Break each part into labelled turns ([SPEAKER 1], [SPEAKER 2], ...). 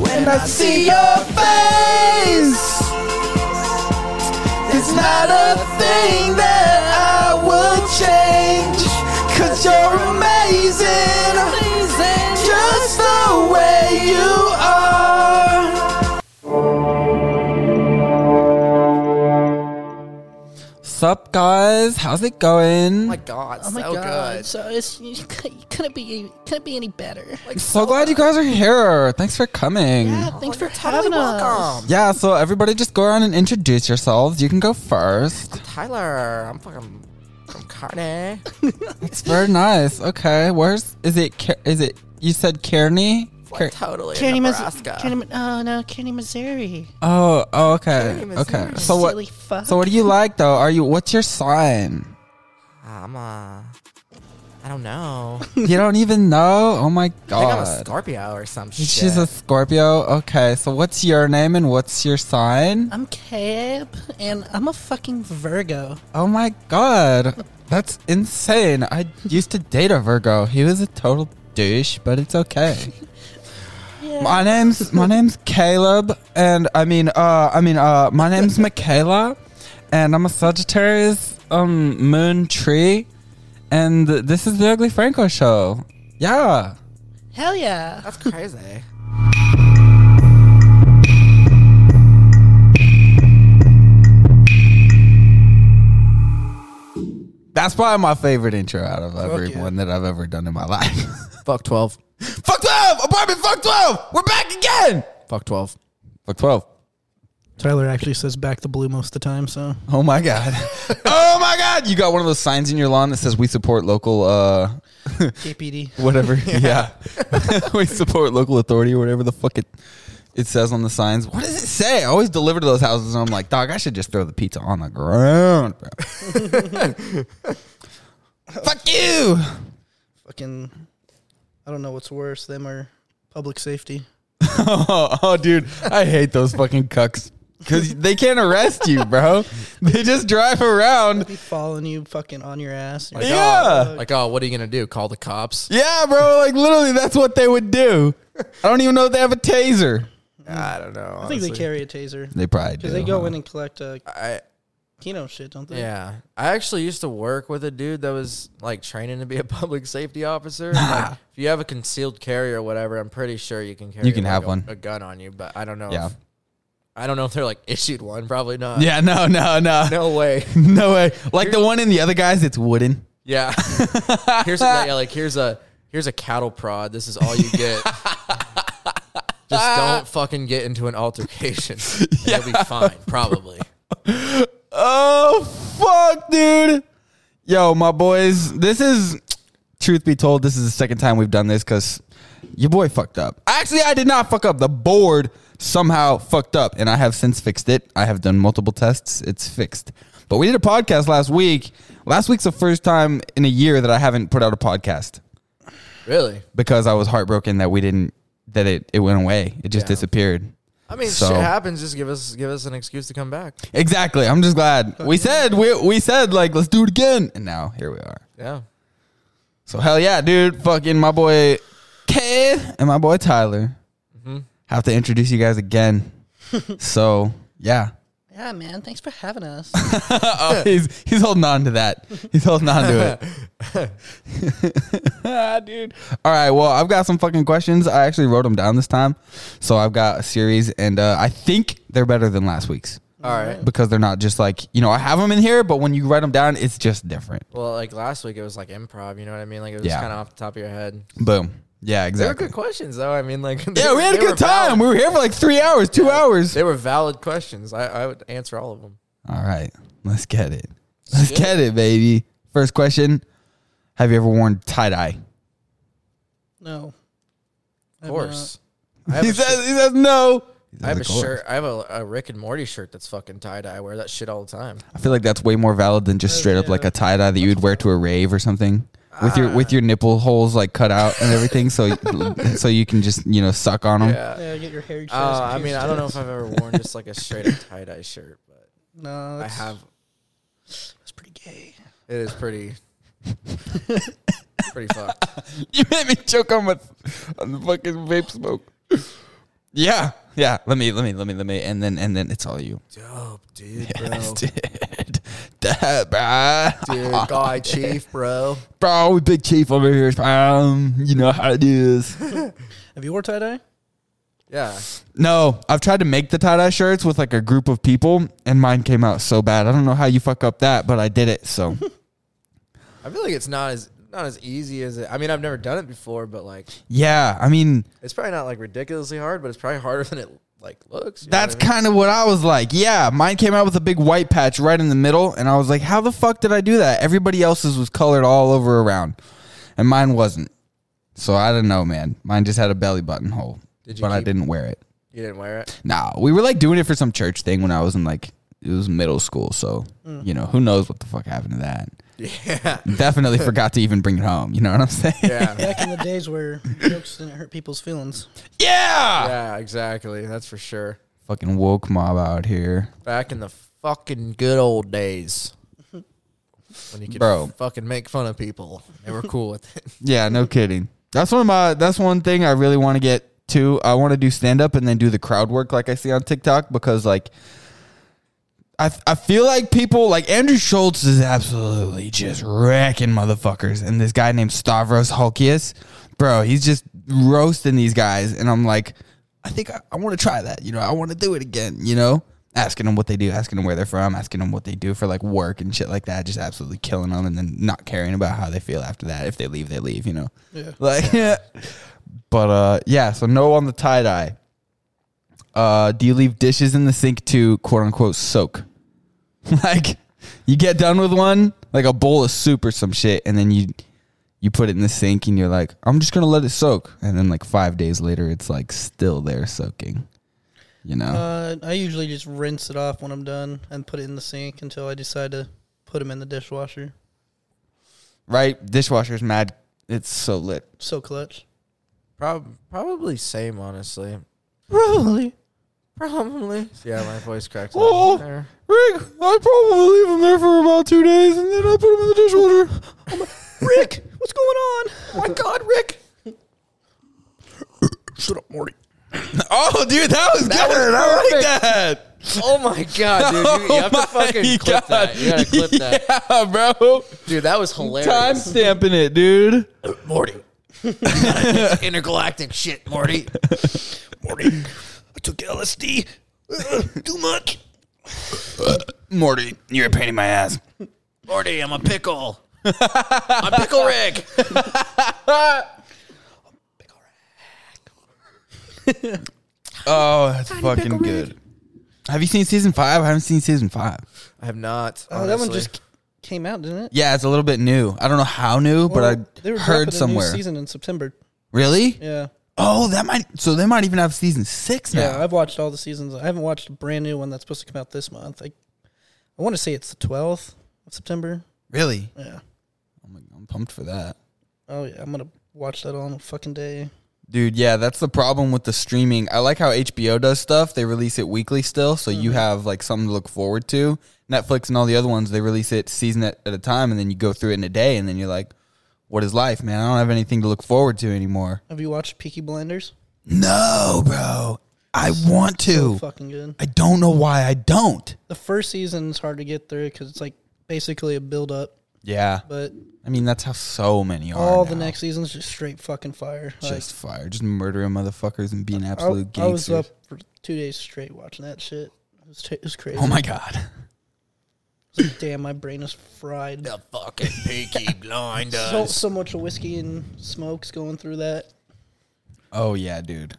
[SPEAKER 1] When I see your face, it's not a thing that I would change. Cause you're amazing, just the way you are. Sup, guys? How's it going?
[SPEAKER 2] my god,
[SPEAKER 3] Oh my
[SPEAKER 2] so
[SPEAKER 3] god!
[SPEAKER 2] good.
[SPEAKER 3] So it's you, cou- you couldn't be couldn't be any better. Like,
[SPEAKER 1] so glad you guys are here. Thanks for coming.
[SPEAKER 3] yeah, thanks for
[SPEAKER 2] You're totally
[SPEAKER 3] having us.
[SPEAKER 2] welcome.
[SPEAKER 1] Yeah, so everybody just go around and introduce yourselves. You can go first.
[SPEAKER 2] Tyler, I'm fucking from Carney.
[SPEAKER 1] It's very nice. Okay, where's is it? Ke- Is it? You said Kearney. Kear-
[SPEAKER 2] Like, totally
[SPEAKER 3] Kearney,
[SPEAKER 2] in
[SPEAKER 3] Mis-
[SPEAKER 2] Nebraska.
[SPEAKER 3] Kearney, Mi- oh no, Kearney, Missouri.
[SPEAKER 1] oh, oh, okay,
[SPEAKER 2] Kearney,
[SPEAKER 1] okay.
[SPEAKER 2] Missouri.
[SPEAKER 1] So
[SPEAKER 3] Silly
[SPEAKER 1] what?
[SPEAKER 3] fuck.
[SPEAKER 1] So what do you like though? Are you? What's your sign?
[SPEAKER 2] I'm uh I don't know. I
[SPEAKER 1] You don't even know. Oh my
[SPEAKER 2] think I'm a
[SPEAKER 1] god.
[SPEAKER 2] Scorpio or some shit.
[SPEAKER 1] She's a Scorpio. Okay, so what's your name and what's your sign?
[SPEAKER 3] I'm Cab, and I'm a fucking Virgo.
[SPEAKER 1] Oh my god, that's insane. I used to date a Virgo. He was a total douche, but it's okay.
[SPEAKER 3] Yeah.
[SPEAKER 1] My name's my name's Caleb, and I mean, uh, I mean, uh, my name's Michaela, and I'm a Sagittarius um moon tree, and this is the Ugly Franco show. Yeah,
[SPEAKER 3] Hell yeah!
[SPEAKER 2] That's crazy.
[SPEAKER 1] that's probably my favorite intro out of everyone
[SPEAKER 3] everyone
[SPEAKER 1] that I've ever done in my life.
[SPEAKER 2] Fuck twelve.
[SPEAKER 1] fuck twelve, apartment. Fuck twelve. We're back again.
[SPEAKER 2] Fuck twelve.
[SPEAKER 1] Fuck twelve.
[SPEAKER 3] Tyler actually says back the blue most of the time, so
[SPEAKER 1] Oh my god. oh my god. You got one of those signs in your lawn that says "We support local." uh
[SPEAKER 3] KPD.
[SPEAKER 1] whatever. yeah. we support local authority or whatever the fuck it it says on the signs. What does it say? I always deliver to those houses and I'm like, dog, I should just throw the pizza on the ground. bro." fuck you.
[SPEAKER 3] Fucking, I don't know what's worse, them or public safety.
[SPEAKER 1] oh, oh, dude, I hate those fucking cucks. Cause they can't arrest you, bro. They just drive around.
[SPEAKER 3] Be following you, fucking on your ass.
[SPEAKER 2] Like,
[SPEAKER 1] Yeah.
[SPEAKER 2] Oh, like, oh, what are you gonna do? Call the cops?
[SPEAKER 1] Yeah, bro. Like literally, that's what they would do. I don't even know if they have a taser.
[SPEAKER 2] I don't know.
[SPEAKER 3] I think they carry a taser
[SPEAKER 1] They probably do.
[SPEAKER 3] because they go in and collect uh,
[SPEAKER 2] I
[SPEAKER 3] Kino shit, don't they?
[SPEAKER 2] yeah. I actually used to work with a dude that was like training to be a public safety officer. Like, if you have a concealed carry or whatever, I'm pretty sure you can carry
[SPEAKER 1] You can
[SPEAKER 2] like,
[SPEAKER 1] have
[SPEAKER 2] a,
[SPEAKER 1] one.
[SPEAKER 2] a gun on you, but I don't know.
[SPEAKER 1] Yeah.
[SPEAKER 2] If, I don't know if they're like issued one. Probably not.
[SPEAKER 1] Yeah. No. No. No.
[SPEAKER 2] No way.
[SPEAKER 1] No way. Like the one in the other guys, it's wooden.
[SPEAKER 2] Yeah. here's a, yeah, like here's a here's a cattle prod. This is all you get. Just don't fucking get into an altercation. Yeah. You'll be fine, probably.
[SPEAKER 1] Oh fuck, dude. Yo, my boys, this is truth be told, this is the second time we've done this because your boy fucked up. Actually, I did not fuck up. The board somehow fucked up, and I have since fixed it. I have done multiple tests. It's fixed. But we did a podcast last week. Last week's the first time in a year that I haven't put out a podcast
[SPEAKER 2] Really?
[SPEAKER 1] because I was heartbroken that we didn't that it, it went away. It just
[SPEAKER 2] Yeah.
[SPEAKER 1] disappeared.
[SPEAKER 2] I mean,
[SPEAKER 1] So-
[SPEAKER 2] shit happens. Just give us give us an excuse to come back.
[SPEAKER 1] Exactly. I'm just glad. We said we we said like let's do it again. And now here we are.
[SPEAKER 2] Yeah.
[SPEAKER 1] So hell yeah, dude. Fucking my boy Kev and my boy Tyler. Have to introduce you guys again. so yeah.
[SPEAKER 3] Yeah, man. Thanks for having us.
[SPEAKER 1] Oh, he's he's holding on to that. He's holding on to it. Ah, dude. All right. Well, I've got some fucking questions. I actually wrote them down this time. So I've got a series, and uh, I think they're better than last week's
[SPEAKER 2] All right.
[SPEAKER 1] because they're not just like you know I have them in here, but when you write them down, it's just different.
[SPEAKER 2] Well, like last week, it was like improv. You know what I mean? Like it was
[SPEAKER 1] Yeah.
[SPEAKER 2] kind of off the top of your head.
[SPEAKER 1] Boom. Yeah,
[SPEAKER 2] They were
[SPEAKER 1] exactly.
[SPEAKER 2] good questions, though. I mean, like
[SPEAKER 1] Yeah,
[SPEAKER 2] they-
[SPEAKER 1] we had a
[SPEAKER 2] they
[SPEAKER 1] good
[SPEAKER 2] were
[SPEAKER 1] time.
[SPEAKER 2] valid-
[SPEAKER 1] We were here for like three hours, two hours.
[SPEAKER 2] They were valid questions. I, I would answer all of them.
[SPEAKER 1] All right, let's get it. Let's get it, baby. First question: Have you ever worn tie dye?
[SPEAKER 3] No.
[SPEAKER 2] Of course. I have
[SPEAKER 1] He
[SPEAKER 2] a shirt-
[SPEAKER 1] says, he says no. oh, He says,
[SPEAKER 2] I have a
[SPEAKER 1] "Of course."
[SPEAKER 2] shirt. I have a, a Rick and Morty shirt that's fucking tie dye. I wear that shit all the time.
[SPEAKER 1] I feel like that's way more valid than just straight up like a tie dye that you would wear to a rave or something with your with your nipple holes like cut out and everything, so so you can just you know suck on them.
[SPEAKER 2] Yeah.
[SPEAKER 3] Yeah, get your hair. chest
[SPEAKER 2] Uh, I mean,
[SPEAKER 3] pierced.
[SPEAKER 2] I don't know if I've ever worn just like a straight up tie dye shirt, but
[SPEAKER 3] No,
[SPEAKER 2] I
[SPEAKER 3] that's,
[SPEAKER 2] have.
[SPEAKER 3] that's pretty gay.
[SPEAKER 2] It is pretty. pretty fucked.
[SPEAKER 1] You made me choke on my on the fucking vape smoke. Yeah. Yeah. Let me, let me, let me, let me. And then, and then it's all you.
[SPEAKER 2] Dope, dude,
[SPEAKER 1] Yes, dude. That, bro.
[SPEAKER 2] bro. Dude, guy chief, bro.
[SPEAKER 1] Bro, we big chief over here. Um, you know how it is.
[SPEAKER 3] Have you wore tie dye?
[SPEAKER 2] Yeah.
[SPEAKER 1] No, I've tried to make the tie dye shirts with like a group of people, and mine came out so bad. I don't know how you fuck up that, but I did it. So
[SPEAKER 2] I feel like it's not as not as easy as it. I mean, I've never done it before, but like
[SPEAKER 1] yeah, I mean
[SPEAKER 2] it's probably not like ridiculously hard, but it's probably harder than it like looks. you know
[SPEAKER 1] that's
[SPEAKER 2] what I mean?
[SPEAKER 1] kind of what I was like. Yeah, mine came out with a big white patch right in the middle, and I was like, how the fuck did I do that? Everybody else's was colored all over around, and mine wasn't. So I don't know, man. Mine just had a belly button hole,
[SPEAKER 2] Did you
[SPEAKER 1] but I
[SPEAKER 2] keep-
[SPEAKER 1] didn't wear it.
[SPEAKER 2] you didn't wear it.
[SPEAKER 1] Nah, we were like doing it for some church thing when I was in like it was middle school. So you know who knows what the fuck happened to that.
[SPEAKER 2] Yeah.
[SPEAKER 1] Definitely forgot to even bring it home. You know what I'm saying?
[SPEAKER 2] Yeah.
[SPEAKER 3] Back in the days where jokes didn't hurt people's feelings.
[SPEAKER 1] Yeah.
[SPEAKER 2] yeah. Exactly. That's for sure.
[SPEAKER 1] Fucking woke mob out here.
[SPEAKER 2] Back in the fucking good old days. When you could
[SPEAKER 1] Bro.
[SPEAKER 2] fucking make fun of people. They were cool with it.
[SPEAKER 1] Yeah, no kidding. That's one of my that's one thing I really want to get to. I want to do stand up and then do the crowd work like I see on TikTok because like I, I feel like people like Andrew Schultz is absolutely just wrecking motherfuckers. And this guy named Stavros Halkias, bro, he's just roasting these guys. And I'm like, I think I, I want to try that. You know, I want to do it again, you know? Asking them what they do, asking them where they're from, asking them what they do for like work and shit like that. Just absolutely killing them and then not caring about how they feel after that. If they leave, they leave, you know?
[SPEAKER 3] Yeah.
[SPEAKER 1] Like, But uh, yeah, so no on the tie dye. Uh, do you leave dishes in the sink to quote unquote soak? like you get done with one, like a bowl of soup or some shit, and then you you put it in the sink and you're like, I'm just gonna let it soak, and then like five days later, it's like still there soaking. You know?
[SPEAKER 3] Uh, I usually just rinse it off when I'm done and put it in the sink until I decide to put them in the dishwasher.
[SPEAKER 1] right? Dishwasher's mad. It's so lit.
[SPEAKER 3] So clutch.
[SPEAKER 2] Prob- probably same, honestly.
[SPEAKER 3] Really?
[SPEAKER 2] Probably. Yeah, my voice cracked.
[SPEAKER 1] Oh.
[SPEAKER 2] Oh. There.
[SPEAKER 1] Rick, I probably leave them there for about two days and then I put them in the dishwasher.
[SPEAKER 3] Rick, what's going on?
[SPEAKER 2] Oh my God, Rick.
[SPEAKER 3] Shut up, Morty.
[SPEAKER 1] Oh, dude, that was good. I like that.
[SPEAKER 2] Oh my God, dude.
[SPEAKER 1] Oh
[SPEAKER 2] You, you have to fucking clip that. You gotta clip that.
[SPEAKER 1] Yeah, bro.
[SPEAKER 2] Dude, that was hilarious.
[SPEAKER 1] Time stamping it, dude.
[SPEAKER 2] Morty. intergalactic shit, Morty.
[SPEAKER 3] Morty, I took LSD. Ugh, too much.
[SPEAKER 1] Morty, you're a pain in my ass.
[SPEAKER 2] Morty, I'm a pickle. I'm pickle Rick.
[SPEAKER 1] Oh, that's fucking good. Have you seen season five? I haven't seen season five.
[SPEAKER 2] I have not.
[SPEAKER 3] Oh, that one
[SPEAKER 2] honestly.
[SPEAKER 3] just c- came out, didn't it?
[SPEAKER 1] Yeah, it's a little bit new. I don't know how new,
[SPEAKER 3] Well,
[SPEAKER 1] but I
[SPEAKER 3] dropping
[SPEAKER 1] heard
[SPEAKER 3] a new
[SPEAKER 1] somewhere.
[SPEAKER 3] season in September.
[SPEAKER 1] Really?
[SPEAKER 3] Yeah.
[SPEAKER 1] Oh, that might. So they might even have season six now.
[SPEAKER 3] Yeah, I've watched all the seasons. I haven't watched a brand new one that's supposed to come out this month. I, I want to say it's the 12th of September.
[SPEAKER 1] Really?
[SPEAKER 3] Yeah.
[SPEAKER 1] I'm, like, I'm pumped for that.
[SPEAKER 3] Oh, yeah. I'm going to watch that all in a fucking day.
[SPEAKER 1] Dude, yeah, that's the problem with the streaming. I like how HBO does stuff. They release it weekly still, so you
[SPEAKER 3] Mm-hmm.
[SPEAKER 1] have like something to look forward to. Netflix and all the other ones, they release it season at, at a time and then you go through it in a day and then you're like, what is life, man? I don't have anything to look forward to anymore.
[SPEAKER 3] Have you watched Peaky Blinders?
[SPEAKER 1] No, bro. I want
[SPEAKER 3] So
[SPEAKER 1] to.
[SPEAKER 3] fucking good.
[SPEAKER 1] I don't know why I don't.
[SPEAKER 3] The first season's hard to get through because it's like basically a build up,
[SPEAKER 1] Yeah.
[SPEAKER 3] but
[SPEAKER 1] I mean, that's how so many are.
[SPEAKER 3] all the
[SPEAKER 1] now.
[SPEAKER 3] next season's just straight fucking fire. Like,
[SPEAKER 1] Oh, Just fire. Just murdering motherfuckers and being
[SPEAKER 3] I-
[SPEAKER 1] absolute
[SPEAKER 3] I, was
[SPEAKER 1] gangsters.
[SPEAKER 3] up for two days straight watching that shit. It was, t- it was crazy.
[SPEAKER 1] oh my God.
[SPEAKER 3] It's like, Damn, my brain is fried.
[SPEAKER 2] the fucking Peaky Blinders.
[SPEAKER 3] So, so much whiskey and smokes going through that.
[SPEAKER 1] Oh, yeah, dude.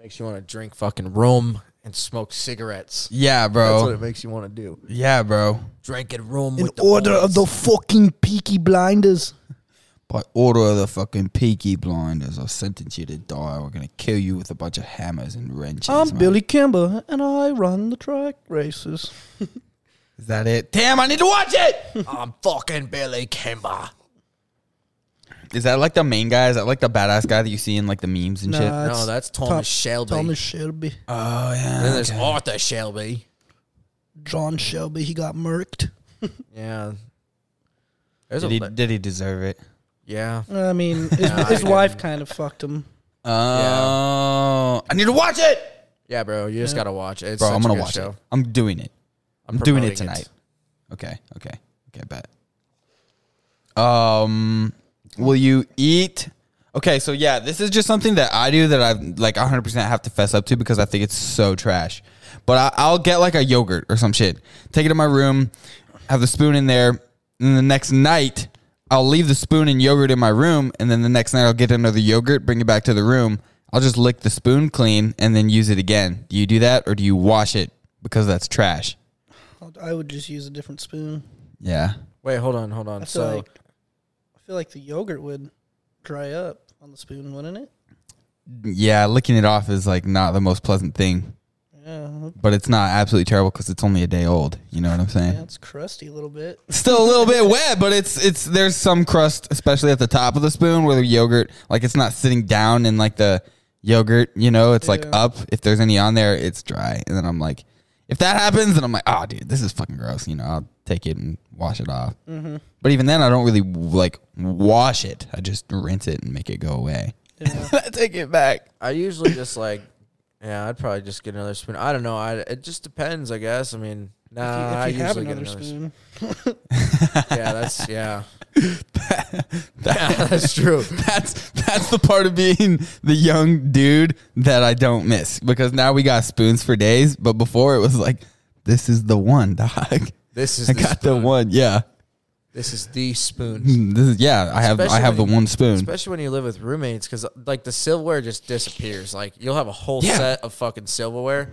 [SPEAKER 2] makes you want to drink fucking rum and smoke cigarettes.
[SPEAKER 1] Yeah,
[SPEAKER 2] That's what it
[SPEAKER 1] bro.
[SPEAKER 2] makes you want to do.
[SPEAKER 1] Yeah, bro.
[SPEAKER 2] Drinking rum
[SPEAKER 3] In
[SPEAKER 2] with the
[SPEAKER 3] order
[SPEAKER 2] boys.
[SPEAKER 3] of the fucking Peaky Blinders.
[SPEAKER 1] By order of the fucking Peaky Blinders, I've sentenced you to die. We're gonna kill you with a bunch of hammers and wrenches.
[SPEAKER 3] I'm
[SPEAKER 1] man.
[SPEAKER 3] Billy Kimber, and I run the track races.
[SPEAKER 1] Is that it? Damn, I need to watch it.
[SPEAKER 2] I'm fucking Billy Kimber.
[SPEAKER 1] Is that like the main guy? Is that like the badass guy that you see in like the memes and shit?
[SPEAKER 3] Nah. That's
[SPEAKER 2] no, that's Thomas
[SPEAKER 3] Tom-
[SPEAKER 2] Shelby.
[SPEAKER 3] Thomas Shelby.
[SPEAKER 1] Oh yeah.
[SPEAKER 2] then there's Arthur Shelby.
[SPEAKER 3] John Shelby, he got murked.
[SPEAKER 2] Yeah. There's
[SPEAKER 1] Did
[SPEAKER 2] a
[SPEAKER 1] he,
[SPEAKER 2] li-
[SPEAKER 1] did he deserve it?
[SPEAKER 2] yeah.
[SPEAKER 3] I mean, his,
[SPEAKER 2] Nah, I
[SPEAKER 3] his
[SPEAKER 2] didn't.
[SPEAKER 3] wife kind of fucked him.
[SPEAKER 1] Oh, I need to watch it.
[SPEAKER 2] Yeah, bro, you just gotta watch it. It's
[SPEAKER 1] Bro,
[SPEAKER 2] such
[SPEAKER 1] I'm
[SPEAKER 2] a
[SPEAKER 1] gonna
[SPEAKER 2] good
[SPEAKER 1] watch
[SPEAKER 2] show.
[SPEAKER 1] it. I'm doing it. I'm, doing
[SPEAKER 2] promoting
[SPEAKER 1] it
[SPEAKER 2] it.
[SPEAKER 1] tonight. Okay, okay, okay. Bet. Um, will you eat? Okay, so yeah, this is just something that I do that I like 100 percent have to fess up to because I think it's so trash. But I, I'll get like a yogurt or some shit, take it to my room, have the spoon in there, and the next night I'll leave the spoon and yogurt in my room, and then the next night I'll get another yogurt, bring it back to the room. I'll just lick the spoon clean and then use it again. Do you do that or do you wash it because that's trash?
[SPEAKER 3] I would just use a different spoon.
[SPEAKER 1] Yeah.
[SPEAKER 2] Wait, hold on, hold on.
[SPEAKER 3] I feel
[SPEAKER 2] so
[SPEAKER 3] like I feel like the yogurt would dry up on the spoon, wouldn't it?
[SPEAKER 1] Yeah, licking it off is like not the most pleasant thing,
[SPEAKER 3] Yeah,
[SPEAKER 1] but it's not absolutely terrible because it's only a day old. You know what I'm saying?
[SPEAKER 3] yeah, it's crusty a little bit.
[SPEAKER 1] Still a little bit wet, but it's it's there's some crust, especially at the top of the spoon where the yogurt like it's not sitting down in like the yogurt. You know, it's like
[SPEAKER 3] Yeah.
[SPEAKER 1] up. If there's any on there, it's dry. And then I'm like, if that happens, then I'm like, oh, dude, this is fucking gross. You know, I'll take it and wash it off.
[SPEAKER 3] Mm-hmm.
[SPEAKER 1] But even then, I don't really like wash it. I just rinse it and make it go away.
[SPEAKER 3] Yeah.
[SPEAKER 1] I take it back.
[SPEAKER 2] I usually just like, yeah, I'd probably just get another spoon. I don't know. I it just depends, I guess. I mean, nah,
[SPEAKER 3] if you, if you
[SPEAKER 2] Uh, I usually
[SPEAKER 3] have another
[SPEAKER 2] get another spoon.
[SPEAKER 3] spoon,
[SPEAKER 2] yeah, that's yeah. yeah, that's true.
[SPEAKER 1] That's that's the part of being the young dude that I don't miss because now we got spoons for days, but before it was like this is the one, dog.
[SPEAKER 2] This is
[SPEAKER 1] I
[SPEAKER 2] the
[SPEAKER 1] got the
[SPEAKER 2] spoon.
[SPEAKER 1] one. Yeah.
[SPEAKER 2] This is the spoon.
[SPEAKER 1] Mm, This is, yeah, I have I
[SPEAKER 2] Especially
[SPEAKER 1] have the
[SPEAKER 2] when you-
[SPEAKER 1] one spoon.
[SPEAKER 2] Especially when you live with roommates, because like the silverware just disappears. Like you'll have a whole
[SPEAKER 1] Yeah.
[SPEAKER 2] set of fucking silverware,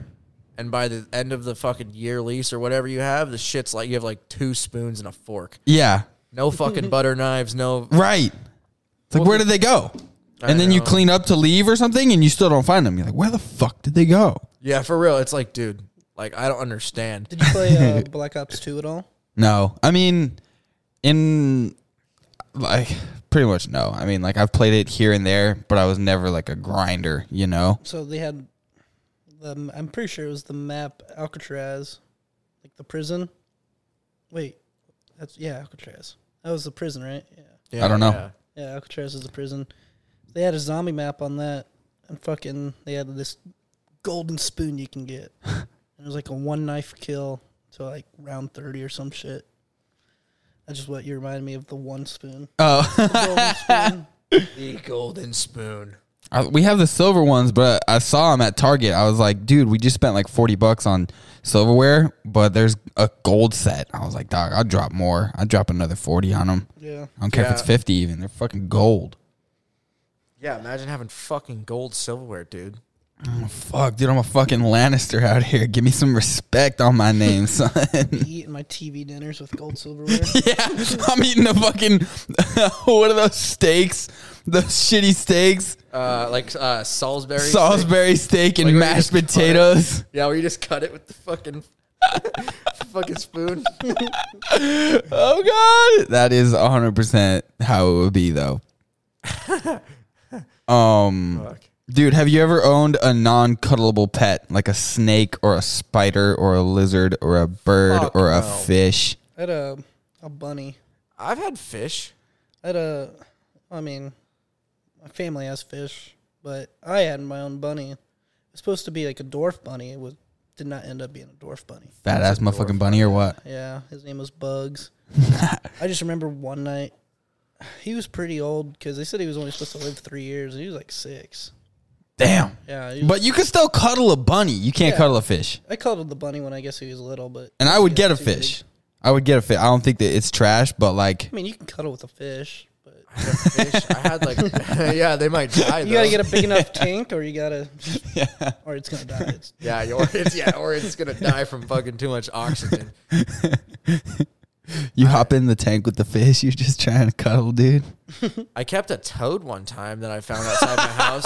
[SPEAKER 2] and by the end of the fucking year lease or whatever you have, the shit's like you have like two spoons and a fork.
[SPEAKER 1] Yeah.
[SPEAKER 2] No fucking butter knives. No,
[SPEAKER 1] Right. It's like where did they go?
[SPEAKER 2] I
[SPEAKER 1] And then you
[SPEAKER 2] know.
[SPEAKER 1] clean up to leave or something and you still don't find them. You're like, "Where the fuck did they go?"
[SPEAKER 2] yeah, for real. It's like, dude, like I don't understand.
[SPEAKER 3] did you play uh, Black Ops Two at all?
[SPEAKER 1] No. I mean in like pretty much no. I mean like I've played it here and there, but I was never like a grinder, you know.
[SPEAKER 3] So they had the I'm pretty sure it was the map Alcatraz, like the prison. Wait, that's yeah Alcatraz. That was the prison, right? Yeah,
[SPEAKER 1] I don't know.
[SPEAKER 2] Yeah.
[SPEAKER 3] yeah. Alcatraz is the prison. They had a zombie map on that, and fucking they had this golden spoon you can get. and it was like a one knife kill to like round thirty or some shit. That's just what you reminded me of the one spoon.
[SPEAKER 1] Oh.
[SPEAKER 3] The golden spoon.
[SPEAKER 2] The golden spoon.
[SPEAKER 1] I, we have the silver ones, but I saw them at Target. I was like, dude, we just spent like 40 bucks on silverware, but there's a gold set. I was like, dog, I'll drop more. I'll drop another 40 on them.
[SPEAKER 3] Yeah.
[SPEAKER 1] I don't care if it's
[SPEAKER 2] Yeah.
[SPEAKER 1] 50 even. They're fucking gold.
[SPEAKER 2] Yeah, imagine having fucking gold silverware, dude.
[SPEAKER 1] Fuck, dude, I'm a fucking Lannister out here. Give me some respect on my name, son.
[SPEAKER 3] Eating my TV dinners with gold silverware.
[SPEAKER 1] yeah, I'm eating a fucking, what are those steaks? Those shitty steaks?
[SPEAKER 2] Uh, like uh, Salisbury. steak.
[SPEAKER 1] Salisbury steak, and
[SPEAKER 2] Like, where you
[SPEAKER 1] mashed
[SPEAKER 2] just cut it.
[SPEAKER 1] potatoes.
[SPEAKER 2] Yeah, where you just cut it with the fucking fucking spoon.
[SPEAKER 1] Oh god, that is hundred percent how it would be though. um,
[SPEAKER 2] Fuck.
[SPEAKER 1] dude, have you ever owned a non-cuddleable pet like a snake or a spider or a lizard or a bird
[SPEAKER 2] Fuck
[SPEAKER 1] or a
[SPEAKER 2] no.
[SPEAKER 1] fish?
[SPEAKER 3] I had a a bunny.
[SPEAKER 2] I've had fish.
[SPEAKER 3] I had a, I mean, my family has fish, but I had my own bunny. It was supposed to be like a dwarf bunny. It was did not end up being a dwarf bunny.
[SPEAKER 1] Fat ass motherfucking bunny or what?
[SPEAKER 3] Yeah, his name was Bugs. I just remember one night, he was pretty old because they said he was only supposed to live three years, and he was like six.
[SPEAKER 1] Damn.
[SPEAKER 3] Yeah, he was-
[SPEAKER 1] But you can still cuddle a bunny. You can't
[SPEAKER 3] Yeah.
[SPEAKER 1] cuddle a fish.
[SPEAKER 3] I cuddled the bunny when I guess he was little, but
[SPEAKER 1] And I would
[SPEAKER 3] Yeah,
[SPEAKER 1] get a
[SPEAKER 3] too big.
[SPEAKER 1] fish. I would get a fish. I don't think that it's trash, but like,
[SPEAKER 3] I mean, you can cuddle with a fish, but
[SPEAKER 2] I had fish. I had like, yeah, they might die.
[SPEAKER 3] you gotta
[SPEAKER 2] though.
[SPEAKER 3] get a big enough tank, or you gotta, or it's gonna die. It's
[SPEAKER 2] yeah, you- or it's yeah, or it's gonna die from fucking too much oxygen.
[SPEAKER 1] you hop in the tank with the fish. You're just trying to cuddle, dude.
[SPEAKER 2] I kept a toad one time that I found outside my house.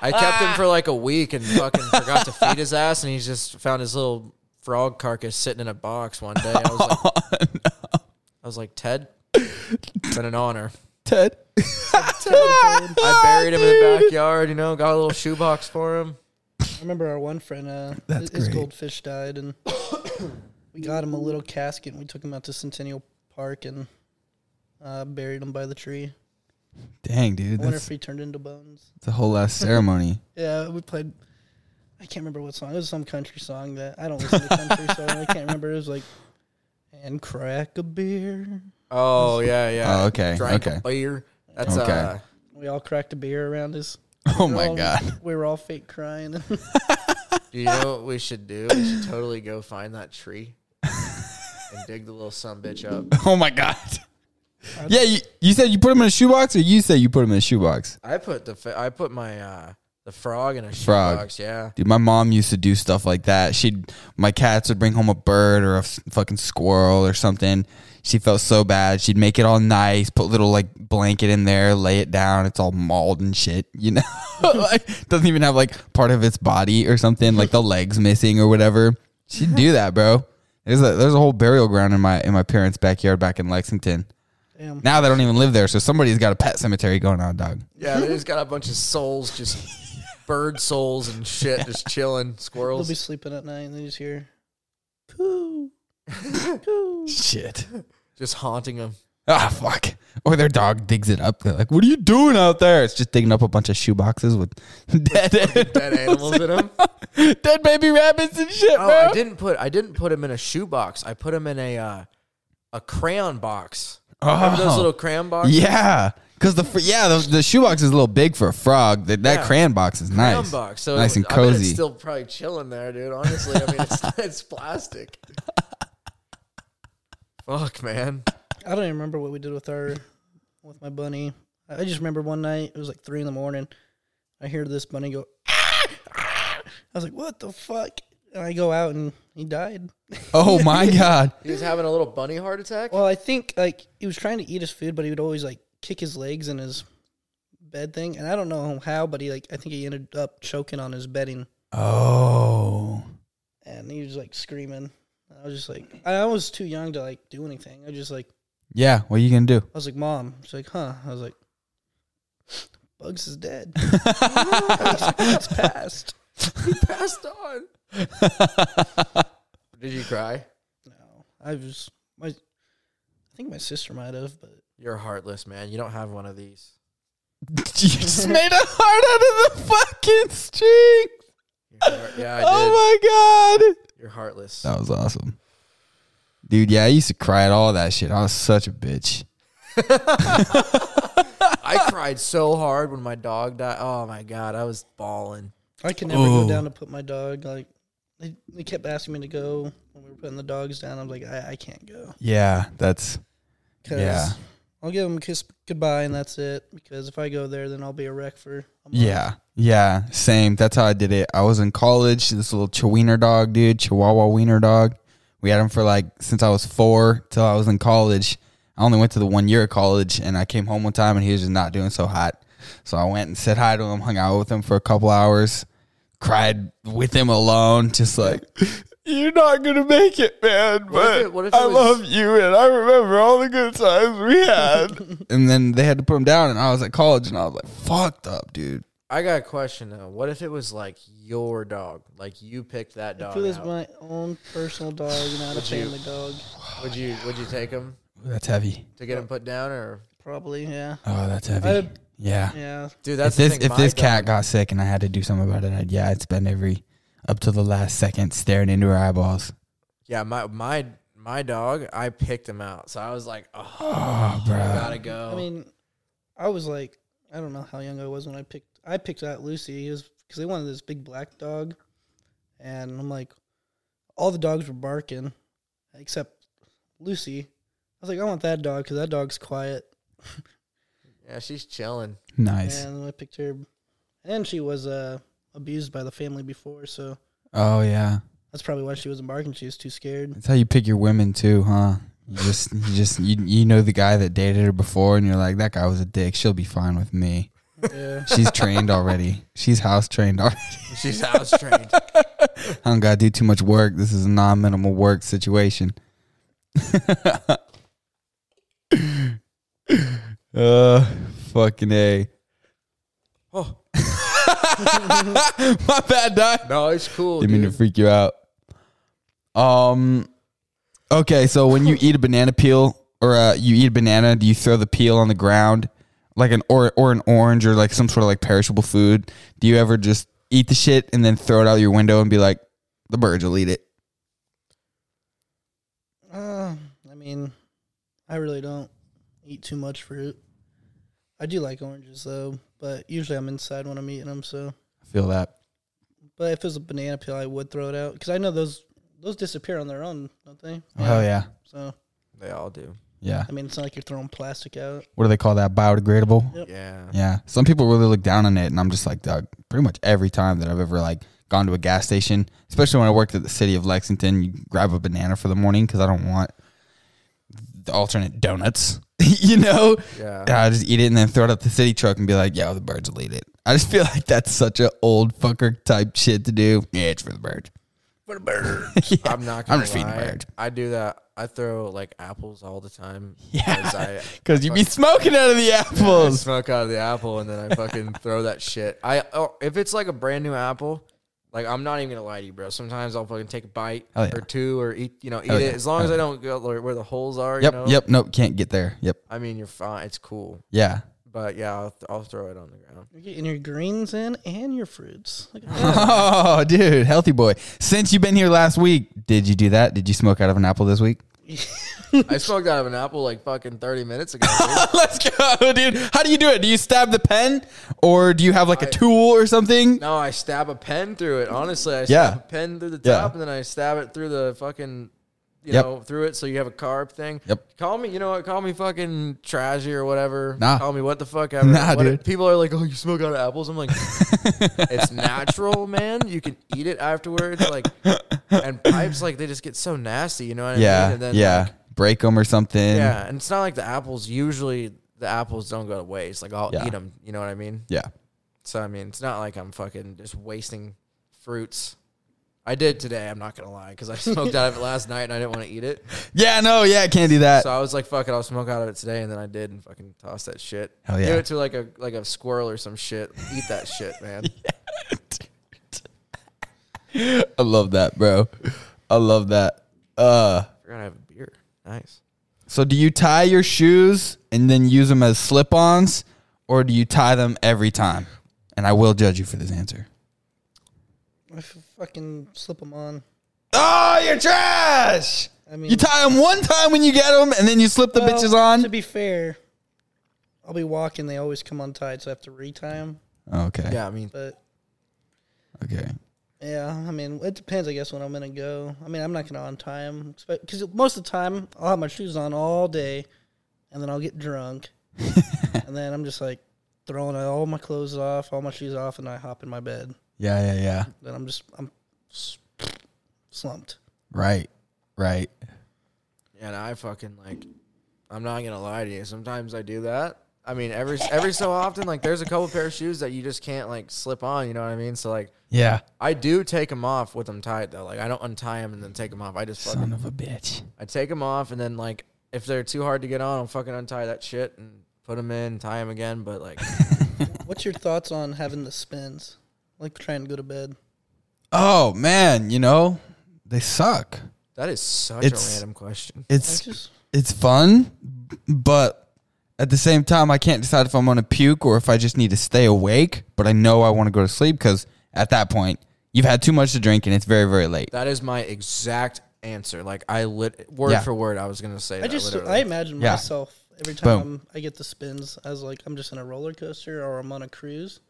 [SPEAKER 2] I kept him for like a week and fucking forgot to feed his ass, and he just found his little frog carcass sitting in a box one day. I was like, I was like, Ted, it's been an honor.
[SPEAKER 1] Ted.
[SPEAKER 2] I buried him in the backyard, you know, got a little shoebox for him.
[SPEAKER 3] I remember our one friend, uh,
[SPEAKER 1] That's
[SPEAKER 3] his
[SPEAKER 1] great.
[SPEAKER 3] goldfish died, and we got him a little casket, and we took him out to Centennial Park and uh, buried him by the tree.
[SPEAKER 1] Dang, dude.
[SPEAKER 3] I wonder
[SPEAKER 1] That's
[SPEAKER 3] if he turned into bones.
[SPEAKER 1] the whole last ceremony.
[SPEAKER 3] Yeah, we played. I can't remember what song. It was some country song that I don't listen to country, so I really can't remember. It was like, and crack a beer.
[SPEAKER 2] Oh yeah, yeah.
[SPEAKER 1] Oh, okay,
[SPEAKER 2] Drank
[SPEAKER 1] okay.
[SPEAKER 2] a beer. That's
[SPEAKER 1] Okay.
[SPEAKER 2] uh,
[SPEAKER 3] We all cracked a beer around us.
[SPEAKER 1] Oh
[SPEAKER 3] We were
[SPEAKER 1] my
[SPEAKER 3] all-
[SPEAKER 1] god.
[SPEAKER 3] We were all fake crying.
[SPEAKER 2] do you know what we should do? We should totally go find that tree and dig the little son bitch up.
[SPEAKER 1] Oh my god. Yeah, you, you said you put him in a shoebox, or you said you put him in a shoebox.
[SPEAKER 2] I put the fa- I put my uh the frog in a
[SPEAKER 1] Frog.
[SPEAKER 2] shoebox. Yeah.
[SPEAKER 1] Dude, my mom used to do stuff like that. She'd my cats would bring home a bird or a f- fucking squirrel or something. She felt so bad. She'd make it all nice, put little like blanket in there, lay it down. It's all mauled and shit, you know. like doesn't even have like part of its body or something, like the legs missing or whatever. She'd do that, bro. There's a there's a whole burial ground in my in my parents' backyard back in Lexington.
[SPEAKER 3] Damn.
[SPEAKER 1] Now they don't even live there, so somebody's got a pet cemetery going on, dog.
[SPEAKER 2] Yeah, they just got a bunch of souls, just bird souls and shit, just chilling.
[SPEAKER 3] They'll
[SPEAKER 2] Squirrels.
[SPEAKER 3] be sleeping at night and they just hear, coo, coo.
[SPEAKER 1] Shit.
[SPEAKER 2] just haunting them.
[SPEAKER 1] Ah, fuck. Or their dog digs it up. They're like, what are you doing out there? It's just digging up a bunch of shoeboxes with dead,
[SPEAKER 2] Dead animals in them.
[SPEAKER 1] dead baby rabbits and shit,
[SPEAKER 2] Oh,
[SPEAKER 1] bro.
[SPEAKER 2] I didn't put I didn't put them in a shoebox. I put them in a uh, a crayon box. Remember
[SPEAKER 1] Oh.
[SPEAKER 2] those little crayon boxes?
[SPEAKER 1] Yeah. Because the, fr- yeah, the, the shoebox is a little big for a frog. That, that
[SPEAKER 2] Yeah.
[SPEAKER 1] crayon box is
[SPEAKER 2] Crayon
[SPEAKER 1] nice.
[SPEAKER 2] box. So
[SPEAKER 1] nice and
[SPEAKER 2] I bet it's
[SPEAKER 1] cozy.
[SPEAKER 2] still probably chilling there, dude. Honestly, I mean, it's, it's plastic. Fuck, man.
[SPEAKER 3] I don't even remember what we did with our, with my bunny. I I just remember one night, it was like three in the morning. I hear this bunny go, "Ah! Ah!" I was like, what the fuck? And I go out and he died.
[SPEAKER 1] oh, my God.
[SPEAKER 2] He was having a little bunny heart attack.
[SPEAKER 3] Well, I think like he was trying to eat his food, but he would always like kick his legs in his bed thing. And I don't know how, but he like, I think he ended up choking on his bedding.
[SPEAKER 1] Oh.
[SPEAKER 3] and he was like screaming. And I was just like, I was too young to like do anything. I was just like,
[SPEAKER 1] Yeah. What are you going to do?
[SPEAKER 3] I was like, Mom. She's like, Huh? I was like, Bugs is dead. it's passed.
[SPEAKER 2] He passed on. Did you cry?
[SPEAKER 3] No, I was my. I think my sister might have, but
[SPEAKER 2] You're heartless, man. You don't have one of these.
[SPEAKER 1] you just made a heart out of the fucking string.
[SPEAKER 2] You're heart- yeah, I did.
[SPEAKER 1] Oh, my God.
[SPEAKER 2] You're heartless.
[SPEAKER 1] That was awesome. Dude, yeah, I used to cry at all that shit. I was such a bitch.
[SPEAKER 2] I cried so hard when my dog died. Oh my god, I was bawling.
[SPEAKER 3] I could never
[SPEAKER 1] Oh.
[SPEAKER 3] go down to put my dog. Like they, they kept asking me to go when we were putting the dogs down. I'm like, I, I can't go
[SPEAKER 1] Yeah, that's
[SPEAKER 3] because
[SPEAKER 1] Yeah.
[SPEAKER 3] I'll give them a kiss goodbye and that's it. Because if I go there, then I'll be a wreck for. A month.
[SPEAKER 1] yeah. Yeah, same. That's how I did it. I was in college, this little chihuahua dog, dude, chihuahua wiener dog. We had him for like since I was 4 till I was in college. I only went to the 1 year of college and I came home one time and he was just not doing so hot. So I went and said hi to him, hung out with him for a couple hours, cried with him alone, just like you're not gonna make it, man.
[SPEAKER 2] What if
[SPEAKER 1] But
[SPEAKER 2] it- what if it
[SPEAKER 1] I
[SPEAKER 2] was-
[SPEAKER 1] love you, and I remember all the good times we had. and then they had to put him down, and I was at college, and I was like, "Fucked up, dude."
[SPEAKER 2] I got a question though. What if it was like your dog? Like you picked that
[SPEAKER 3] If
[SPEAKER 2] dog.
[SPEAKER 3] it was
[SPEAKER 2] out.
[SPEAKER 3] my own personal dog, not a
[SPEAKER 2] Would you-
[SPEAKER 3] family dog,
[SPEAKER 2] Would you would you take him
[SPEAKER 1] Ooh, that's heavy.
[SPEAKER 2] to get him put down or
[SPEAKER 3] probably, yeah.
[SPEAKER 1] Oh, that's heavy.
[SPEAKER 3] I-
[SPEAKER 1] yeah.
[SPEAKER 3] Yeah.
[SPEAKER 2] dude? That's
[SPEAKER 1] if this
[SPEAKER 2] the thing,
[SPEAKER 1] if this
[SPEAKER 2] my
[SPEAKER 1] cat
[SPEAKER 2] dog-
[SPEAKER 1] got sick and I had to do something about it, I'd yeah, I'd spend every up to the last second staring into her eyeballs.
[SPEAKER 2] Yeah, my my my dog. I picked him out, so I was like, oh,
[SPEAKER 1] Oh,
[SPEAKER 2] I
[SPEAKER 1] bro.
[SPEAKER 2] gotta go.
[SPEAKER 3] I mean, I was like, I don't know how young I was when I picked. I picked out Lucy because they wanted this big black dog, and I'm like, all the dogs were barking, except Lucy. I was like, I want that dog because that dog's quiet.
[SPEAKER 2] yeah, she's chilling.
[SPEAKER 1] Nice.
[SPEAKER 3] And I picked her, and she was uh, abused by the family before, so
[SPEAKER 1] Oh yeah.
[SPEAKER 3] that's probably why she wasn't barking. She was too scared.
[SPEAKER 1] That's how you pick your women too, huh? You just, you just, you, you know the guy that dated her before, and you're like, that guy was a dick. She'll be fine with me.
[SPEAKER 3] Yeah.
[SPEAKER 1] She's trained already. She's house trained already.
[SPEAKER 2] She's house trained.
[SPEAKER 1] I don't gotta do too much work. This is a non minimal work situation. uh, fucking a.
[SPEAKER 2] Oh
[SPEAKER 1] My bad, Doc.
[SPEAKER 2] no, it's cool.
[SPEAKER 1] Didn't mean to
[SPEAKER 2] dude.
[SPEAKER 1] freak you out. Um. Okay, so when you eat a banana peel or uh, you eat a banana, do you throw the peel on the ground, like an or or an orange or like some sort of like perishable food, do you ever just eat the shit and then throw it out your window and be like, the birds will eat it?
[SPEAKER 3] Uh, I mean, I really don't eat too much fruit. I do like oranges though, but usually I'm inside when I'm eating them. So,
[SPEAKER 1] I feel that.
[SPEAKER 3] but if it was a banana peel, I would throw it out because I know those those disappear on their own, don't they?
[SPEAKER 1] Oh Hell yeah,
[SPEAKER 3] So,
[SPEAKER 2] They all do.
[SPEAKER 1] yeah.
[SPEAKER 3] I mean, it's not like you're throwing plastic out.
[SPEAKER 1] What do they call that? Biodegradable.
[SPEAKER 3] Yep.
[SPEAKER 2] Yeah.
[SPEAKER 1] Yeah. Some people really look down on it and I'm just like, Doug, pretty much every time that I've ever like gone to a gas station, especially when I worked at the city of Lexington, you grab a banana for the morning because I don't want the alternate donuts. you know?
[SPEAKER 2] Yeah.
[SPEAKER 1] I just eat it and then throw it up the city truck and be like, yo, the birds will eat it. I just feel like that's such an old fucker type shit to do. Yeah, it's for the birds.
[SPEAKER 3] For the bird.
[SPEAKER 1] yeah.
[SPEAKER 2] I'm not. Gonna
[SPEAKER 1] I'm just feeding the
[SPEAKER 2] lie.
[SPEAKER 1] bird.
[SPEAKER 2] I do that. I throw like apples all the time. 'cause
[SPEAKER 1] Yeah.
[SPEAKER 2] I,
[SPEAKER 1] Because you be smoking out of the
[SPEAKER 2] I
[SPEAKER 1] apples.
[SPEAKER 2] smoke out of the apple and then I fucking throw that shit. I oh, if it's like a brand new apple, like I'm not even gonna lie to you, bro. Sometimes I'll fucking take a bite
[SPEAKER 1] Hell yeah.
[SPEAKER 2] or two or eat, you know, eat
[SPEAKER 1] Hell
[SPEAKER 2] it
[SPEAKER 1] yeah.
[SPEAKER 2] as long as
[SPEAKER 1] Hell
[SPEAKER 2] I don't go like, where the holes are.
[SPEAKER 1] Yep,
[SPEAKER 2] you know?
[SPEAKER 1] yep, nope, can't get there. Yep.
[SPEAKER 2] I mean, you're fine. It's cool,
[SPEAKER 1] Yeah.
[SPEAKER 2] but yeah, I'll, th- I'll throw it on the ground.
[SPEAKER 3] You're getting your greens in and your fruits. Look at that.
[SPEAKER 1] Oh, dude, healthy boy. Since you've been here last week, did you do that? Did you smoke out of an apple this week?
[SPEAKER 2] I smoked out of an apple like fucking 30 minutes ago. dude.
[SPEAKER 1] Let's go, dude. How do you do it? Do you stab the pen or do you have like a tool or something?
[SPEAKER 2] No, I stab a pen through it. Honestly, I stab
[SPEAKER 1] Yeah.
[SPEAKER 2] a pen through the
[SPEAKER 1] Yeah.
[SPEAKER 2] top, and then I stab it through the fucking, you
[SPEAKER 1] Yep.
[SPEAKER 2] know, through it. So you have a carb thing.
[SPEAKER 1] Yep.
[SPEAKER 2] Call me, you know what? Call me fucking trashy or whatever.
[SPEAKER 1] Nah.
[SPEAKER 2] Call me what the fuck ever.
[SPEAKER 1] Nah,
[SPEAKER 2] What if-
[SPEAKER 1] dude.
[SPEAKER 2] people are like, oh, you smoke out of apples. I'm like, it's natural, man. You can eat it afterwards. Like, and pipes, like they just get so nasty. You know what I mean?
[SPEAKER 1] Yeah,
[SPEAKER 2] And then, uh,
[SPEAKER 1] yeah.
[SPEAKER 2] like,
[SPEAKER 1] Break them or something.
[SPEAKER 2] yeah. And it's not like the apples usually. The apples don't go to waste. Like I'll eat 'em,
[SPEAKER 1] Yeah.
[SPEAKER 2] eat them. You know what I mean?
[SPEAKER 1] yeah.
[SPEAKER 2] So I mean, it's not like I'm fucking just wasting fruits. I did today. I'm not gonna lie, because I smoked out of it last night and I didn't want to eat it.
[SPEAKER 1] Yeah, no, yeah, can't do that.
[SPEAKER 2] So I was like, "Fuck it, I'll smoke out of it today." And then I did, and fucking tossed that shit.
[SPEAKER 1] Hell yeah.
[SPEAKER 2] Give it to like a like a squirrel or some shit. Eat that shit, man.
[SPEAKER 1] I love that, bro. I love that. Uh,
[SPEAKER 2] We're gonna have a beer. Nice.
[SPEAKER 1] so do you tie your shoes and then use them as slip-ons or do you tie them every time? And I will judge you for this answer.
[SPEAKER 3] I f- fucking slip them on.
[SPEAKER 1] Oh, you're trash.
[SPEAKER 3] I mean,
[SPEAKER 1] You tie them one time when you get them, and then you slip the
[SPEAKER 3] well,
[SPEAKER 1] bitches on.
[SPEAKER 3] To be fair, I'll be walking. They always come untied, so I have to retie them.
[SPEAKER 1] okay.
[SPEAKER 2] Yeah, I mean,
[SPEAKER 3] But
[SPEAKER 1] Okay.
[SPEAKER 3] yeah, I mean, it depends. I guess when I'm gonna go. I mean, I'm not gonna untie them because most of the time I'll have my shoes on all day, and then I'll get drunk, and then I'm just like throwing all my clothes off, all my shoes off, and I hop in my bed.
[SPEAKER 1] Yeah, yeah, yeah.
[SPEAKER 3] Then I'm just I'm s- slumped.
[SPEAKER 1] Right, right.
[SPEAKER 2] and I fucking like. I'm not gonna lie to you. Sometimes I do that. I mean, every every so often, like there's a couple pair of shoes that you just can't like slip on. You know what I mean? So like,
[SPEAKER 1] Yeah.
[SPEAKER 2] I do take them off with them tied though. Like I don't untie them and then take them off. I just fucking
[SPEAKER 1] Son of a bitch.
[SPEAKER 2] I take them off and then like if they're too hard to get on, I'll fucking untie that shit and put them in, tie them again. But like,
[SPEAKER 3] What's your thoughts on having the spins? Like trying to go to bed.
[SPEAKER 1] Oh man, you know they suck.
[SPEAKER 2] that is such
[SPEAKER 1] It's-
[SPEAKER 2] a random question.
[SPEAKER 3] I
[SPEAKER 1] It's
[SPEAKER 3] just
[SPEAKER 1] it's fun, but at the same time, I can't decide if I'm gonna puke or if I just need to stay awake. But I know I want to go to sleep because at that point, you've had too much to drink and it's very, very late.
[SPEAKER 2] That is my exact answer. Like I lit word
[SPEAKER 1] Yeah.
[SPEAKER 2] for word. I was gonna say.
[SPEAKER 3] I
[SPEAKER 2] that
[SPEAKER 3] just
[SPEAKER 2] literally.
[SPEAKER 3] I imagine
[SPEAKER 1] Yeah.
[SPEAKER 3] myself every time
[SPEAKER 1] Boom.
[SPEAKER 3] I get the spins as like I'm just in a roller coaster or I'm on a cruise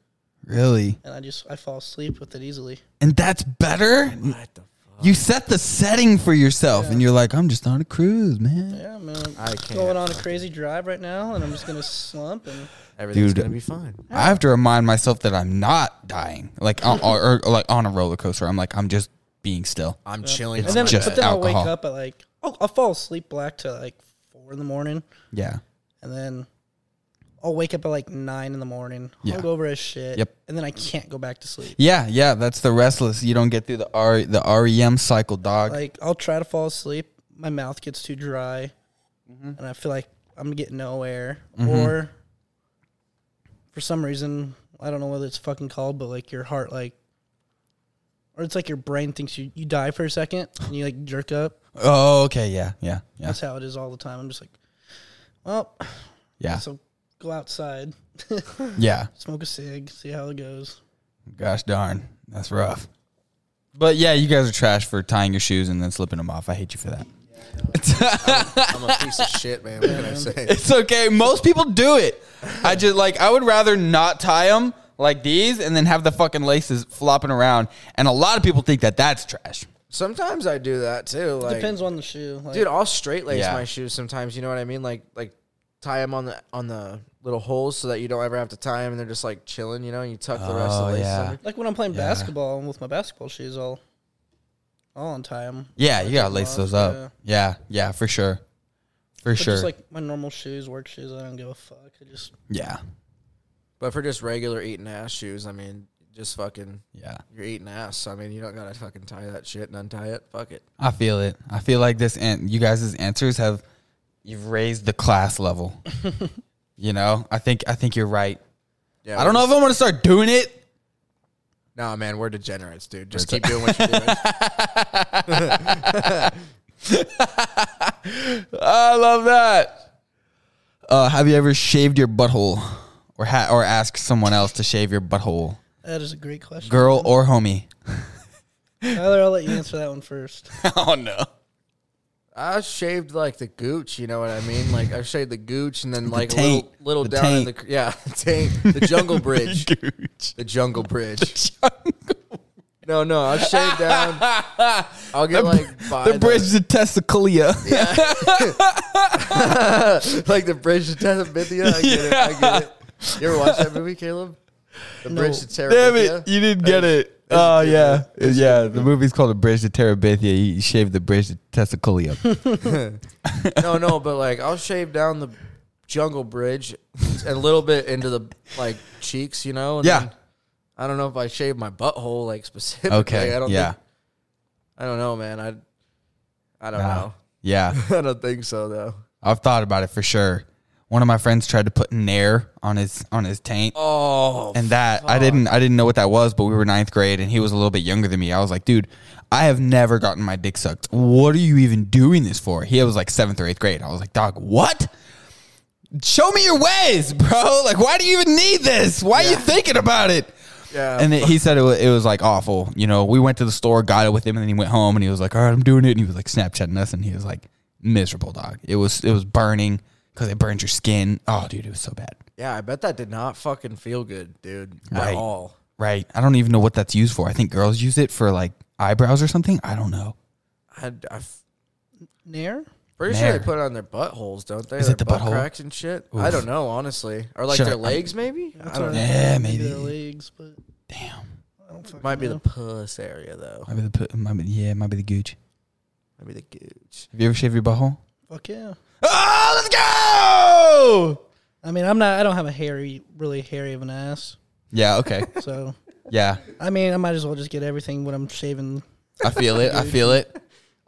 [SPEAKER 1] Really,
[SPEAKER 3] and I just I fall asleep with it easily.
[SPEAKER 1] and that's better.
[SPEAKER 2] What the fuck?
[SPEAKER 1] You set the setting for yourself, and you're like, I'm just on a cruise, man.
[SPEAKER 3] Yeah, man.
[SPEAKER 2] I
[SPEAKER 3] I'm
[SPEAKER 2] can't
[SPEAKER 3] going on a crazy drive right now and I'm just gonna slump and
[SPEAKER 2] Everything's
[SPEAKER 1] Dude.
[SPEAKER 2] gonna be fine.
[SPEAKER 1] I have to remind myself that I'm not dying, like on, or, or like on a roller coaster. I'm like I'm just being still.
[SPEAKER 2] I'm chilling.
[SPEAKER 1] It's
[SPEAKER 2] on
[SPEAKER 3] and
[SPEAKER 2] my
[SPEAKER 3] then
[SPEAKER 1] just
[SPEAKER 2] bed.
[SPEAKER 3] but then I'll
[SPEAKER 1] alcohol.
[SPEAKER 3] wake up at like oh I'll fall asleep black to like four in the morning
[SPEAKER 1] Yeah,
[SPEAKER 3] and then I'll wake up at like nine in the morning,
[SPEAKER 1] Yeah.
[SPEAKER 3] hungover as shit.
[SPEAKER 1] Yep.
[SPEAKER 3] And then I can't go back to sleep.
[SPEAKER 1] yeah, yeah. That's the restless. You don't get through the R the REM cycle, dog.
[SPEAKER 3] like I'll try to fall asleep, my mouth gets too dry, and I feel like I'm getting no air. Or for some reason, I don't know whether it's fucking called, but like your heart, like, or it's like your brain thinks you you die for a second and you like jerk up.
[SPEAKER 1] oh, okay, yeah, yeah, yeah,
[SPEAKER 3] That's how it is all the time. I'm just like, well,
[SPEAKER 1] yeah.
[SPEAKER 3] so go outside,
[SPEAKER 1] Yeah.
[SPEAKER 3] smoke a cig, see how it goes.
[SPEAKER 1] Gosh darn, that's rough. But yeah, you guys are trash for tying your shoes and then slipping them off. I hate you for that.
[SPEAKER 2] I'm a piece of shit, man. What can I say?
[SPEAKER 1] It's okay. Most people do it. I just like I would rather not tie them like these and then have the fucking laces flopping around. And a lot of people think that that's trash.
[SPEAKER 2] Sometimes I do that too. Like,
[SPEAKER 3] Depends on the shoe. Like,
[SPEAKER 2] dude, I'll straight lace
[SPEAKER 1] Yeah.
[SPEAKER 2] my shoes sometimes. You know what I mean? Like, like tie them on the on the little holes so that you don't ever have to tie them, and they're just like chilling. You know, and you tuck the rest of
[SPEAKER 1] Oh,
[SPEAKER 2] the laces.
[SPEAKER 1] yeah.
[SPEAKER 2] under.
[SPEAKER 3] like when I'm playing
[SPEAKER 1] Yeah.
[SPEAKER 3] basketball with my basketball shoes, I'll I'll untie them.
[SPEAKER 1] Yeah, you gotta lace those up. Yeah, yeah, for sure, for
[SPEAKER 3] But
[SPEAKER 1] sure.
[SPEAKER 3] just like my normal shoes, work shoes, I don't give a fuck. I just
[SPEAKER 1] yeah,
[SPEAKER 2] But for just regular eating ass shoes, I mean, just fucking
[SPEAKER 1] yeah.
[SPEAKER 2] you're eating ass. So, I mean, you don't gotta fucking tie that shit and untie it. Fuck it.
[SPEAKER 1] I feel it. I feel like this and you guys' answers have you've raised the class level. you know, I think I think you're right.
[SPEAKER 2] Yeah,
[SPEAKER 1] I don't know if I'm gonna start doing it.
[SPEAKER 2] Nah, man, we're degenerates, dude. Just keep doing what you're doing.
[SPEAKER 1] I love that. Uh, have you ever shaved your butthole, or ha- or asked someone else to shave your butthole,
[SPEAKER 3] that is a great question,
[SPEAKER 1] girl or homie?
[SPEAKER 3] Tyler. I'll let you answer that one first.
[SPEAKER 1] oh no.
[SPEAKER 2] I shaved like the gooch, you know what I mean? Like I shaved the gooch and then like a
[SPEAKER 1] taint.
[SPEAKER 2] little, little
[SPEAKER 1] The
[SPEAKER 2] down in
[SPEAKER 1] taint.
[SPEAKER 2] the yeah, taint, the jungle bridge, the jungle bridge. No, no, I shaved down. I'll get like by
[SPEAKER 1] The bridge to testiculia.
[SPEAKER 2] like the bridge to Terabithia. I get it. I get it. You ever watch that movie, Caleb? The bridge to
[SPEAKER 1] Damn
[SPEAKER 2] Terabithia.
[SPEAKER 1] it, you didn't get it. Oh yeah, yeah. The movie's called "A Bridge to Terabithia." You shaved the bridge to testiculia.
[SPEAKER 2] No, no, but like I'll shave down the jungle bridge and a little bit into the like cheeks, you know. And
[SPEAKER 1] Yeah.
[SPEAKER 2] then I don't know if I shave my butthole like specifically.
[SPEAKER 1] Okay.
[SPEAKER 2] I don't
[SPEAKER 1] yeah.
[SPEAKER 2] Think, I don't know, man. I I don't
[SPEAKER 1] Nah. Yeah.
[SPEAKER 2] know. I don't think so though.
[SPEAKER 1] I've thought about it for sure. One of my friends tried to put Nair on his on his taint.
[SPEAKER 2] Oh,
[SPEAKER 1] And that I didn't I didn't know what that was, but we were ninth grade and he was a little bit younger than me. I was like, dude, I have never gotten my dick sucked. What are you even doing this for? He was like seventh or eighth grade. I was like, dog, what? Show me your ways, bro. Like, why do you even need this? Why are you thinking about it?
[SPEAKER 2] yeah.
[SPEAKER 1] And then he said it was, it was like awful. You know, we went to the store, got it with him, and then he went home and he was like, "All right, I'm doing it." And he was like Snapchatting us, and he was like miserable, dog. It was it was burning because it burned your skin. Oh, dude, it was so bad.
[SPEAKER 2] yeah, I bet that did not fucking feel good, dude.
[SPEAKER 1] Right.
[SPEAKER 2] At all.
[SPEAKER 1] Right? I don't even know what that's used for. I think girls use it for like eyebrows or something. I don't know.
[SPEAKER 2] I, I f-
[SPEAKER 3] Nair,
[SPEAKER 2] pretty
[SPEAKER 1] Nair.
[SPEAKER 2] sure they put it on their buttholes, don't they?
[SPEAKER 1] Is
[SPEAKER 2] their
[SPEAKER 1] it the
[SPEAKER 2] butt
[SPEAKER 1] butthole?
[SPEAKER 2] cracks and shit? I don't know, honestly. Or like
[SPEAKER 1] Should I-
[SPEAKER 2] their
[SPEAKER 1] I'm-
[SPEAKER 2] legs, maybe? I
[SPEAKER 3] That's
[SPEAKER 2] don't
[SPEAKER 3] what
[SPEAKER 2] know.
[SPEAKER 3] I-
[SPEAKER 1] Yeah,
[SPEAKER 3] maybe their
[SPEAKER 1] maybe.
[SPEAKER 3] legs, but
[SPEAKER 1] Damn.
[SPEAKER 3] I don't fucking
[SPEAKER 2] Might be the
[SPEAKER 3] know.
[SPEAKER 2] puss area though.
[SPEAKER 1] Might be the pu- might be, yeah, might be the gooch.
[SPEAKER 2] Might be the gooch.
[SPEAKER 1] Have you ever shaved your butthole?
[SPEAKER 3] fuck yeah.
[SPEAKER 1] Oh, let's go.
[SPEAKER 3] I mean, I'm not. I don't have a hairy, really hairy of an ass,
[SPEAKER 1] Yeah. Okay.
[SPEAKER 3] so
[SPEAKER 1] Yeah.
[SPEAKER 3] I mean, I might as well just get everything when I'm shaving.
[SPEAKER 1] I feel it. I feel it.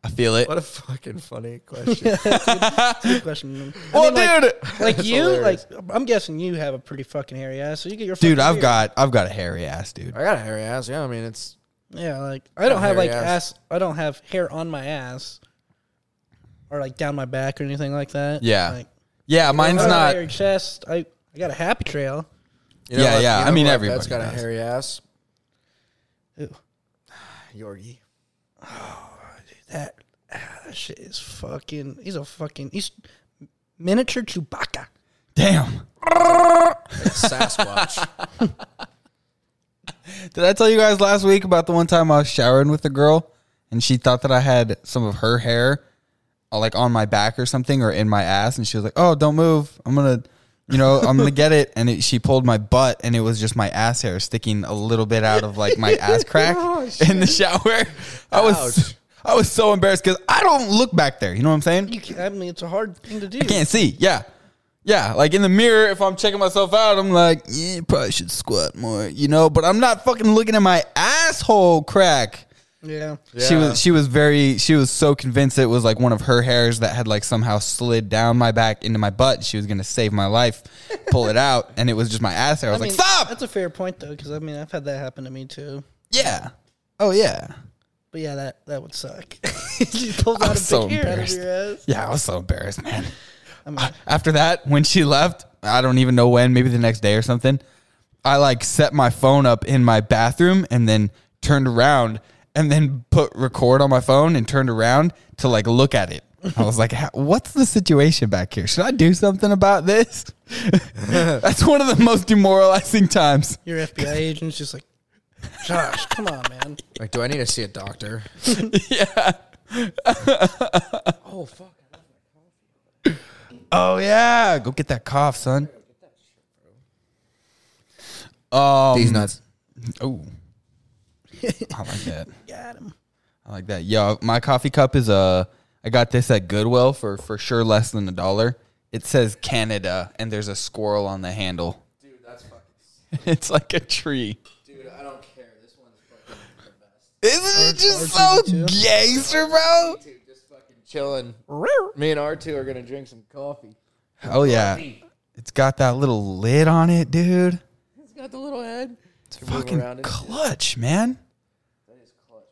[SPEAKER 1] I feel it.
[SPEAKER 2] What a fucking funny question.
[SPEAKER 3] Good question. I
[SPEAKER 1] Well,
[SPEAKER 3] mean, like-
[SPEAKER 1] Oh, dude.
[SPEAKER 3] like,
[SPEAKER 2] That's
[SPEAKER 3] you,
[SPEAKER 2] hilarious.
[SPEAKER 3] like I'm guessing you have a pretty fucking hairy ass, so you get your
[SPEAKER 1] Dude,
[SPEAKER 3] fucking
[SPEAKER 1] I've
[SPEAKER 3] beard.
[SPEAKER 1] got I've got a hairy ass, dude.
[SPEAKER 2] I got a hairy ass. Yeah, I mean it's
[SPEAKER 3] yeah, like I don't have
[SPEAKER 2] hairy
[SPEAKER 3] like
[SPEAKER 2] ass.
[SPEAKER 3] ass. I don't have hair on my ass, or like down my back or anything like that.
[SPEAKER 1] Yeah.
[SPEAKER 3] like,
[SPEAKER 1] Yeah, mine's
[SPEAKER 3] I don't have a
[SPEAKER 1] not.
[SPEAKER 3] hairy chest. I I got a happy trail.
[SPEAKER 2] you know
[SPEAKER 1] Yeah,
[SPEAKER 2] what-
[SPEAKER 1] yeah,
[SPEAKER 2] you
[SPEAKER 1] I
[SPEAKER 2] know
[SPEAKER 1] mean,
[SPEAKER 2] what?
[SPEAKER 1] everybody
[SPEAKER 2] that's got
[SPEAKER 1] does.
[SPEAKER 2] a hairy ass.
[SPEAKER 3] Ew,
[SPEAKER 2] Yorgi.
[SPEAKER 3] that ah, that shit is fucking. He's a fucking. He's miniature Chewbacca.
[SPEAKER 1] Damn.
[SPEAKER 2] Sasquatch.
[SPEAKER 1] Did I tell you guys last week about the one time I was showering with a girl and she thought that I had some of her hair uh, like on my back or something or in my ass and she was like, "Oh, don't move. I'm going to you know, I'm gonna get it, and it, she pulled my butt, and it was just my ass hair sticking a little bit out of like my ass crack in the shower. I was,
[SPEAKER 2] Ouch.
[SPEAKER 1] I was so embarrassed because I don't look back there. You know what I'm saying?
[SPEAKER 3] You can, I mean, it's a hard thing to do.
[SPEAKER 1] I can't see. Yeah. Yeah. Like in the mirror, if I'm checking myself out, I'm like, yeah, you probably should squat more, you know, but I'm not fucking looking at my asshole crack.
[SPEAKER 3] Yeah.
[SPEAKER 1] She
[SPEAKER 2] Yeah.
[SPEAKER 1] was she was very she was so convinced it was like one of her hairs that had like somehow slid down my back into my butt. She was gonna save my life, pull it out, and it was just my ass hair. I was
[SPEAKER 3] mean,
[SPEAKER 1] like, stop!
[SPEAKER 3] That's a fair point though, because I mean, I've had that happen to me too.
[SPEAKER 1] Yeah. Oh yeah.
[SPEAKER 3] But yeah, that that would suck. you pulled
[SPEAKER 1] I
[SPEAKER 3] out a
[SPEAKER 1] was so
[SPEAKER 3] big hair out of
[SPEAKER 1] embarrassed.
[SPEAKER 3] your ass.
[SPEAKER 1] Yeah, I was so embarrassed, man.
[SPEAKER 3] I mean,
[SPEAKER 1] After that, when she left, I don't even know when, maybe the next day or something, I like set my phone up in my bathroom and then turned around and then put record on my phone and turned around to like look at it. I was like, "How- what's the situation back here? Should I do something about this? That's one of the most demoralizing times.
[SPEAKER 3] your FBI agent's just like, Josh, come on, man.
[SPEAKER 2] Like, do I need to see a doctor?
[SPEAKER 1] yeah.
[SPEAKER 2] Oh fuck!
[SPEAKER 1] Oh, yeah. Go get that cough, son. Um,
[SPEAKER 2] These nuts.
[SPEAKER 1] Oh. I like that.
[SPEAKER 3] Got him.
[SPEAKER 1] I like that. Yo, my coffee cup is a. I got this at Goodwill for for sure less than a dollar. It says Canada, and there's a squirrel on the handle.
[SPEAKER 2] Dude, that's fucking.
[SPEAKER 1] It's like a tree.
[SPEAKER 2] Dude, I don't care. This one's fucking the best.
[SPEAKER 1] Isn't it just so
[SPEAKER 3] R2D2?
[SPEAKER 1] gangster, bro?
[SPEAKER 2] Dude, just fucking chilling. Me and R two are gonna drink some coffee.
[SPEAKER 1] Oh yeah, it's got that little lid on it, dude.
[SPEAKER 2] It's got the little head. It's
[SPEAKER 1] Fucking clutch, man.
[SPEAKER 2] That is clutch.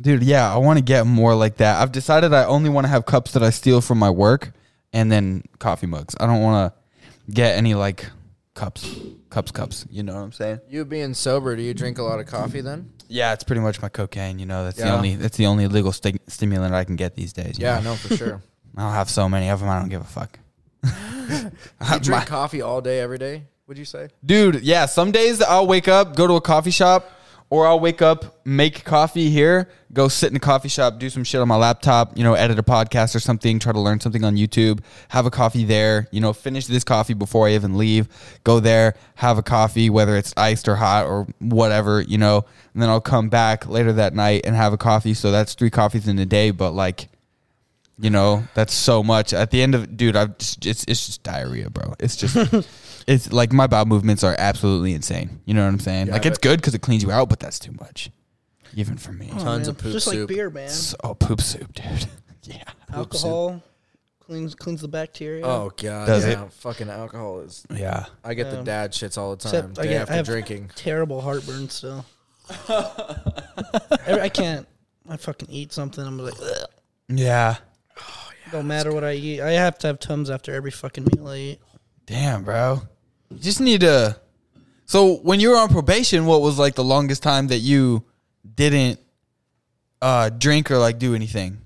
[SPEAKER 1] Dude, yeah, I want to get more like that. I've decided I only want to have cups that I steal from my work and then coffee mugs. I don't want to get any like cups, cups, cups. You know what I'm saying?
[SPEAKER 2] You being sober, do you drink a lot of coffee then?
[SPEAKER 1] Yeah, it's pretty much my cocaine. You know, that's the
[SPEAKER 2] Yeah.
[SPEAKER 1] only that's the only legal sti- stimulant I can get these days. you know?
[SPEAKER 2] no, for sure.
[SPEAKER 1] I'll have so many of them. I don't give a fuck.
[SPEAKER 2] you drink
[SPEAKER 1] My-
[SPEAKER 2] coffee all day, every day. Would you say?
[SPEAKER 1] dude. Yeah, some days I'll wake up, go to a coffee shop, or I'll wake up, make coffee here, go sit in a coffee shop, do some shit on my laptop, you know, edit a podcast or something, try to learn something on YouTube, have a coffee there, you know, finish this coffee before I even leave, go there, have a coffee, whether it's iced or hot or whatever, you know, and then I'll come back later that night and have a coffee. So that's three coffees in a day, but like. You know, that's so much. At the end of dude, I've just it's it's just diarrhea, bro. It's just it's like my bowel movements are absolutely insane. You know what I'm saying?
[SPEAKER 2] Yeah,
[SPEAKER 1] like
[SPEAKER 2] I
[SPEAKER 1] it's good because it cleans you out, but that's too much, even for me.
[SPEAKER 3] Come on,
[SPEAKER 2] Tons
[SPEAKER 3] man.
[SPEAKER 2] of poop
[SPEAKER 3] Just
[SPEAKER 2] soup.
[SPEAKER 3] like beer, man.
[SPEAKER 1] So, oh, poop soup, dude. yeah.
[SPEAKER 3] Alcohol cleans cleans the bacteria.
[SPEAKER 2] Oh god,
[SPEAKER 1] Does
[SPEAKER 2] yeah. Fucking alcohol is.
[SPEAKER 1] Yeah.
[SPEAKER 2] I get the
[SPEAKER 3] Um,
[SPEAKER 2] dad shits all the time.
[SPEAKER 3] except I
[SPEAKER 2] Day
[SPEAKER 3] get- I
[SPEAKER 2] after
[SPEAKER 3] have-
[SPEAKER 2] drinking.
[SPEAKER 3] terrible heartburn still. Every- I can't. I fucking eat something. I'm like, Ugh.
[SPEAKER 1] Yeah.
[SPEAKER 3] don't matter what I eat. I have to have tums after every fucking meal I eat.
[SPEAKER 1] Damn, bro. You just need to. So when you were on probation, what was like the longest time that you didn't uh drink or like do anything?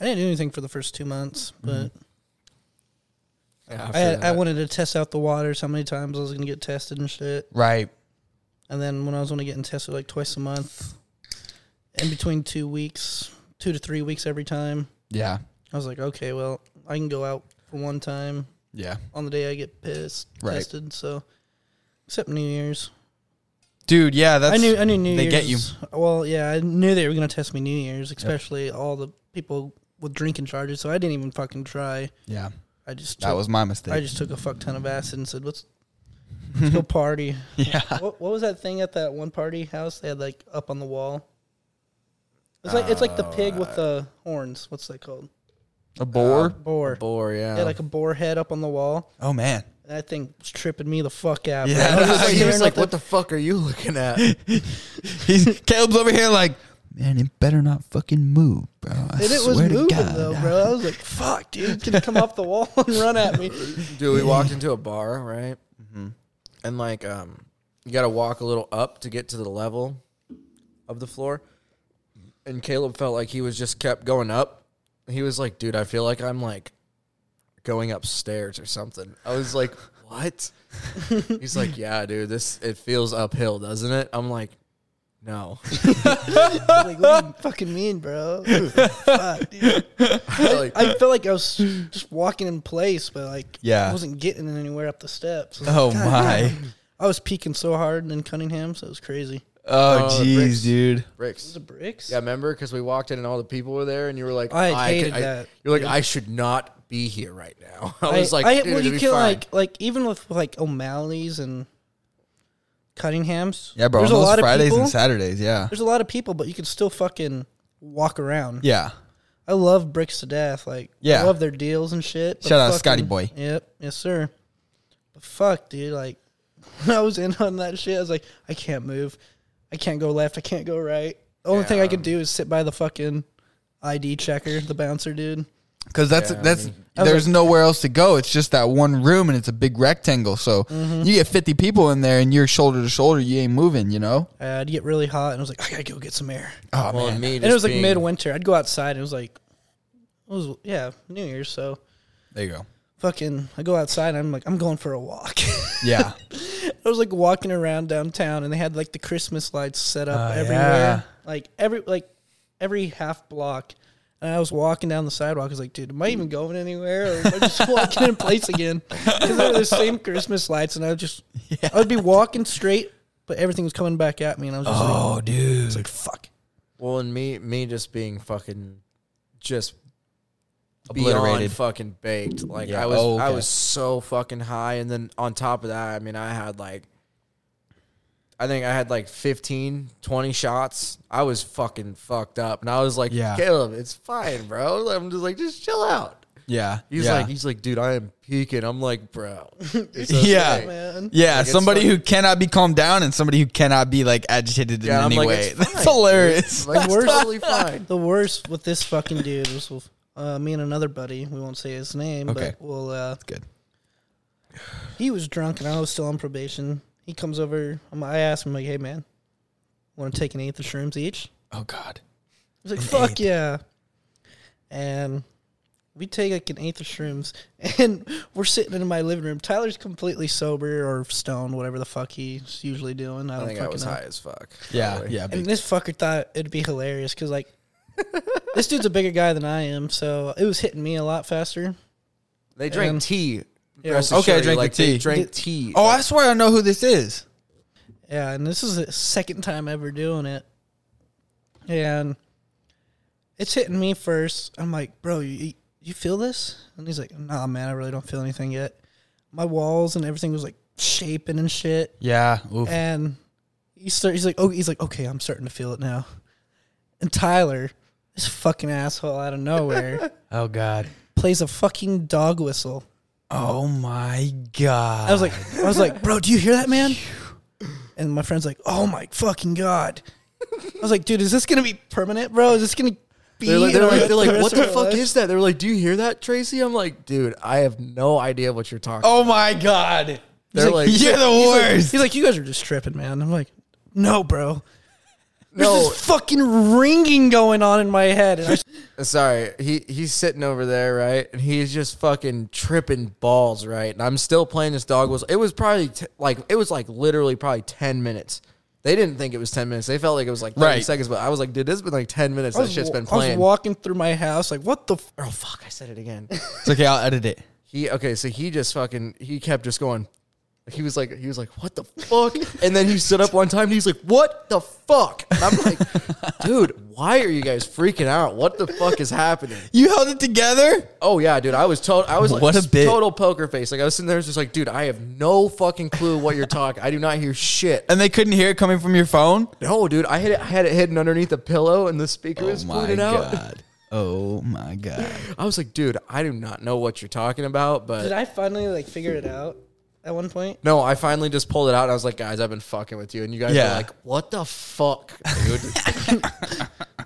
[SPEAKER 3] I didn't do anything for the first two months, but
[SPEAKER 2] After
[SPEAKER 3] I had, I
[SPEAKER 2] Mm-hmm. that.
[SPEAKER 3] wanted to test out the waters, how many times I was gonna get tested and shit.
[SPEAKER 1] Right.
[SPEAKER 3] And then when I was only getting tested like twice a month, in between two weeks, two to three weeks every time,
[SPEAKER 1] Yeah.
[SPEAKER 3] I was like, okay, well, I can go out for one time
[SPEAKER 1] Yeah.
[SPEAKER 3] on the day I get pissed
[SPEAKER 1] Right.
[SPEAKER 3] tested. So, except New Year's.
[SPEAKER 1] Dude, yeah, that's
[SPEAKER 3] I knew I knew New
[SPEAKER 1] they
[SPEAKER 3] Year's.
[SPEAKER 1] get you.
[SPEAKER 3] Well, yeah, I knew they were gonna test me New Year's, especially all the people with drinking charges. So I didn't even fucking try.
[SPEAKER 1] Yeah.
[SPEAKER 3] I just
[SPEAKER 1] That
[SPEAKER 3] took,
[SPEAKER 1] was my mistake.
[SPEAKER 3] I just took a fuck ton of acid and said, "Let's let's go party."
[SPEAKER 1] yeah.
[SPEAKER 3] what, what was that thing at that one party house they had like up on the wall? It's like it's like the pig with the horns. What's that called? Uh,
[SPEAKER 1] A boar.
[SPEAKER 3] Boar.
[SPEAKER 2] Bore, yeah.
[SPEAKER 3] They had like a boar head up on the wall.
[SPEAKER 1] Um, oh man.
[SPEAKER 3] And that thing was tripping me the fuck out. bro.
[SPEAKER 1] Yeah.
[SPEAKER 3] I was just,
[SPEAKER 2] he
[SPEAKER 3] staring
[SPEAKER 2] was
[SPEAKER 3] at
[SPEAKER 2] like,
[SPEAKER 3] the-
[SPEAKER 2] "What the fuck are you looking at?"
[SPEAKER 1] He's Caleb's over here like, man, it better not fucking move, bro. I
[SPEAKER 3] And it was
[SPEAKER 1] swear to
[SPEAKER 3] moving
[SPEAKER 1] God."
[SPEAKER 3] though, bro. I was like, "Fuck, dude, it's gonna come off the wall and run at me."
[SPEAKER 2] Dude, we walked into a bar, right? And like, um, you got to walk a little up to get to the level of the floor. And Caleb felt like he was just kept going up. He was like, "Dude, I feel like I'm like going upstairs or something." I was like, "What?" He's like, "Yeah, dude, this it feels uphill, doesn't it?" I'm like, "No."
[SPEAKER 3] I was like, "What do you fucking mean, bro?" Fuck, dude.
[SPEAKER 2] like,
[SPEAKER 3] I felt like I was just walking in place, but like,
[SPEAKER 1] Yeah.
[SPEAKER 3] I wasn't getting anywhere up the steps. I was like,
[SPEAKER 1] Oh
[SPEAKER 3] "God
[SPEAKER 1] my.
[SPEAKER 3] damn." I was peeking so hard in Cunningham, so it was crazy.
[SPEAKER 1] Oh
[SPEAKER 2] Oh, bricks.
[SPEAKER 1] jeez, dude.
[SPEAKER 2] bricks.
[SPEAKER 3] Was it bricks?
[SPEAKER 2] Yeah, remember? Because we walked in and all the people were there, and you were like,
[SPEAKER 3] I
[SPEAKER 2] could-
[SPEAKER 3] hated that,
[SPEAKER 2] You're like, I should not be here right now. I was like,
[SPEAKER 3] I,
[SPEAKER 2] Dude,
[SPEAKER 3] well,
[SPEAKER 2] it'll
[SPEAKER 3] you
[SPEAKER 2] be
[SPEAKER 3] can
[SPEAKER 2] fine."
[SPEAKER 3] like, like even with like O'Malley's and Cunningham's.
[SPEAKER 1] Yeah, bro.
[SPEAKER 3] There's
[SPEAKER 1] on
[SPEAKER 3] a
[SPEAKER 1] those
[SPEAKER 3] lot
[SPEAKER 1] Fridays
[SPEAKER 3] of people.
[SPEAKER 1] and Saturdays, yeah.
[SPEAKER 3] there's a lot of people, but you can still fucking walk around.
[SPEAKER 1] Yeah.
[SPEAKER 3] I love bricks to death. Like,
[SPEAKER 1] Yeah.
[SPEAKER 3] I love their deals and shit. but
[SPEAKER 1] Shout out Scotty
[SPEAKER 3] fucking-
[SPEAKER 1] boy.
[SPEAKER 3] Yep, yes sir. But fuck, dude, like when I was in on that shit, I was like, I can't move, I can't go left, I can't go right. The only thing I
[SPEAKER 2] Yeah.
[SPEAKER 3] could do is sit by the fucking ID checker, the bouncer dude.
[SPEAKER 1] Because that's
[SPEAKER 2] Yeah, I
[SPEAKER 1] that's
[SPEAKER 2] mean-
[SPEAKER 1] there's nowhere else to go. It's just that one room, and it's a big rectangle. So
[SPEAKER 3] Mm-hmm.
[SPEAKER 1] you get 50 people in there, and you're shoulder to shoulder. You ain't moving, you know.
[SPEAKER 3] Uh, I'd get really hot, and I was like, I gotta go get some air.
[SPEAKER 1] Oh
[SPEAKER 2] well,
[SPEAKER 1] man,
[SPEAKER 2] and me
[SPEAKER 3] And
[SPEAKER 2] just
[SPEAKER 3] it was like
[SPEAKER 2] being-
[SPEAKER 3] midwinter. I'd go outside. And it was like, it was yeah, New Year's. So
[SPEAKER 1] there you go.
[SPEAKER 3] fucking, I go outside. and I'm like, I'm going for a walk.
[SPEAKER 1] Yeah,
[SPEAKER 3] I was like walking around downtown, and they had like the Christmas lights set up
[SPEAKER 1] Oh,
[SPEAKER 3] everywhere,
[SPEAKER 1] yeah.
[SPEAKER 3] like every like every half block. And I was walking down the sidewalk. I was like, dude, am I even going anywhere? Or am I just walking in place again? Because they were the same Christmas lights, and I would just, I would be walking straight, but everything was coming back at me, and I was just like,
[SPEAKER 1] dude.
[SPEAKER 3] it's like fuck.
[SPEAKER 2] Well, and me, me just being fucking, just
[SPEAKER 1] Obliterated.
[SPEAKER 2] beyond fucking baked. Like
[SPEAKER 1] Yeah.
[SPEAKER 2] I was,
[SPEAKER 1] Oh,
[SPEAKER 2] I
[SPEAKER 1] okay.
[SPEAKER 2] was so fucking high, and then on top of that, I mean, I had like, I think I had like 15, 20 shots. I was fucking fucked up, and I was like,
[SPEAKER 1] Yeah.
[SPEAKER 2] Caleb, it's fine, bro. I'm just like, just chill out.
[SPEAKER 1] Yeah,
[SPEAKER 2] He's
[SPEAKER 1] yeah.
[SPEAKER 2] like, he's like, dude, I am peaking. I'm like, bro, it's
[SPEAKER 1] Yeah.
[SPEAKER 2] okay."
[SPEAKER 3] Man,
[SPEAKER 1] Yeah,
[SPEAKER 2] Like, it's
[SPEAKER 1] somebody
[SPEAKER 2] like-
[SPEAKER 1] who cannot be calmed down and somebody who cannot be like agitated
[SPEAKER 2] Yeah,
[SPEAKER 1] in
[SPEAKER 2] I'm
[SPEAKER 1] any
[SPEAKER 2] like,
[SPEAKER 1] way.
[SPEAKER 2] "It's
[SPEAKER 1] That's
[SPEAKER 2] fine,
[SPEAKER 1] hilarious.
[SPEAKER 2] like,
[SPEAKER 3] Worst-
[SPEAKER 2] we're totally fine.
[SPEAKER 3] the worst with this fucking dude was with, uh, me and another buddy. We won't say his name,
[SPEAKER 1] Okay.
[SPEAKER 3] but we'll uh,
[SPEAKER 1] Good.
[SPEAKER 3] he was drunk and I was still on probation. He comes over. I'm, I asked him like, "Hey man, want to take an eighth of shrooms each?"
[SPEAKER 1] Oh God.
[SPEAKER 3] He's like,
[SPEAKER 1] An
[SPEAKER 3] "Fuck
[SPEAKER 1] eighth.
[SPEAKER 3] yeah!" And we take like an eighth of shrooms, and we're sitting in my living room. Tyler's completely sober or stoned, whatever the fuck he's usually doing. I
[SPEAKER 2] I
[SPEAKER 3] don't
[SPEAKER 2] think I
[SPEAKER 3] fucking
[SPEAKER 2] was
[SPEAKER 3] know.
[SPEAKER 2] high as fuck.
[SPEAKER 1] Yeah,
[SPEAKER 2] probably.
[SPEAKER 1] yeah.
[SPEAKER 3] And
[SPEAKER 1] Big,
[SPEAKER 3] this fucker thought it'd be hilarious because like. this dude's a bigger guy than I am, so it was hitting me a lot faster.
[SPEAKER 2] They drank
[SPEAKER 3] And-
[SPEAKER 2] tea.
[SPEAKER 3] Yeah.
[SPEAKER 2] Rest
[SPEAKER 1] Okay, I
[SPEAKER 2] assured,
[SPEAKER 1] drank the
[SPEAKER 2] like, they
[SPEAKER 1] tea.
[SPEAKER 2] Drank tea.
[SPEAKER 1] oh,
[SPEAKER 2] like,
[SPEAKER 1] I swear I know who this is.
[SPEAKER 3] Yeah, and this is the second time ever doing it. And it's hitting me first. I'm like, bro, you, you feel this? And he's like, nah, man, I really don't feel anything yet. My walls and everything was like shaping and shit.
[SPEAKER 1] Yeah.
[SPEAKER 3] And he start, he's like, oh, he's like, okay, I'm starting to feel it now. And Tyler, this fucking asshole out of nowhere,
[SPEAKER 1] Oh God.
[SPEAKER 3] plays a fucking dog whistle.
[SPEAKER 1] Oh my God.
[SPEAKER 3] I was like, I was like, bro, do you hear that, man? And my friend's like, oh my fucking god. I was like, dude, is this gonna be permanent, bro? Is this gonna be?
[SPEAKER 2] They're like, they're like, they're like, what the
[SPEAKER 3] rest of my
[SPEAKER 2] fuck
[SPEAKER 3] life?"
[SPEAKER 2] is that? They're like, do you hear that, Tracy? I'm like, dude, I have no idea what you're talking.
[SPEAKER 1] Oh my God.
[SPEAKER 2] They're
[SPEAKER 3] he's
[SPEAKER 2] like,
[SPEAKER 3] like-
[SPEAKER 1] You're the worst.
[SPEAKER 3] He's like, you guys are just tripping, man. I'm like, no, bro. There's
[SPEAKER 2] No.
[SPEAKER 3] this fucking ringing going on in my head. And I,
[SPEAKER 2] Sorry, he he's sitting over there, right, and he's just fucking tripping balls, right. And I'm still playing this dog whistle. It was probably t- like it was like literally probably ten minutes. They didn't think it was ten minutes. They felt like it was like thirty
[SPEAKER 1] Right.
[SPEAKER 2] seconds. But I was like, dude, this has been like ten minutes.
[SPEAKER 3] I
[SPEAKER 2] That
[SPEAKER 3] was
[SPEAKER 2] shit's
[SPEAKER 3] wa-
[SPEAKER 2] been
[SPEAKER 3] I was
[SPEAKER 2] playing.
[SPEAKER 3] walking through my house, like, what the? F-?
[SPEAKER 2] oh fuck, I said it again.
[SPEAKER 1] It's okay. I'll edit it.
[SPEAKER 2] he okay so he just fucking he kept just going he was like he was like what the fuck and then he stood up one time and he's like what the fuck and i'm like dude why are you guys freaking out what the fuck is happening
[SPEAKER 1] You held it together.
[SPEAKER 2] oh yeah dude i was total i was like
[SPEAKER 1] What a bitch.
[SPEAKER 2] total poker face like i was sitting there just like dude i have no fucking clue what you're talking i do not hear shit
[SPEAKER 1] And they couldn't hear it coming from your phone.
[SPEAKER 2] no dude i had it I had it hidden underneath the pillow and the speaker was pointed out
[SPEAKER 1] Oh my God.
[SPEAKER 2] i was like dude i do not know what you're talking about but
[SPEAKER 3] Did I finally like figure it out at one point?
[SPEAKER 2] No, I finally just pulled it out. And I was like, guys, I've been fucking with you. And you guys
[SPEAKER 1] Yeah.
[SPEAKER 2] were like, what the fuck, dude?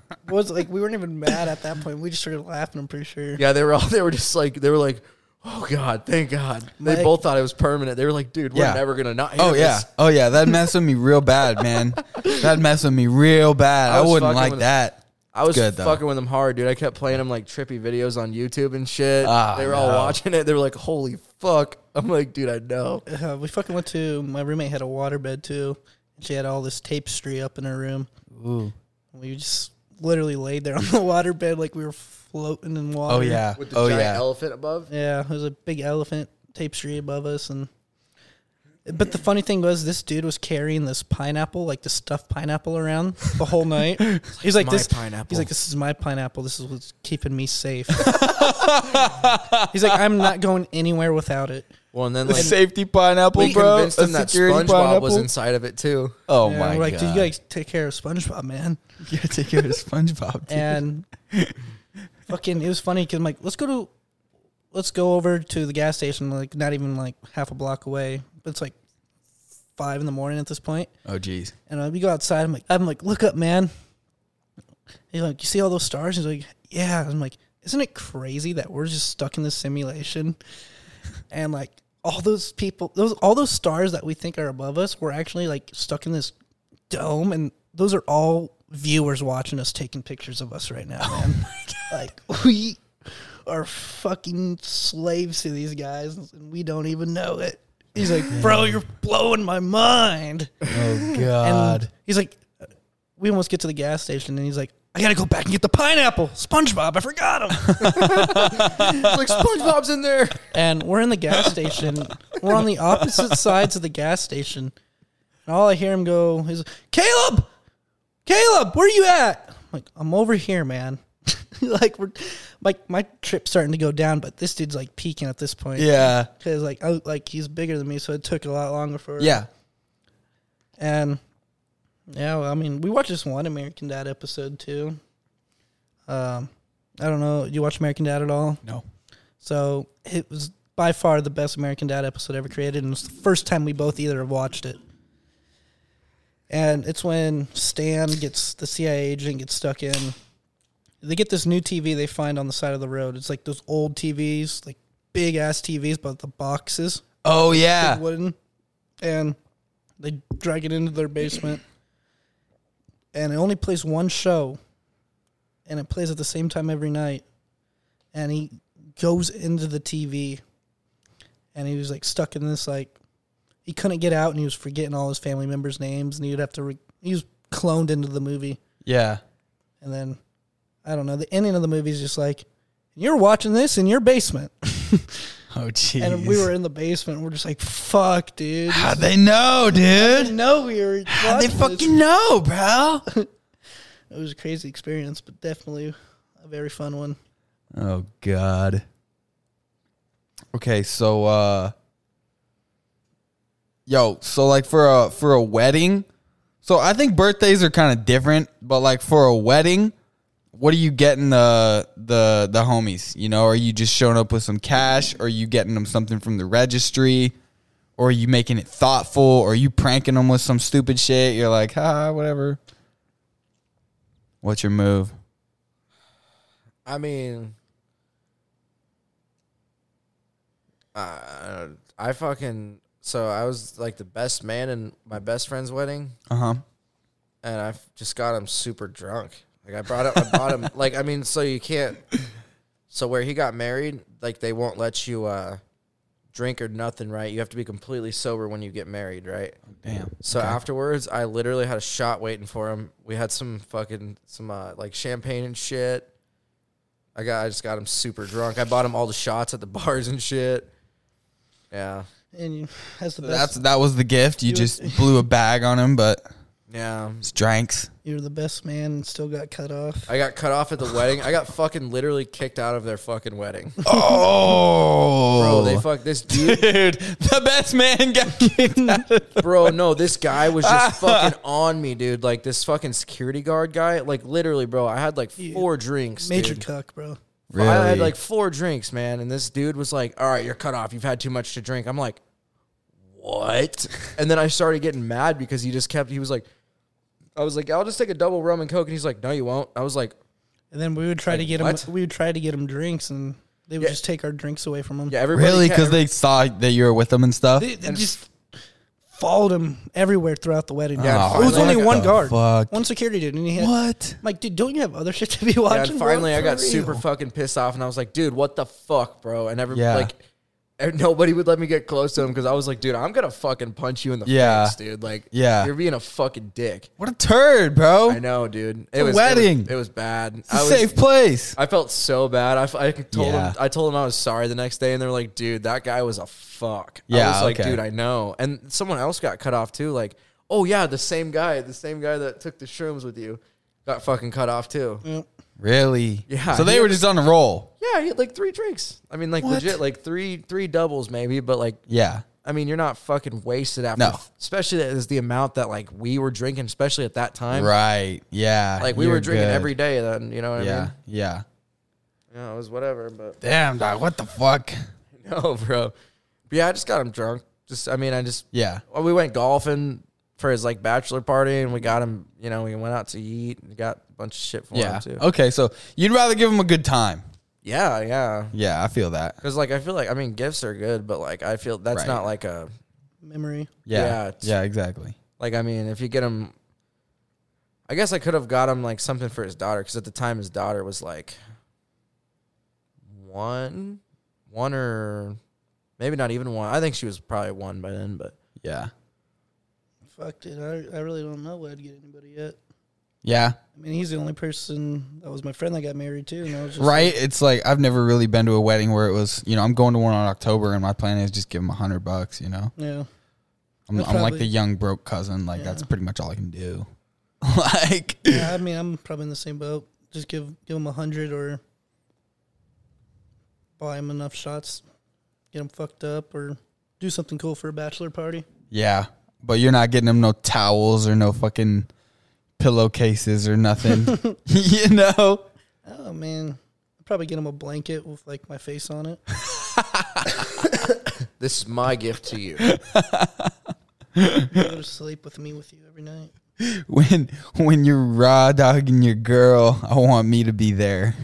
[SPEAKER 3] Was like, we weren't even mad at that point. We just started laughing. I'm pretty sure.
[SPEAKER 2] yeah, they were all, they were just like, they were like, oh God, thank God. They
[SPEAKER 3] Like-
[SPEAKER 2] both thought it was permanent. They were like, dude, we're
[SPEAKER 1] Yeah.
[SPEAKER 2] never going to not hear
[SPEAKER 1] Oh yeah.
[SPEAKER 2] this.
[SPEAKER 1] Oh yeah. That messed with me real bad, man. That messed with me real bad.
[SPEAKER 2] I
[SPEAKER 1] I,
[SPEAKER 2] was
[SPEAKER 1] wouldn't
[SPEAKER 2] fucking
[SPEAKER 1] like
[SPEAKER 2] with-
[SPEAKER 1] that.
[SPEAKER 2] I was
[SPEAKER 1] good, though.
[SPEAKER 2] fucking with them hard, dude. I kept playing them like trippy videos on YouTube and shit.
[SPEAKER 1] Ah,
[SPEAKER 2] they were all
[SPEAKER 1] no.
[SPEAKER 2] watching it. They were like, holy fuck. I'm like, dude, I know.
[SPEAKER 3] uh, we fucking went to my roommate had a waterbed too. She had all this tapestry up in her room.
[SPEAKER 1] Ooh.
[SPEAKER 3] We just literally laid there on the waterbed like we were floating in water.
[SPEAKER 1] Oh yeah.
[SPEAKER 2] With the
[SPEAKER 1] Oh
[SPEAKER 2] giant
[SPEAKER 1] yeah.
[SPEAKER 2] elephant above.
[SPEAKER 3] Yeah, there's a big elephant tapestry above us and but the funny thing was this dude was carrying this pineapple, like the stuffed pineapple around the whole night. He's like
[SPEAKER 2] "My
[SPEAKER 3] this
[SPEAKER 2] pineapple."
[SPEAKER 3] He's like, This is my pineapple, this is what's keeping me safe. he's like, I'm not going anywhere without it.
[SPEAKER 2] Well, and then
[SPEAKER 1] The
[SPEAKER 2] like,
[SPEAKER 1] safety pineapple,
[SPEAKER 2] we
[SPEAKER 1] bro.
[SPEAKER 2] convinced
[SPEAKER 1] A
[SPEAKER 2] them that
[SPEAKER 1] security
[SPEAKER 2] SpongeBob
[SPEAKER 1] pineapple?
[SPEAKER 2] was inside of it too.
[SPEAKER 1] Oh
[SPEAKER 3] And
[SPEAKER 1] my
[SPEAKER 3] we're like,
[SPEAKER 1] god!
[SPEAKER 3] dude, you gotta take care of SpongeBob, man.
[SPEAKER 1] you gotta take care of SpongeBob. Dude.
[SPEAKER 3] and fucking it was funny because I'm like, let's go to, let's go over to the gas station, like not even like half a block away. But it's like five in the morning at this point,
[SPEAKER 1] oh jeez.
[SPEAKER 3] and uh, we go outside. I'm like, I'm like, look up, man. He's like, you see all those stars? He's like, yeah. I'm like, isn't it crazy that we're just stuck in this simulation and like all those people those all those stars that we think are above us we're actually like stuck in this dome and those are all viewers watching us taking pictures of us right now man. like we are fucking slaves to these guys and we don't even know it he's like bro you're blowing my mind
[SPEAKER 4] Oh
[SPEAKER 3] and
[SPEAKER 4] God.
[SPEAKER 3] he's like, we almost get to the gas station, and he's like, I gotta go back and get the pineapple, SpongeBob. I forgot him.
[SPEAKER 2] like SpongeBob's in there.
[SPEAKER 3] and we're in the gas station. We're on the opposite sides of the gas station, and all I hear him go is, "Caleb, Caleb, where you at?" I'm like, "I'm over here, man." like we're like my trip's starting to go down, but this dude's like peaking at this point.
[SPEAKER 1] Yeah.
[SPEAKER 3] Cause like I, like he's bigger than me, so it took a lot longer for
[SPEAKER 1] Yeah.
[SPEAKER 3] And yeah, well, I mean, we watched this one American Dad episode too. Um, I don't know. You watch American Dad at all?
[SPEAKER 1] No.
[SPEAKER 3] So it was by far the best American Dad episode ever created, and it's the first time we both either have watched it. And it's when Stan gets the CIA agent gets stuck in. They get this new TV they find on the side of the road. It's like those old TVs, like big ass TVs, but the boxes
[SPEAKER 1] Oh yeah.
[SPEAKER 3] wooden, and they drag it into their basement. And it only plays one show, and it plays at the same time every night. And he goes into the TV, and he was like stuck in this like he couldn't get out, and he was forgetting all his family members' names, and he would have to re- he was cloned into the movie.
[SPEAKER 1] Yeah.
[SPEAKER 3] And then I don't know the ending of the movie is just like you're watching this in your basement,
[SPEAKER 1] Oh jeez.
[SPEAKER 3] and we were in the basement. and We're just like fuck, dude.
[SPEAKER 1] How'd they know, dude?
[SPEAKER 3] didn't know we were.
[SPEAKER 1] How'd they
[SPEAKER 3] watching this.
[SPEAKER 1] fucking know, bro?
[SPEAKER 3] It was a crazy experience, but definitely a very fun one.
[SPEAKER 1] Oh God. Okay, so uh yo, so like for a for a wedding, so I think birthdays are kind of different, but like for a wedding, what are you getting the the the homies? You know, are you just showing up with some cash? Or are you getting them something from the registry? Or are you making it thoughtful? Or are you pranking them with some stupid shit? You're like, ha, whatever. What's your move?
[SPEAKER 2] I mean, uh, I fucking so I was like the best man in my best friend's wedding,
[SPEAKER 1] Uh huh.
[SPEAKER 2] and I f- just got him super drunk. Like I brought up, I bought him. Like I mean, so you can't. So where he got married, like they won't let you uh, drink or nothing, right? You have to be completely sober when you get married, right?
[SPEAKER 1] Damn.
[SPEAKER 2] So afterwards, I literally had a shot waiting for him. We had some fucking some uh, like champagne and shit. I got I just got him super drunk. I bought him all the shots at the bars and shit. Yeah,
[SPEAKER 3] And you, that's the best.
[SPEAKER 1] That's that was the gift. You just blew a bag on him, but
[SPEAKER 2] yeah.
[SPEAKER 1] it's drinks.
[SPEAKER 3] you were the best man and still got cut off.
[SPEAKER 2] I got cut off at the wedding. I got fucking literally kicked out of their fucking wedding. Bro,
[SPEAKER 1] Oh,
[SPEAKER 2] they fuck this dude.
[SPEAKER 1] dude, the best man got kicked out.
[SPEAKER 2] Bro, no, this guy was just fucking on me, dude. Like this fucking security guard guy. Like literally, bro, I had like four drinks.
[SPEAKER 3] Major
[SPEAKER 2] dude.
[SPEAKER 3] cuck, bro.
[SPEAKER 2] I had like four drinks, man, and this dude was like, "All right, you're cut off. You've had too much to drink." I'm like, "What?" and then I started getting mad because he just kept. He was like, "I was like, I'll just take a double rum and coke," and he's like, "No, you won't." I was like,
[SPEAKER 3] And then we would try to get him.
[SPEAKER 2] what?
[SPEAKER 3] We would try to get him drinks, and they would
[SPEAKER 2] Yeah.
[SPEAKER 3] just take our drinks away from him.
[SPEAKER 2] "Yeah, everybody
[SPEAKER 1] really
[SPEAKER 2] ca-
[SPEAKER 1] because they saw that you were with them and stuff.
[SPEAKER 3] they, they just followed him everywhere throughout the wedding.
[SPEAKER 2] Yeah,
[SPEAKER 1] Oh,
[SPEAKER 3] it was
[SPEAKER 2] finally
[SPEAKER 3] only
[SPEAKER 2] I got-
[SPEAKER 3] one
[SPEAKER 1] the
[SPEAKER 3] guard,
[SPEAKER 1] fuck?
[SPEAKER 3] one security dude, and he had.
[SPEAKER 1] what?
[SPEAKER 3] I'm like, dude, don't you have other shit to be
[SPEAKER 2] Yeah,
[SPEAKER 3] watching?
[SPEAKER 2] and
[SPEAKER 3] bro?
[SPEAKER 2] finally, I
[SPEAKER 3] For
[SPEAKER 2] got
[SPEAKER 3] real."
[SPEAKER 2] super fucking pissed off, and I was like, "Dude, what the fuck, bro?" And every
[SPEAKER 1] Yeah.
[SPEAKER 2] like, and nobody would let me get close to him because I was like, "Dude, I'm gonna fucking punch you in the
[SPEAKER 1] Yeah.
[SPEAKER 2] face, dude." Like,
[SPEAKER 1] Yeah.
[SPEAKER 2] you're being a fucking dick.
[SPEAKER 1] What a turd, bro!
[SPEAKER 2] I know, dude. It was It
[SPEAKER 1] wedding.
[SPEAKER 2] was, it was bad.
[SPEAKER 1] It's a
[SPEAKER 2] I was,
[SPEAKER 1] safe place.
[SPEAKER 2] I felt so bad. I, f- I told
[SPEAKER 1] Yeah.
[SPEAKER 2] him I told him I was sorry the next day, and they were like, "Dude, that guy was a fuck."
[SPEAKER 1] Yeah,
[SPEAKER 2] I was like,
[SPEAKER 1] okay.
[SPEAKER 2] "Dude, I know." And someone else got cut off too. Like, oh yeah, the same guy, the same guy that took the shrooms with you, got fucking cut off too.
[SPEAKER 3] Yep.
[SPEAKER 1] Really?
[SPEAKER 2] Yeah,
[SPEAKER 1] So they
[SPEAKER 2] he-
[SPEAKER 1] were just on a roll.
[SPEAKER 2] Yeah, he had like three drinks. I mean, like legit, like three three doubles maybe, but like.
[SPEAKER 1] Yeah.
[SPEAKER 2] I mean, you're not fucking wasted after,
[SPEAKER 1] No.
[SPEAKER 2] especially as the amount that like we were drinking, especially at that time.
[SPEAKER 1] right. Yeah.
[SPEAKER 2] Like we
[SPEAKER 1] You're
[SPEAKER 2] were drinking
[SPEAKER 1] good.
[SPEAKER 2] every day. Then you know what I
[SPEAKER 1] Yeah.
[SPEAKER 2] mean?
[SPEAKER 1] Yeah.
[SPEAKER 2] Yeah, it was whatever. But
[SPEAKER 1] Damn, dog. What the fuck?
[SPEAKER 2] No, bro. But yeah, I just got him drunk. Just, I mean, I just,
[SPEAKER 1] Yeah.
[SPEAKER 2] well, we went golfing for his like bachelor party and we got him, you know, we went out to eat and got a bunch of shit for
[SPEAKER 1] Yeah. Oh.
[SPEAKER 2] him too.
[SPEAKER 1] Okay, so you'd rather give him a good time.
[SPEAKER 2] Yeah, yeah.
[SPEAKER 1] Yeah, I feel that.
[SPEAKER 2] Because like I feel like I mean gifts are good, but like I feel that's
[SPEAKER 1] Right.
[SPEAKER 2] not like a
[SPEAKER 3] memory.
[SPEAKER 1] Yeah.
[SPEAKER 2] Yeah,
[SPEAKER 1] Yeah,
[SPEAKER 2] it's-
[SPEAKER 1] exactly.
[SPEAKER 2] like I mean if you get him. I guess I could have got him like something for his daughter because at the time his daughter was like one, one or maybe not even one. I think she was probably one by then, but
[SPEAKER 1] Yeah.
[SPEAKER 3] Fuck, dude. I, I really don't know what I'd get anybody yet.
[SPEAKER 1] Yeah.
[SPEAKER 3] I mean, he's the only person that was my friend that got married too. And I was just
[SPEAKER 1] Right? It's like I've never really been to a wedding where it was, you know, I'm going to one on October and my plan is just give them a hundred bucks, you know?
[SPEAKER 3] Yeah.
[SPEAKER 1] I'm,
[SPEAKER 3] That's
[SPEAKER 1] I'm like
[SPEAKER 3] probably-
[SPEAKER 1] the young broke cousin. Like
[SPEAKER 3] Yeah.
[SPEAKER 1] that's pretty much all I can do. like
[SPEAKER 3] yeah. I mean, I'm probably in the same boat. Just give give him a hundred or buy him enough shots, get him fucked up, or do something cool for a bachelor party.
[SPEAKER 1] Yeah, but you're not getting them no towels or no fucking pillowcases or nothing. you know?
[SPEAKER 3] Oh man, I'd probably get him a blanket with like my face on it.
[SPEAKER 2] this is my gift to you.
[SPEAKER 3] Go to sleep with me with you every night.
[SPEAKER 1] When when you're raw dogging your girl, I want me to be there.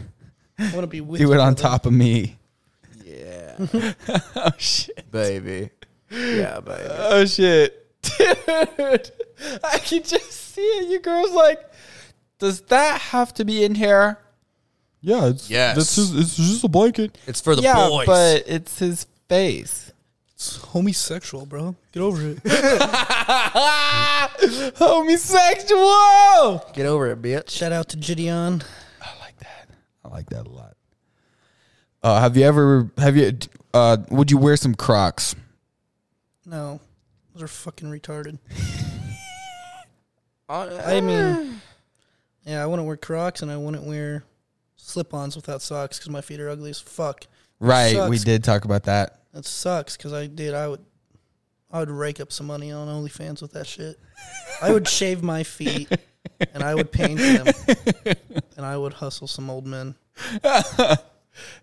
[SPEAKER 3] I want to be with
[SPEAKER 1] Do
[SPEAKER 3] you
[SPEAKER 1] it on
[SPEAKER 3] brother.
[SPEAKER 1] top of me.
[SPEAKER 2] yeah,
[SPEAKER 1] Oh shit.
[SPEAKER 2] baby. Yeah, baby.
[SPEAKER 1] Oh shit. Dude. I can just see it. You girls like does that have to be in here? Yeah, it's
[SPEAKER 2] Yes. that's just-
[SPEAKER 1] it's just a blanket.
[SPEAKER 2] It's for the
[SPEAKER 1] yeah,
[SPEAKER 2] boys.
[SPEAKER 1] but it's his face.
[SPEAKER 3] It's homosexual, bro. Get over it.
[SPEAKER 1] Homosexual.
[SPEAKER 2] Get over it, bitch.
[SPEAKER 3] Shout out to Gideon.
[SPEAKER 1] I like that. I like that a lot. Uh, have you ever? Have you? Uh, would you wear some Crocs?
[SPEAKER 3] No, those are fucking retarded.
[SPEAKER 2] I
[SPEAKER 3] I mean, yeah, I wouldn't wear Crocs and I wouldn't wear slip-ons without socks because my feet are ugly as fuck.
[SPEAKER 1] Right, we
[SPEAKER 3] Sucks.
[SPEAKER 1] did talk about that.
[SPEAKER 3] That sucks because I did. I would, I would rake up some money on OnlyFans with that shit. I would shave my feet and I would paint them and I would hustle some old men.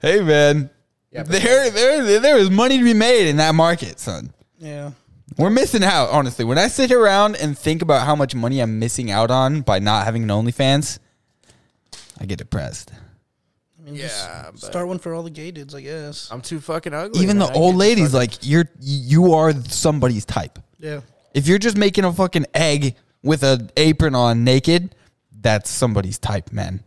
[SPEAKER 1] Hey man,
[SPEAKER 2] Yeah, but-
[SPEAKER 1] there, there, there is money to be made in that market, son.
[SPEAKER 3] Yeah,
[SPEAKER 1] We're missing out, honestly. When I sit around and think about how much money I'm missing out on by not having an OnlyFans, I get depressed.
[SPEAKER 3] I mean,
[SPEAKER 2] Yeah, but-
[SPEAKER 3] just start one for all the gay dudes, I guess.
[SPEAKER 2] I'm too fucking ugly.
[SPEAKER 1] Even
[SPEAKER 2] man.
[SPEAKER 1] the
[SPEAKER 2] I
[SPEAKER 1] old
[SPEAKER 2] can't
[SPEAKER 1] ladies,
[SPEAKER 2] fucking-
[SPEAKER 1] like you're, you are somebody's type.
[SPEAKER 3] Yeah,
[SPEAKER 1] If you're just making a fucking egg with an apron on naked, that's somebody's type, man.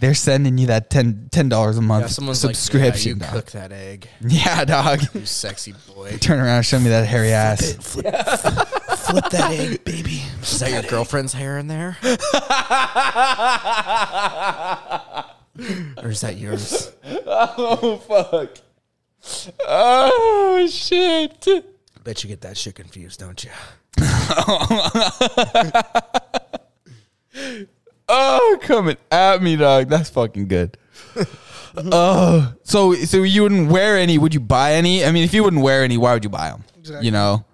[SPEAKER 1] They're sending you that ten ten dollars a month
[SPEAKER 2] yeah, someone's
[SPEAKER 1] subscription,
[SPEAKER 2] Like,
[SPEAKER 1] dog.
[SPEAKER 2] yeah, you cook that egg,
[SPEAKER 1] Yeah, dog.
[SPEAKER 2] you sexy boy.
[SPEAKER 1] Turn around, and show me that hairy ass.
[SPEAKER 3] flip that egg, baby.
[SPEAKER 2] Is that your girlfriend's hair in there? or is that yours?
[SPEAKER 1] Oh fuck. Oh shit.
[SPEAKER 2] Bet you get that shit confused, don't you?
[SPEAKER 1] Oh, coming at me, dog. That's fucking good. Oh, so so you wouldn't wear any? Would you buy any? I mean, if you wouldn't wear any, why would you buy them?
[SPEAKER 3] Exactly.
[SPEAKER 1] You know,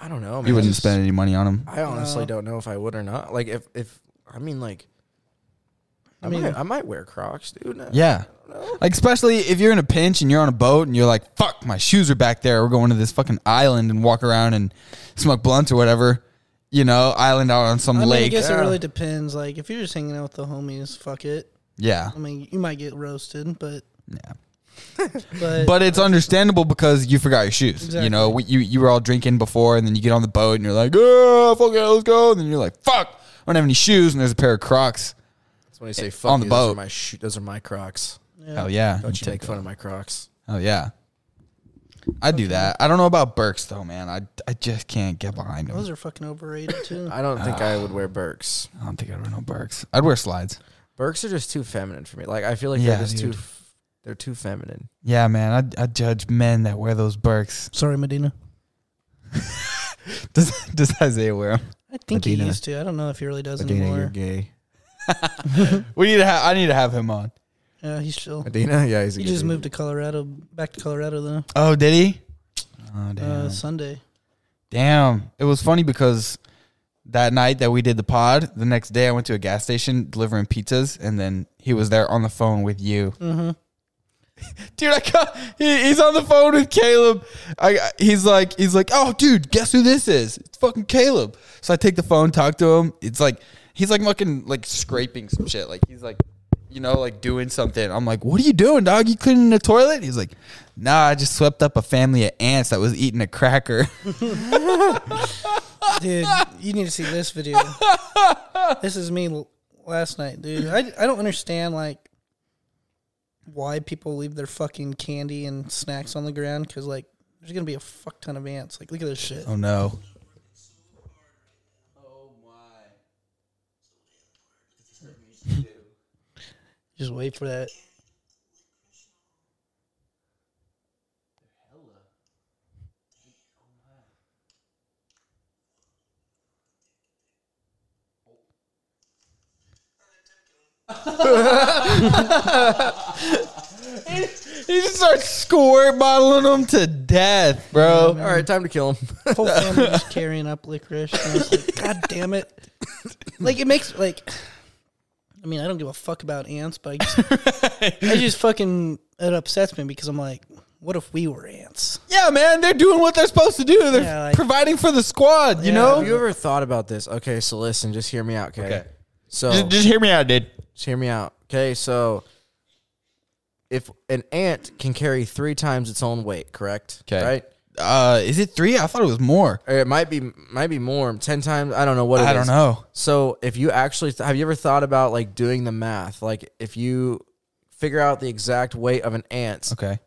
[SPEAKER 2] I don't know. Man.
[SPEAKER 1] you wouldn't spend any money on them.
[SPEAKER 2] I honestly
[SPEAKER 3] No.
[SPEAKER 2] don't know if I would or not. Like if if I mean like. I,
[SPEAKER 3] I mean-
[SPEAKER 2] might, I might wear Crocs, dude.
[SPEAKER 1] Yeah. Like especially if you're in a pinch and you're on a boat and you're like, "Fuck, my shoes are back there. We're going to this fucking island and walk around and smoke blunts or whatever." You know, island out on some
[SPEAKER 3] I mean, I
[SPEAKER 1] lake.
[SPEAKER 3] guess
[SPEAKER 2] yeah.
[SPEAKER 3] it really depends. Like, if you're just hanging out with the homies, fuck it.
[SPEAKER 1] yeah.
[SPEAKER 3] I mean, you might get roasted, but
[SPEAKER 1] Yeah.
[SPEAKER 3] but,
[SPEAKER 1] But it's understandable because you forgot your shoes. You
[SPEAKER 3] Exactly.
[SPEAKER 1] know, we, you you were all drinking before and then you get on the boat and you're like, "Oh, fuck it, let's go." And then you're like, "Fuck, I don't have any shoes." And there's a pair of Crocs.
[SPEAKER 2] That's when I say fuck
[SPEAKER 1] on the
[SPEAKER 2] you, those are
[SPEAKER 1] boat.
[SPEAKER 2] my sho- those are my Crocs.
[SPEAKER 3] yeah.
[SPEAKER 1] Hell yeah.
[SPEAKER 2] Don't you make fun of my Crocs?
[SPEAKER 1] Oh yeah. I do that. I don't know about Burks though, man. I, I just can't get behind them.
[SPEAKER 3] those are fucking overrated too.
[SPEAKER 2] I don't think I would wear Birks.
[SPEAKER 1] I don't think I'd wear no Burks. I'd wear slides.
[SPEAKER 2] Birks are just too feminine for me. Like I feel like
[SPEAKER 1] Yeah,
[SPEAKER 2] they're just
[SPEAKER 1] dude.
[SPEAKER 2] too f- they're too feminine.
[SPEAKER 1] Yeah, man. I, I judge men that wear those Burks.
[SPEAKER 3] Sorry, Medina.
[SPEAKER 1] Does does Isaiah wear them?
[SPEAKER 3] I think
[SPEAKER 2] Medina.
[SPEAKER 3] he used to. I don't know if he really does
[SPEAKER 2] Adina, you're
[SPEAKER 3] anymore.
[SPEAKER 2] gay.
[SPEAKER 1] We need to. Ha- I need to have him on.
[SPEAKER 3] Yeah, he's still.
[SPEAKER 2] Adina, yeah, he's a
[SPEAKER 3] He
[SPEAKER 2] gay
[SPEAKER 3] just
[SPEAKER 2] dude.
[SPEAKER 3] moved to Colorado, back to Colorado though.
[SPEAKER 1] Oh, did he? Oh damn.
[SPEAKER 3] Uh, Sunday.
[SPEAKER 1] damn. It was funny because that night that we did the pod, the next day I went to a gas station delivering pizzas, and then he was there on the phone with you. dude, I got, he, he's on the phone with Caleb. I he's like he's like, oh, dude, guess who this is? It's fucking Caleb. So I take the phone, talk to him. It's like he's like fucking like scraping some shit. Like he's like you know, like doing something. I'm like, what are you doing, dog? You cleaning the toilet? He's like, nah, I just swept up a family of ants that was eating a cracker.
[SPEAKER 3] dude. You need to see this video. this is me l- last night, dude. I, I don't understand like why people leave their fucking candy and snacks on the ground because like there's gonna be a fuck ton of ants. Like, look at this shit.
[SPEAKER 1] oh no.
[SPEAKER 3] Just wait for that.
[SPEAKER 1] He just starts squirt bottling them to death, bro.
[SPEAKER 2] All right, time to kill him.
[SPEAKER 3] whole family just carrying up licorice. And I was like, God damn it! Like it makes like, I mean, I don't give a fuck about ants, but I just, I just fucking it upsets me because I'm like, what if we were ants?
[SPEAKER 1] Yeah, man, they're doing what they're supposed to do. They're
[SPEAKER 3] Yeah, like-
[SPEAKER 1] providing for the squad, you
[SPEAKER 3] Yeah.
[SPEAKER 1] know?
[SPEAKER 2] Have you ever thought about this? Okay, so listen, just hear me out, okay?
[SPEAKER 1] Okay.
[SPEAKER 2] So
[SPEAKER 1] Just, just hear me out, dude.
[SPEAKER 2] Just hear me out. Okay, so if an ant can carry three times its own weight, correct?
[SPEAKER 1] 'Kay.
[SPEAKER 2] Right?
[SPEAKER 1] Uh, is it three? I thought it was more.
[SPEAKER 2] Or it might be might be more, ten times. I don't know what. it
[SPEAKER 1] I don't
[SPEAKER 2] is.
[SPEAKER 1] know.
[SPEAKER 2] So if you actually have you ever thought about like doing the math? Like if you figure out the exact weight of an ant
[SPEAKER 1] Okay.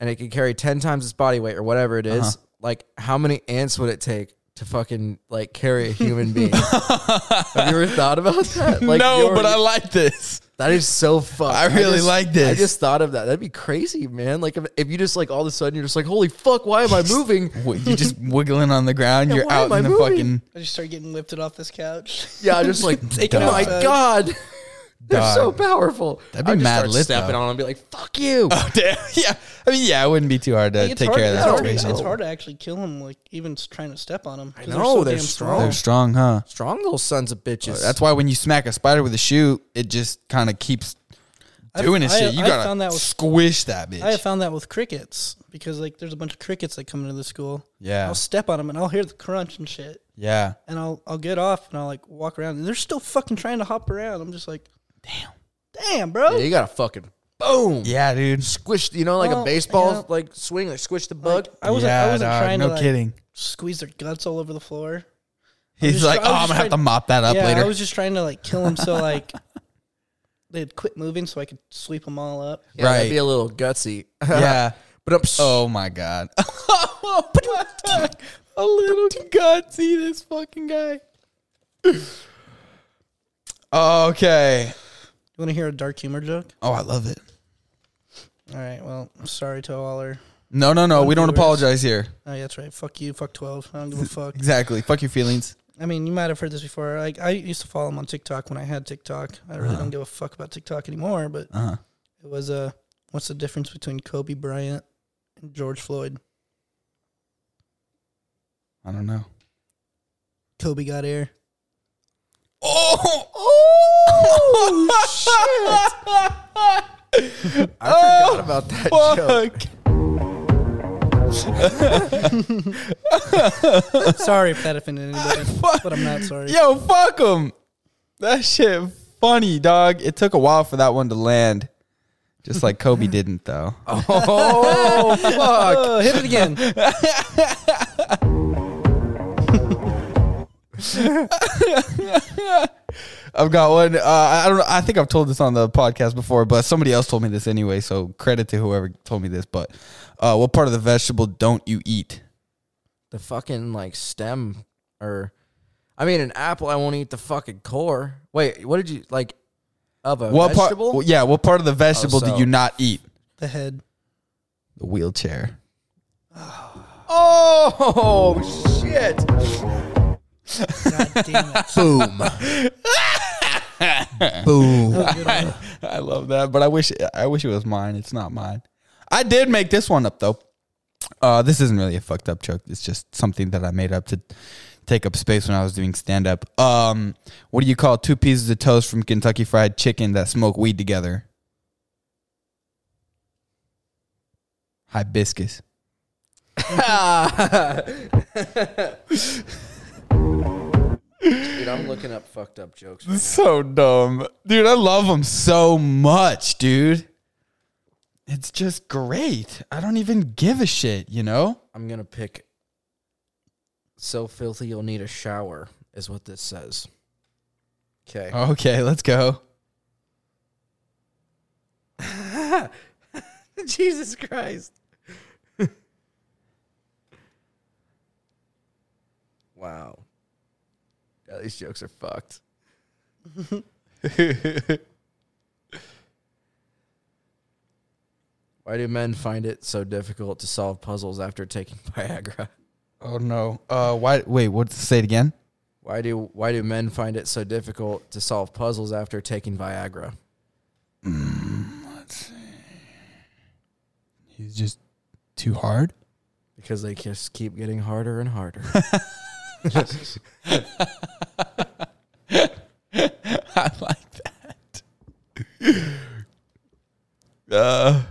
[SPEAKER 2] and it can carry ten times its body weight or whatever it
[SPEAKER 1] Uh-huh.
[SPEAKER 2] is, like how many ants would it take? To fucking like carry a human being. have you ever thought about that? Like
[SPEAKER 1] no,
[SPEAKER 2] you're-
[SPEAKER 1] but I like this.
[SPEAKER 2] That is so fun.
[SPEAKER 1] I really
[SPEAKER 2] just-
[SPEAKER 1] like this.
[SPEAKER 2] I just thought of that. That'd be crazy, man. Like if, if you just like all of a sudden you're just like, holy fuck, why am I moving?
[SPEAKER 1] What, you just wiggling on the ground. You're
[SPEAKER 2] why
[SPEAKER 1] out
[SPEAKER 2] am I
[SPEAKER 1] in the
[SPEAKER 2] moving?
[SPEAKER 1] fucking.
[SPEAKER 3] I just start getting lifted off this couch.
[SPEAKER 2] Yeah, I'm just like,
[SPEAKER 3] Taking
[SPEAKER 2] oh my
[SPEAKER 3] off.
[SPEAKER 2] god, they're so
[SPEAKER 1] Dog.
[SPEAKER 2] powerful.
[SPEAKER 1] That'd be
[SPEAKER 2] I just
[SPEAKER 1] mad
[SPEAKER 2] start
[SPEAKER 1] lit,
[SPEAKER 2] Stepping
[SPEAKER 1] though.
[SPEAKER 2] on 'em and be like, fuck you.
[SPEAKER 1] Oh, damn. Yeah. I mean, yeah, it wouldldn't be too hard to
[SPEAKER 3] Like, it's
[SPEAKER 1] take
[SPEAKER 3] hard,
[SPEAKER 1] care of
[SPEAKER 3] it's
[SPEAKER 1] that
[SPEAKER 3] hard,
[SPEAKER 1] situation.
[SPEAKER 3] It's hard to actually kill them, like even s- trying to step on them.
[SPEAKER 2] I know, they're strong.
[SPEAKER 1] They're strong, huh?
[SPEAKER 2] Strong little sons of bitches.
[SPEAKER 1] That's why when you smack a spider with a shoe, it just kind of keeps doing its
[SPEAKER 3] I-
[SPEAKER 1] shit. You
[SPEAKER 3] I
[SPEAKER 1] gotta
[SPEAKER 3] found that with-
[SPEAKER 1] squish that bitch.
[SPEAKER 3] I have found that with crickets because like there's a bunch of crickets that come into the school.
[SPEAKER 1] Yeah.
[SPEAKER 3] I'll step on them and I'll hear the crunch and shit,
[SPEAKER 1] yeah.
[SPEAKER 3] and I'll I'll get off and I'll like walk around and they're still fucking trying to hop around. I'm just like, damn, damn, bro.
[SPEAKER 2] yeah, you gotta fucking boom.
[SPEAKER 1] Yeah, dude.
[SPEAKER 2] Squish, you know, like
[SPEAKER 3] Well,
[SPEAKER 2] a baseball
[SPEAKER 3] yeah.
[SPEAKER 2] like swing, like squish the bug.
[SPEAKER 3] I wasn't
[SPEAKER 1] yeah,
[SPEAKER 3] I wasn't
[SPEAKER 1] dog,
[SPEAKER 3] trying
[SPEAKER 1] no
[SPEAKER 3] to like,
[SPEAKER 1] kidding.
[SPEAKER 3] squeeze their guts all over the floor.
[SPEAKER 1] He's
[SPEAKER 3] just
[SPEAKER 1] like,
[SPEAKER 3] try- I
[SPEAKER 1] oh,
[SPEAKER 3] was
[SPEAKER 1] I'm
[SPEAKER 3] just
[SPEAKER 1] gonna have to
[SPEAKER 3] trying-
[SPEAKER 1] mop that up
[SPEAKER 3] yeah,
[SPEAKER 1] later.
[SPEAKER 3] I was just trying to like kill them so like they'd quit moving so I could sweep them all up.
[SPEAKER 2] yeah, that'd
[SPEAKER 1] right.
[SPEAKER 2] be a little gutsy.
[SPEAKER 1] yeah.
[SPEAKER 2] but I'm
[SPEAKER 1] Oh my god. a little gutsy, this fucking guy. Okay.
[SPEAKER 3] You want to hear a dark humor joke?
[SPEAKER 1] Oh, I love it.
[SPEAKER 3] All right, well, I'm sorry to all our.
[SPEAKER 1] No, no, no. We don't
[SPEAKER 3] viewers.
[SPEAKER 1] apologize here.
[SPEAKER 3] Oh, yeah, that's right. Fuck you. Fuck twelve. I don't give a fuck.
[SPEAKER 1] Exactly. Fuck your feelings.
[SPEAKER 3] I mean, you might have heard this before. Like I used to follow him on TikTok when I had TikTok. I really don't give a fuck about TikTok anymore. But
[SPEAKER 1] Uh-huh.
[SPEAKER 3] it was uh, what's the difference between Kobe Bryant and George Floyd?
[SPEAKER 1] I don't know.
[SPEAKER 3] Kobe got air.
[SPEAKER 1] Oh, oh shit.
[SPEAKER 2] I forgot about that joke.
[SPEAKER 1] Fuck.
[SPEAKER 3] sorry if that offended anybody,
[SPEAKER 1] Ah, Fuck.
[SPEAKER 3] but I'm not sorry.
[SPEAKER 1] Yo, fuck him. That shit funny, dog. It took a while for that one to land. Just like Kobe didn't though.
[SPEAKER 2] Oh fuck.
[SPEAKER 3] Oh, hit it again.
[SPEAKER 1] I've got one. Uh, I don't know. I think I've told this on the podcast before, but somebody else told me this anyway. So credit to whoever told me this. But uh, what part of the vegetable don't you eat?
[SPEAKER 2] the fucking like stem or I mean an apple I won't eat the fucking core. Wait, what did you like of a
[SPEAKER 1] What
[SPEAKER 2] vegetable? Oh,
[SPEAKER 1] part? well, yeah. What part of the vegetable
[SPEAKER 2] so-
[SPEAKER 1] do you not eat?
[SPEAKER 3] The head.
[SPEAKER 1] The wheelchair.
[SPEAKER 2] Oh shit.
[SPEAKER 3] God damn it.
[SPEAKER 2] Boom. Boom.
[SPEAKER 3] That was a good one.
[SPEAKER 1] I love that, but I wish I wish it was mine. It's not mine. I did make this one up though. Uh, this isn't really a fucked up joke. It's just something that I made up to take up space when I was doing stand up. Um, what do you call two pieces of toast from Kentucky Fried Chicken that smoke weed together? Hibiscus.
[SPEAKER 2] Dude, I'm looking up fucked up jokes.
[SPEAKER 1] so dumb. Dude, I love them so much, dude. It's just great. I don't even give a shit, you know?
[SPEAKER 2] I'm gonna pick. So filthy, you'll need a shower, is what this says. Okay.
[SPEAKER 1] Okay, let's go.
[SPEAKER 2] Jesus Christ. wow. Yeah, these jokes are fucked. Why do men find it so difficult to solve puzzles after taking Viagra?
[SPEAKER 1] Oh no. Uh why wait, what say it again?
[SPEAKER 2] Why do why do men find it so difficult to solve puzzles after taking Viagra?
[SPEAKER 1] He's just too hard.
[SPEAKER 2] Because they just keep getting harder and harder.
[SPEAKER 1] I like that. Uh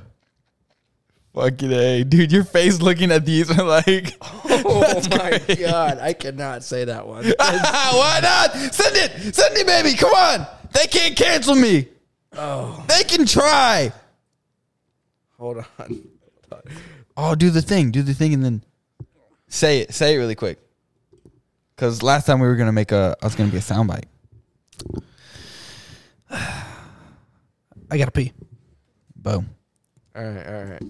[SPEAKER 1] fucking A. Dude, your face looking at these are like
[SPEAKER 2] oh my god, I cannot say that one.
[SPEAKER 1] Why not? Send it. Send it, baby. Come on. They can't cancel me.
[SPEAKER 2] Oh,
[SPEAKER 1] They can try.
[SPEAKER 2] hold on.
[SPEAKER 1] Oh, do the thing. Do the thing and then say it. Say it really quick. Cause last time we were gonna make a I was gonna be a soundbite.
[SPEAKER 3] I gotta pee.
[SPEAKER 1] Boom.
[SPEAKER 2] All right, all right.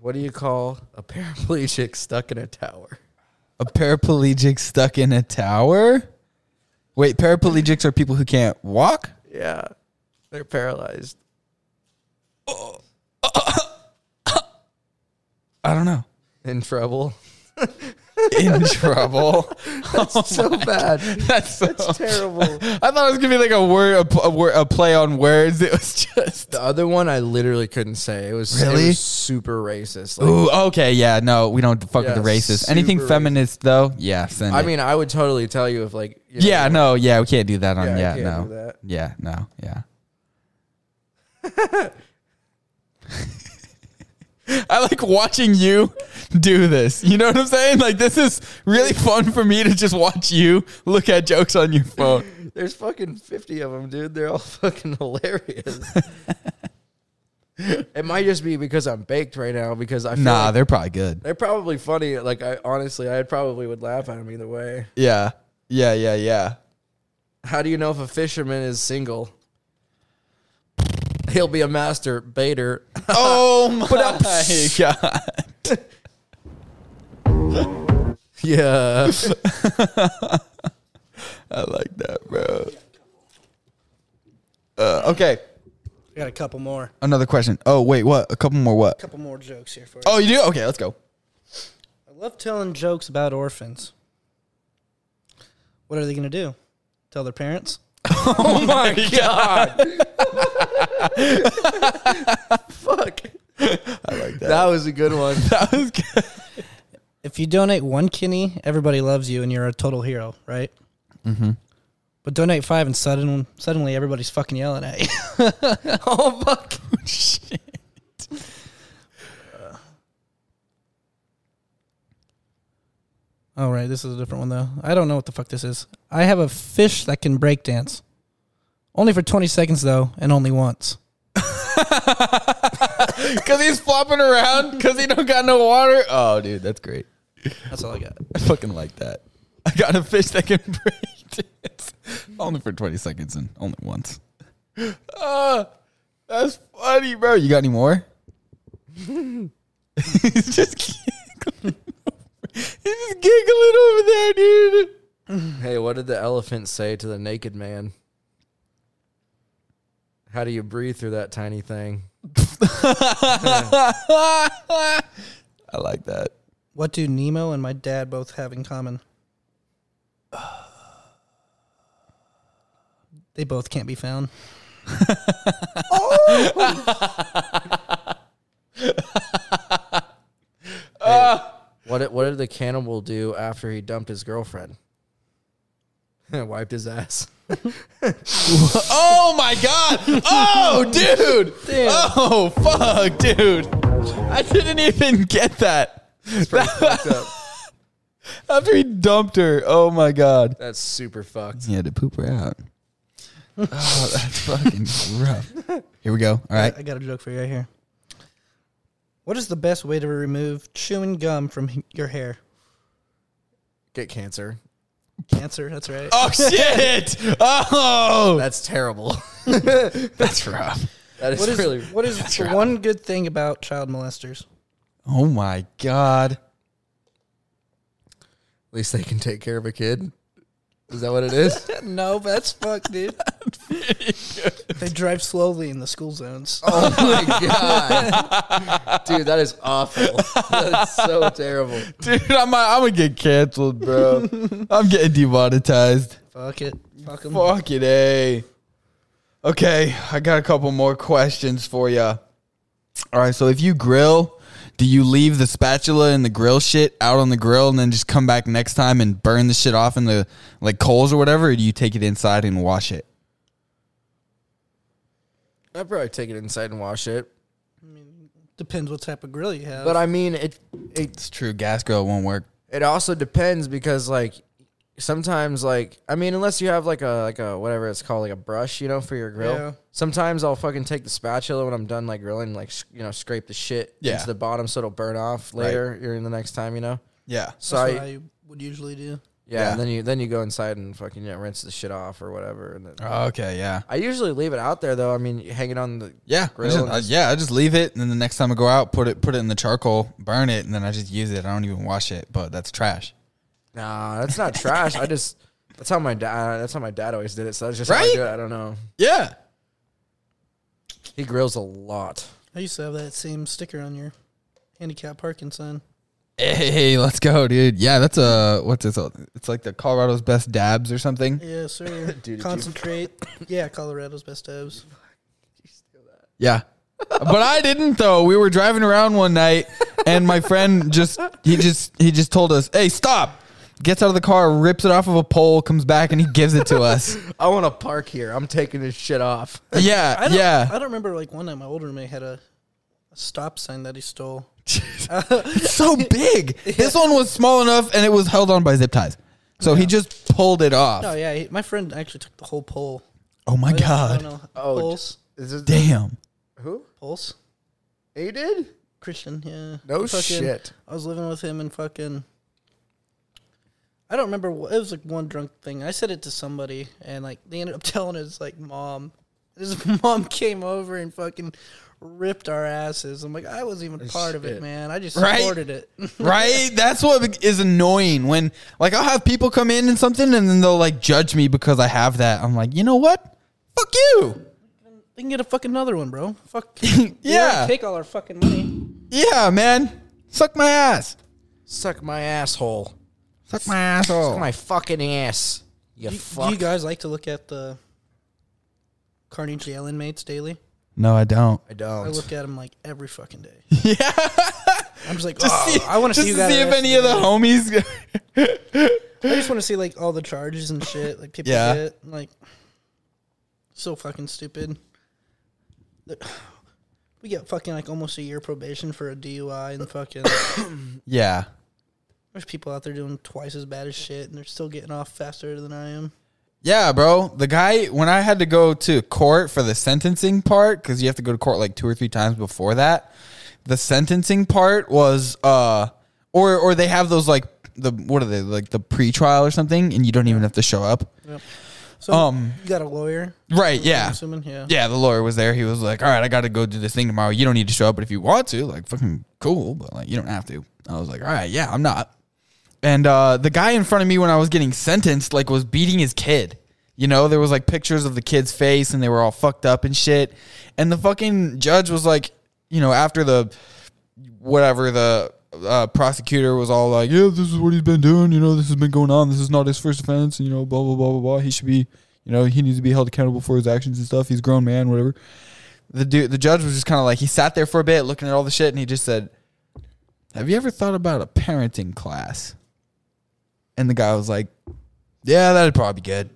[SPEAKER 2] What do you call a paraplegic stuck in a tower?
[SPEAKER 1] A paraplegic stuck in a tower? Wait, paraplegics are people who can't walk?
[SPEAKER 2] Yeah, they're paralyzed.
[SPEAKER 1] I don't know.
[SPEAKER 2] In trouble.
[SPEAKER 1] In trouble.
[SPEAKER 2] so bad.
[SPEAKER 1] That's so
[SPEAKER 2] That's terrible.
[SPEAKER 1] I thought it was gonna be like a word, a, a, word, a play on words. It was just
[SPEAKER 2] The other one I literally couldn't say. It was, it
[SPEAKER 1] Really?
[SPEAKER 2] was super racist. Like,
[SPEAKER 1] Ooh, okay, yeah, no, we don't fuck
[SPEAKER 2] Yeah,
[SPEAKER 1] with the racists. Anything
[SPEAKER 2] super
[SPEAKER 1] feminist though, yeah, send
[SPEAKER 2] I
[SPEAKER 1] it.
[SPEAKER 2] mean, I would totally tell you if like you know,
[SPEAKER 1] yeah, no, yeah, we can't do that on,
[SPEAKER 2] Yeah, I
[SPEAKER 1] yeah,
[SPEAKER 2] can't
[SPEAKER 1] no,
[SPEAKER 2] do that.
[SPEAKER 1] yeah, no, yeah. I like watching you do this. You know what I'm saying? Like this is really fun for me to just watch you look at jokes on your phone.
[SPEAKER 2] There's fucking 50 of them, dude. They're all fucking hilarious. it might just be because I'm baked right now because I feel
[SPEAKER 1] Nah,
[SPEAKER 2] like
[SPEAKER 1] they're probably good.
[SPEAKER 2] they're probably funny. Like I honestly, I probably would laugh at them either way.
[SPEAKER 1] Yeah, yeah, yeah, yeah.
[SPEAKER 2] How do you know if a fisherman is single? He'll be a master baiter.
[SPEAKER 1] Oh my god.
[SPEAKER 2] yeah.
[SPEAKER 1] I like that, bro. Uh, okay,
[SPEAKER 3] I got a couple more,
[SPEAKER 1] another question. Oh wait, what? A couple more what?
[SPEAKER 3] couple more jokes here for you.
[SPEAKER 1] Oh, you do? Okay, let's go.
[SPEAKER 3] I love telling jokes about orphans. What are they gonna do? Tell their parents?
[SPEAKER 1] Oh my god,
[SPEAKER 2] Fuck.
[SPEAKER 1] I like that.
[SPEAKER 2] That was a good one.
[SPEAKER 1] That was good.
[SPEAKER 3] If you donate one kidney, everybody loves you and you're a total hero, right? Mm-hmm. But donate five and sudden, suddenly everybody's fucking yelling at you.
[SPEAKER 2] oh fuck.
[SPEAKER 1] Shit.
[SPEAKER 3] oh, right. This is a different one, though. I don't know what the fuck this is. I have a fish that can break dance. Only for 20 seconds, though, and only once.
[SPEAKER 1] Cause he's flopping around because he don't got no water. Oh, dude, that's great.
[SPEAKER 3] That's all I got.
[SPEAKER 1] I fucking like that. I got a fish that can break dance. Only for 20 seconds and only once. Ah, that's funny, bro. You got any more? He's just giggling. over- He's just giggling over there, dude.
[SPEAKER 2] Hey, what did the elephant say to the naked man? How do you breathe through that tiny thing?
[SPEAKER 1] I like that.
[SPEAKER 3] What do Nemo and my dad both have in common? They both can't be found.
[SPEAKER 2] What did, what did the cannibal do after he dumped his girlfriend? Wiped his ass.
[SPEAKER 1] Oh my god! Oh, dude!
[SPEAKER 3] Damn.
[SPEAKER 1] Oh, fuck, dude! I didn't even get that.
[SPEAKER 2] It's pretty fucked up.
[SPEAKER 1] After he dumped her. Oh my god.
[SPEAKER 2] That's super fucked.
[SPEAKER 1] He had to poop her out. oh, that's fucking rough. Here we go. All right.
[SPEAKER 3] I got a joke for you right here. What is the best way to remove chewing gum from h- your hair?
[SPEAKER 2] Get cancer.
[SPEAKER 3] Cancer, that's right.
[SPEAKER 1] Oh shit. Oh.
[SPEAKER 2] That's terrible.
[SPEAKER 1] That's rough.
[SPEAKER 2] That is,
[SPEAKER 3] what is
[SPEAKER 2] really.
[SPEAKER 3] what is the one good thing about child molesters?
[SPEAKER 1] Oh my god.
[SPEAKER 2] At least they can take care of a kid. Is that what it is?
[SPEAKER 3] No, that's fuck, dude. they drive slowly in the school zones.
[SPEAKER 2] oh my god, dude, that is awful. That's so terrible.
[SPEAKER 1] Dude, I'm I'm gonna get canceled, bro. I'm getting demonetized.
[SPEAKER 3] Fuck it. Fuck 'em.
[SPEAKER 1] Fuck it, a. Okay, I got a couple more questions for ya. All right, so if you grill, do you leave the spatula and the grill shit out on the grill and then just come back next time and burn the shit off in the like coals or whatever, or do you take it inside and wash it?
[SPEAKER 2] I'd probably take it inside and wash it.
[SPEAKER 3] Depends what type of grill you have.
[SPEAKER 2] But I mean, it it
[SPEAKER 1] It's true, gas grill won't work.
[SPEAKER 2] it also depends because like sometimes like I mean, unless you have like a like a whatever it's called like a brush, you know, for your grill.
[SPEAKER 3] Yeah.
[SPEAKER 2] Sometimes I'll fucking take the spatula when I'm done like grilling, like sh- you know, scrape the shit
[SPEAKER 1] Yeah.
[SPEAKER 2] into the bottom so it'll burn off later during the next time, you know.
[SPEAKER 1] Yeah.
[SPEAKER 2] So
[SPEAKER 3] that's
[SPEAKER 2] I,
[SPEAKER 3] what I would usually do.
[SPEAKER 2] Yeah,
[SPEAKER 1] Yeah.
[SPEAKER 2] And then you then you go inside and fucking you know, rinse the shit off or whatever. And then
[SPEAKER 1] Okay, yeah.
[SPEAKER 2] I usually leave it out there though. I mean, you hang it on the
[SPEAKER 1] Yeah, I
[SPEAKER 2] Grill
[SPEAKER 1] just-
[SPEAKER 2] and
[SPEAKER 1] I-
[SPEAKER 2] just-
[SPEAKER 1] yeah. I just leave it, and then the next time I go out, put it put it in the charcoal, burn it, and then I just use it. I don't even wash it, but that's trash.
[SPEAKER 2] nah. That's not trash. I just that's how my dad that's how my dad always did it. So that's just how
[SPEAKER 1] Right?
[SPEAKER 2] I do it. I don't know.
[SPEAKER 1] Yeah,
[SPEAKER 2] He grills a lot.
[SPEAKER 3] I used to have that same sticker on your handicap parking sign.
[SPEAKER 1] Hey, let's go, dude. Yeah, that's a what's this? It's like the Colorado's best dabs or something.
[SPEAKER 3] Yeah, sir.
[SPEAKER 2] did you-
[SPEAKER 3] Concentrate. yeah, Colorado's best dabs.
[SPEAKER 1] Yeah, but I didn't though. We were driving around one night, and my friend just he just he just told us, "Hey, stop!" Gets out of the car, rips it off of a pole, comes back, and he gives it to us.
[SPEAKER 2] I want to park here. I'm taking this shit off.
[SPEAKER 1] Yeah,
[SPEAKER 3] I don't, I
[SPEAKER 1] yeah.
[SPEAKER 3] don't remember like one night my older roommate had a, a stop sign that he stole.
[SPEAKER 1] so big. This one was small enough, and it was held on by zip ties. So he just pulled it off.
[SPEAKER 3] No, Oh, yeah, he, my friend actually took the whole pole.
[SPEAKER 1] Oh my
[SPEAKER 3] I don't- I
[SPEAKER 1] god!
[SPEAKER 3] don't know.
[SPEAKER 2] Oh,
[SPEAKER 3] Pulse.
[SPEAKER 2] Is this
[SPEAKER 1] Damn.
[SPEAKER 2] who?
[SPEAKER 3] Pulse.
[SPEAKER 2] He did?
[SPEAKER 3] Christian, yeah.
[SPEAKER 2] No
[SPEAKER 3] Fucking-
[SPEAKER 2] shit.
[SPEAKER 3] I was living with him and fucking. I don't remember. What, it was like one drunk thing. I said it to somebody, and like they ended up telling his like mom. His mom came over and fucking ripped our asses. I'm like, I wasn't even part of it,
[SPEAKER 2] shit.
[SPEAKER 3] man. I just
[SPEAKER 1] Right?
[SPEAKER 3] supported it.
[SPEAKER 1] right? That's what is annoying when like I'll have people come in and something and then they'll like judge me because I have that. I'm like, you know what? Fuck you.
[SPEAKER 3] they can get a fucking another one, bro. Fuck. You
[SPEAKER 1] Yeah.
[SPEAKER 3] already take all our fucking money.
[SPEAKER 1] Yeah, man. Suck my ass.
[SPEAKER 2] Suck my asshole.
[SPEAKER 1] Suck my asshole.
[SPEAKER 2] Suck my fucking ass. You,
[SPEAKER 3] Do,
[SPEAKER 2] fuck.
[SPEAKER 3] do you guys like to look at the Carnage Jail inmates daily?
[SPEAKER 1] no, I don't.
[SPEAKER 2] I
[SPEAKER 3] I
[SPEAKER 2] don't.
[SPEAKER 3] look at them like every fucking day.
[SPEAKER 1] Yeah.
[SPEAKER 3] I'm just like,
[SPEAKER 1] Just
[SPEAKER 3] "Oh,
[SPEAKER 1] see,
[SPEAKER 3] I want to
[SPEAKER 1] just
[SPEAKER 3] see you guys.
[SPEAKER 1] see if any of the homies.
[SPEAKER 3] I just want to see like all the charges and shit. Like people
[SPEAKER 1] Yeah.
[SPEAKER 3] get like so fucking stupid. The- We get fucking like almost a year probation for a DUI and fucking
[SPEAKER 1] yeah.
[SPEAKER 3] there's people out there doing twice as bad as shit and they're still getting off faster than I am.
[SPEAKER 1] Yeah, bro. The guy when I had to go to court for the sentencing part cuz you have to go to court like two or three times before that. The sentencing part was uh or or they have those like the what are they like the pre-trial or something and you don't even have to show up.
[SPEAKER 3] So
[SPEAKER 1] Um,
[SPEAKER 3] you got a lawyer?
[SPEAKER 1] Right,
[SPEAKER 3] I'm
[SPEAKER 1] yeah.
[SPEAKER 3] assuming yeah.
[SPEAKER 1] Yeah, the lawyer was there. He was like, "All right, I got to go do this thing tomorrow. You don't need to show up, but if you want to, like fucking cool, but like you don't have to." I was like, "All right, yeah, I'm not." And uh the guy in front of me when I was getting sentenced like was beating his kid. You know, there was like pictures of the kid's face and they were all fucked up and shit. And the fucking judge was like, you know, after the whatever the uh, prosecutor was all like, yeah, this is what he's been doing. You know, this has been going on. This is not his first offense. And, you know, blah, blah, blah, blah, blah. He should be, you know, he needs to be held accountable for his actions and stuff. He's a grown man, whatever. The dude, the judge was just kind of like, he sat there for a bit looking at all the shit and he just said, have you ever thought about a parenting class? And the guy was like, yeah, that'd probably be good.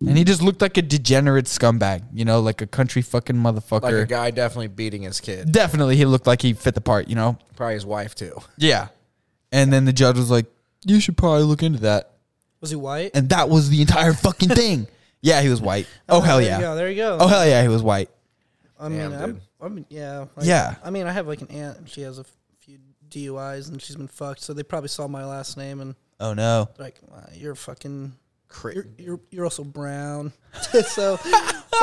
[SPEAKER 1] And he just looked like a degenerate scumbag, you know, like a country fucking motherfucker.
[SPEAKER 2] like a guy definitely beating his kid.
[SPEAKER 1] Definitely, he looked like he fit the part, you know?
[SPEAKER 2] Probably his wife too.
[SPEAKER 1] Yeah. And then the judge was like, you should probably look into that.
[SPEAKER 3] Was he white?
[SPEAKER 1] And that was the entire fucking thing. Yeah, he was white. Oh, hell
[SPEAKER 3] there You
[SPEAKER 1] yeah.
[SPEAKER 3] go, there you go.
[SPEAKER 1] Oh hell yeah, he was white.
[SPEAKER 3] I mean,
[SPEAKER 2] Damn,
[SPEAKER 3] I'm,
[SPEAKER 2] dude.
[SPEAKER 3] I'm, yeah, like,
[SPEAKER 1] Yeah.
[SPEAKER 3] I mean, I have like an aunt, and she has a f- few DUIs, and she's been fucked. So they probably saw my last name, and
[SPEAKER 1] Oh no.
[SPEAKER 3] they're like, "Wow, "You're fucking, you're,
[SPEAKER 2] Crit.
[SPEAKER 3] you're, you're also brown." so we're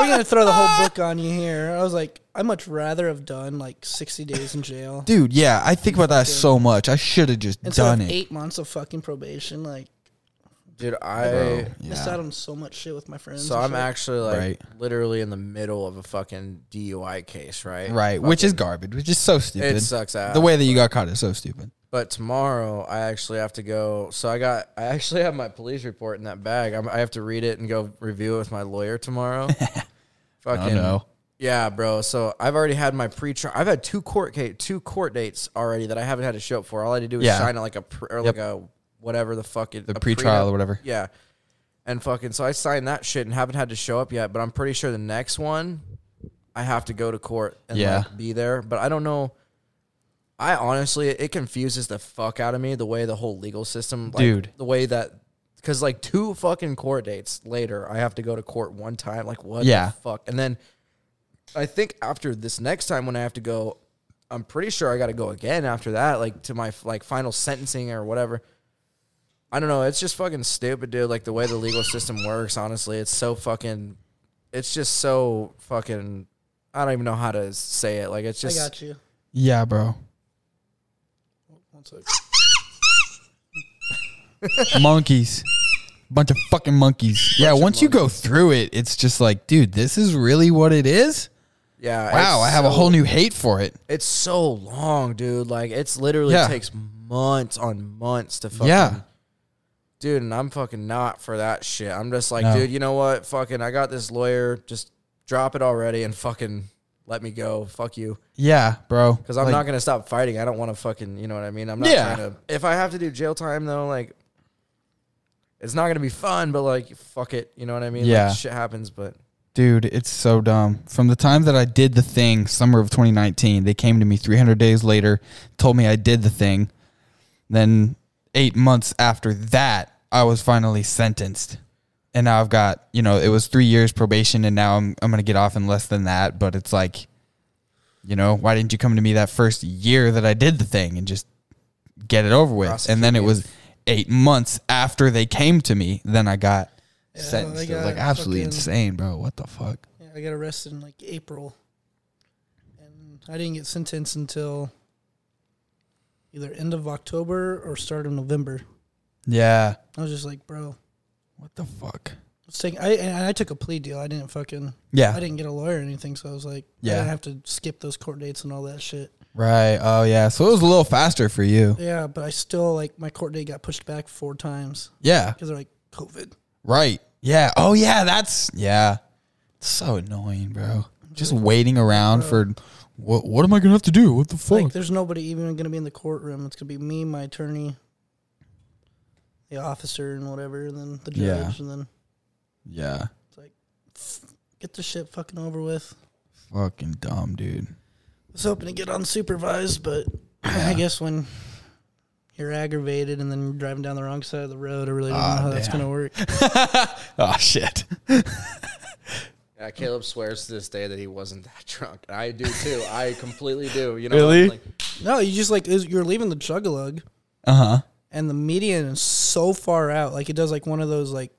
[SPEAKER 3] gonna throw the whole book on you here. I was like, I would much rather have done like sixty days in jail
[SPEAKER 1] Dude, yeah, I think about that so much. I should have just
[SPEAKER 3] instead
[SPEAKER 1] done
[SPEAKER 3] of
[SPEAKER 1] it.
[SPEAKER 3] eight months of fucking probation. Like,
[SPEAKER 2] Dude, I
[SPEAKER 1] Bro,
[SPEAKER 3] missed out
[SPEAKER 1] Yeah.
[SPEAKER 3] on so much shit with my friends.
[SPEAKER 2] so
[SPEAKER 3] and
[SPEAKER 2] I'm
[SPEAKER 3] shit.
[SPEAKER 2] actually like
[SPEAKER 1] Right.
[SPEAKER 2] literally in the middle of a fucking DUI case, right?
[SPEAKER 1] Right, which is garbage, which is so stupid.
[SPEAKER 2] It sucks ass.
[SPEAKER 1] the way that you got caught is so stupid.
[SPEAKER 2] But tomorrow I actually have to go. So I got I actually have my police report in that bag. I'm, I have to read it and go review it with my lawyer tomorrow.
[SPEAKER 1] Oh
[SPEAKER 2] Fucking
[SPEAKER 1] no.
[SPEAKER 2] yeah, bro. So I've already had my pre-trial. I've had two court case, two court dates already that I haven't had to show up for. All I had to do is
[SPEAKER 1] Yeah.
[SPEAKER 2] sign it like a pre- or like a whatever the fuck it,
[SPEAKER 1] The
[SPEAKER 2] a
[SPEAKER 1] pre-trial
[SPEAKER 2] prenup.
[SPEAKER 1] or whatever.
[SPEAKER 2] Yeah. And fucking so I signed that shit and haven't had to show up yet, but I'm pretty sure the next one I have to go to court and
[SPEAKER 1] Yeah.
[SPEAKER 2] like, be there. But I don't know. I honestly it confuses the fuck out of me the way the whole legal system like,
[SPEAKER 1] Dude.
[SPEAKER 2] The way that because like two fucking court dates later, I have to go to court one time. Like what
[SPEAKER 1] Yeah.
[SPEAKER 2] the fuck? And then I think after this next time when I have to go, I'm pretty sure I got to go again after that, like to my like final sentencing or whatever. I don't know. It's just fucking stupid, dude. Like the way the legal system works. Honestly, it's so fucking. It's just so fucking. I don't even know how to say it. Like it's
[SPEAKER 3] I
[SPEAKER 2] just.
[SPEAKER 3] got you.
[SPEAKER 1] Yeah, bro.
[SPEAKER 3] One sec.
[SPEAKER 1] monkeys. Bunch of fucking monkeys. yeah, once you go through it, it's just like, dude, this is really what it is?
[SPEAKER 2] Yeah.
[SPEAKER 1] Wow,
[SPEAKER 2] it's
[SPEAKER 1] I have a
[SPEAKER 2] so-
[SPEAKER 1] whole new hate for it.
[SPEAKER 2] It's so long, dude. Like it's literally
[SPEAKER 1] Yeah.
[SPEAKER 2] takes months on months to fucking.
[SPEAKER 1] Yeah.
[SPEAKER 2] dude, and I'm fucking not for that shit. I'm just like,
[SPEAKER 1] No.
[SPEAKER 2] dude, you know what? Fucking, I got this lawyer. Just drop it already and fucking let me go. Fuck you.
[SPEAKER 1] Yeah, bro.
[SPEAKER 2] Because I'm
[SPEAKER 1] Like,
[SPEAKER 2] not going to stop fighting. I don't want to fucking, you know what I mean? I'm not
[SPEAKER 1] Yeah.
[SPEAKER 2] trying to. If I have to do jail time, though, like, it's not going to be fun, but like, fuck it. You know what I mean?
[SPEAKER 1] Yeah.
[SPEAKER 2] Like, shit happens, but
[SPEAKER 1] Dude, it's so dumb. From the time that I did the thing, summer of 2019, they came to me 300 days later, told me I did the thing. Then eight months after that, I was finally sentenced. And now I've got, you know, it was three years probation, and now I'm, I'm going to get off in less than that. But it's like, you know, why didn't you come to me that first year that I did the thing and just get it over with? And then it was eight months after they came to me, then I got
[SPEAKER 3] Yeah,
[SPEAKER 1] sentenced.
[SPEAKER 3] they
[SPEAKER 1] It was
[SPEAKER 3] got
[SPEAKER 1] like absolutely
[SPEAKER 3] fucking-
[SPEAKER 1] insane, bro. What the fuck?
[SPEAKER 3] Yeah, I got arrested in like April, and I didn't get sentenced until either end of October or start of November.
[SPEAKER 1] Yeah.
[SPEAKER 3] I was just like, bro,
[SPEAKER 1] What the fuck?
[SPEAKER 3] let's take. I and I took a plea deal. I didn't fucking. I
[SPEAKER 1] Yeah.
[SPEAKER 3] didn't get a lawyer or anything, so I was like,
[SPEAKER 1] Yeah.
[SPEAKER 3] I didn't have to skip those court dates and all that shit.
[SPEAKER 1] Right. Oh yeah. So it was a little faster for you.
[SPEAKER 3] Yeah, but I still like my court date got pushed back four times
[SPEAKER 1] Yeah.
[SPEAKER 3] because they're like COVID.
[SPEAKER 1] Right. Yeah. Oh yeah. That's yeah. It's so annoying, bro. Just
[SPEAKER 3] Mm-hmm.
[SPEAKER 1] waiting around for what? What am I gonna have to do? What the
[SPEAKER 3] Like,
[SPEAKER 1] fuck?
[SPEAKER 3] there's nobody even going to be in the courtroom. It's going to be me, my attorney, the officer, and whatever, and then the judge,
[SPEAKER 1] Yeah.
[SPEAKER 3] and then
[SPEAKER 1] Yeah.
[SPEAKER 3] get the shit fucking over with.
[SPEAKER 1] Fucking dumb, dude.
[SPEAKER 3] I was hoping to get unsupervised, but I guess when you're aggravated and then you're driving down the wrong side of the road, I really don't
[SPEAKER 1] Ah,
[SPEAKER 3] know how that's
[SPEAKER 1] damn.
[SPEAKER 3] going to work.
[SPEAKER 1] Oh shit.
[SPEAKER 2] yeah, Caleb swears to this day that he wasn't that drunk. I do too. I completely do. You know,
[SPEAKER 1] Really?
[SPEAKER 2] like,
[SPEAKER 3] No, you just like, is- you're leaving the chug-a-lug
[SPEAKER 1] Uh huh.
[SPEAKER 3] and the median is so far out. Like it does like one of those like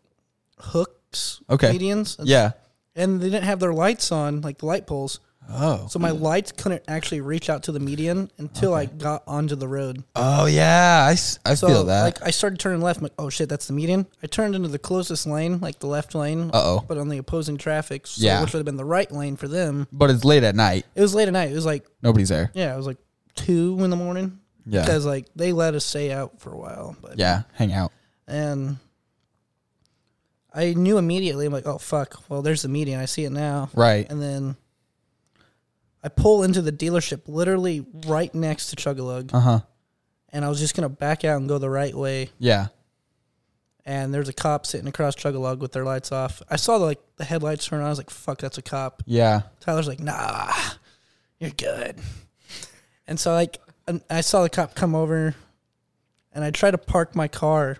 [SPEAKER 3] hooks
[SPEAKER 1] Okay.
[SPEAKER 3] medians.
[SPEAKER 1] Yeah.
[SPEAKER 3] And they didn't have their lights on, like the light poles.
[SPEAKER 1] Oh.
[SPEAKER 3] So my lights couldn't actually reach out to the median until I got onto the road.
[SPEAKER 1] Oh yeah. I, s- I
[SPEAKER 3] So
[SPEAKER 1] feel that.
[SPEAKER 3] like I started turning left. I'm like, oh shit, that's the median. I turned into the closest lane, like the left lane.
[SPEAKER 1] Uh-oh.
[SPEAKER 3] But on the opposing traffic, so
[SPEAKER 1] Yeah.
[SPEAKER 3] which would have been the right lane for them.
[SPEAKER 1] but it's late at night.
[SPEAKER 3] It was late at night. It was like
[SPEAKER 1] Nobody's there.
[SPEAKER 3] yeah, it was like two in the morning.
[SPEAKER 1] Yeah.
[SPEAKER 3] Because like they let us stay out for a while. But
[SPEAKER 1] Yeah. Hang out.
[SPEAKER 3] and I knew immediately. I'm like, oh fuck. Well, there's the median. I see it now.
[SPEAKER 1] Right.
[SPEAKER 3] And then I pull into the dealership, literally right next to Chugalug,
[SPEAKER 1] Uh huh.
[SPEAKER 3] and I was just gonna back out and go the right way.
[SPEAKER 1] Yeah.
[SPEAKER 3] And there's a cop sitting across Chugalug with their lights off. I saw the, like the headlights turn on. I was like, fuck, that's a cop.
[SPEAKER 1] Yeah.
[SPEAKER 3] Tyler's like, nah, you're good. And so like, and I saw the cop come over, and and I tried to park my car.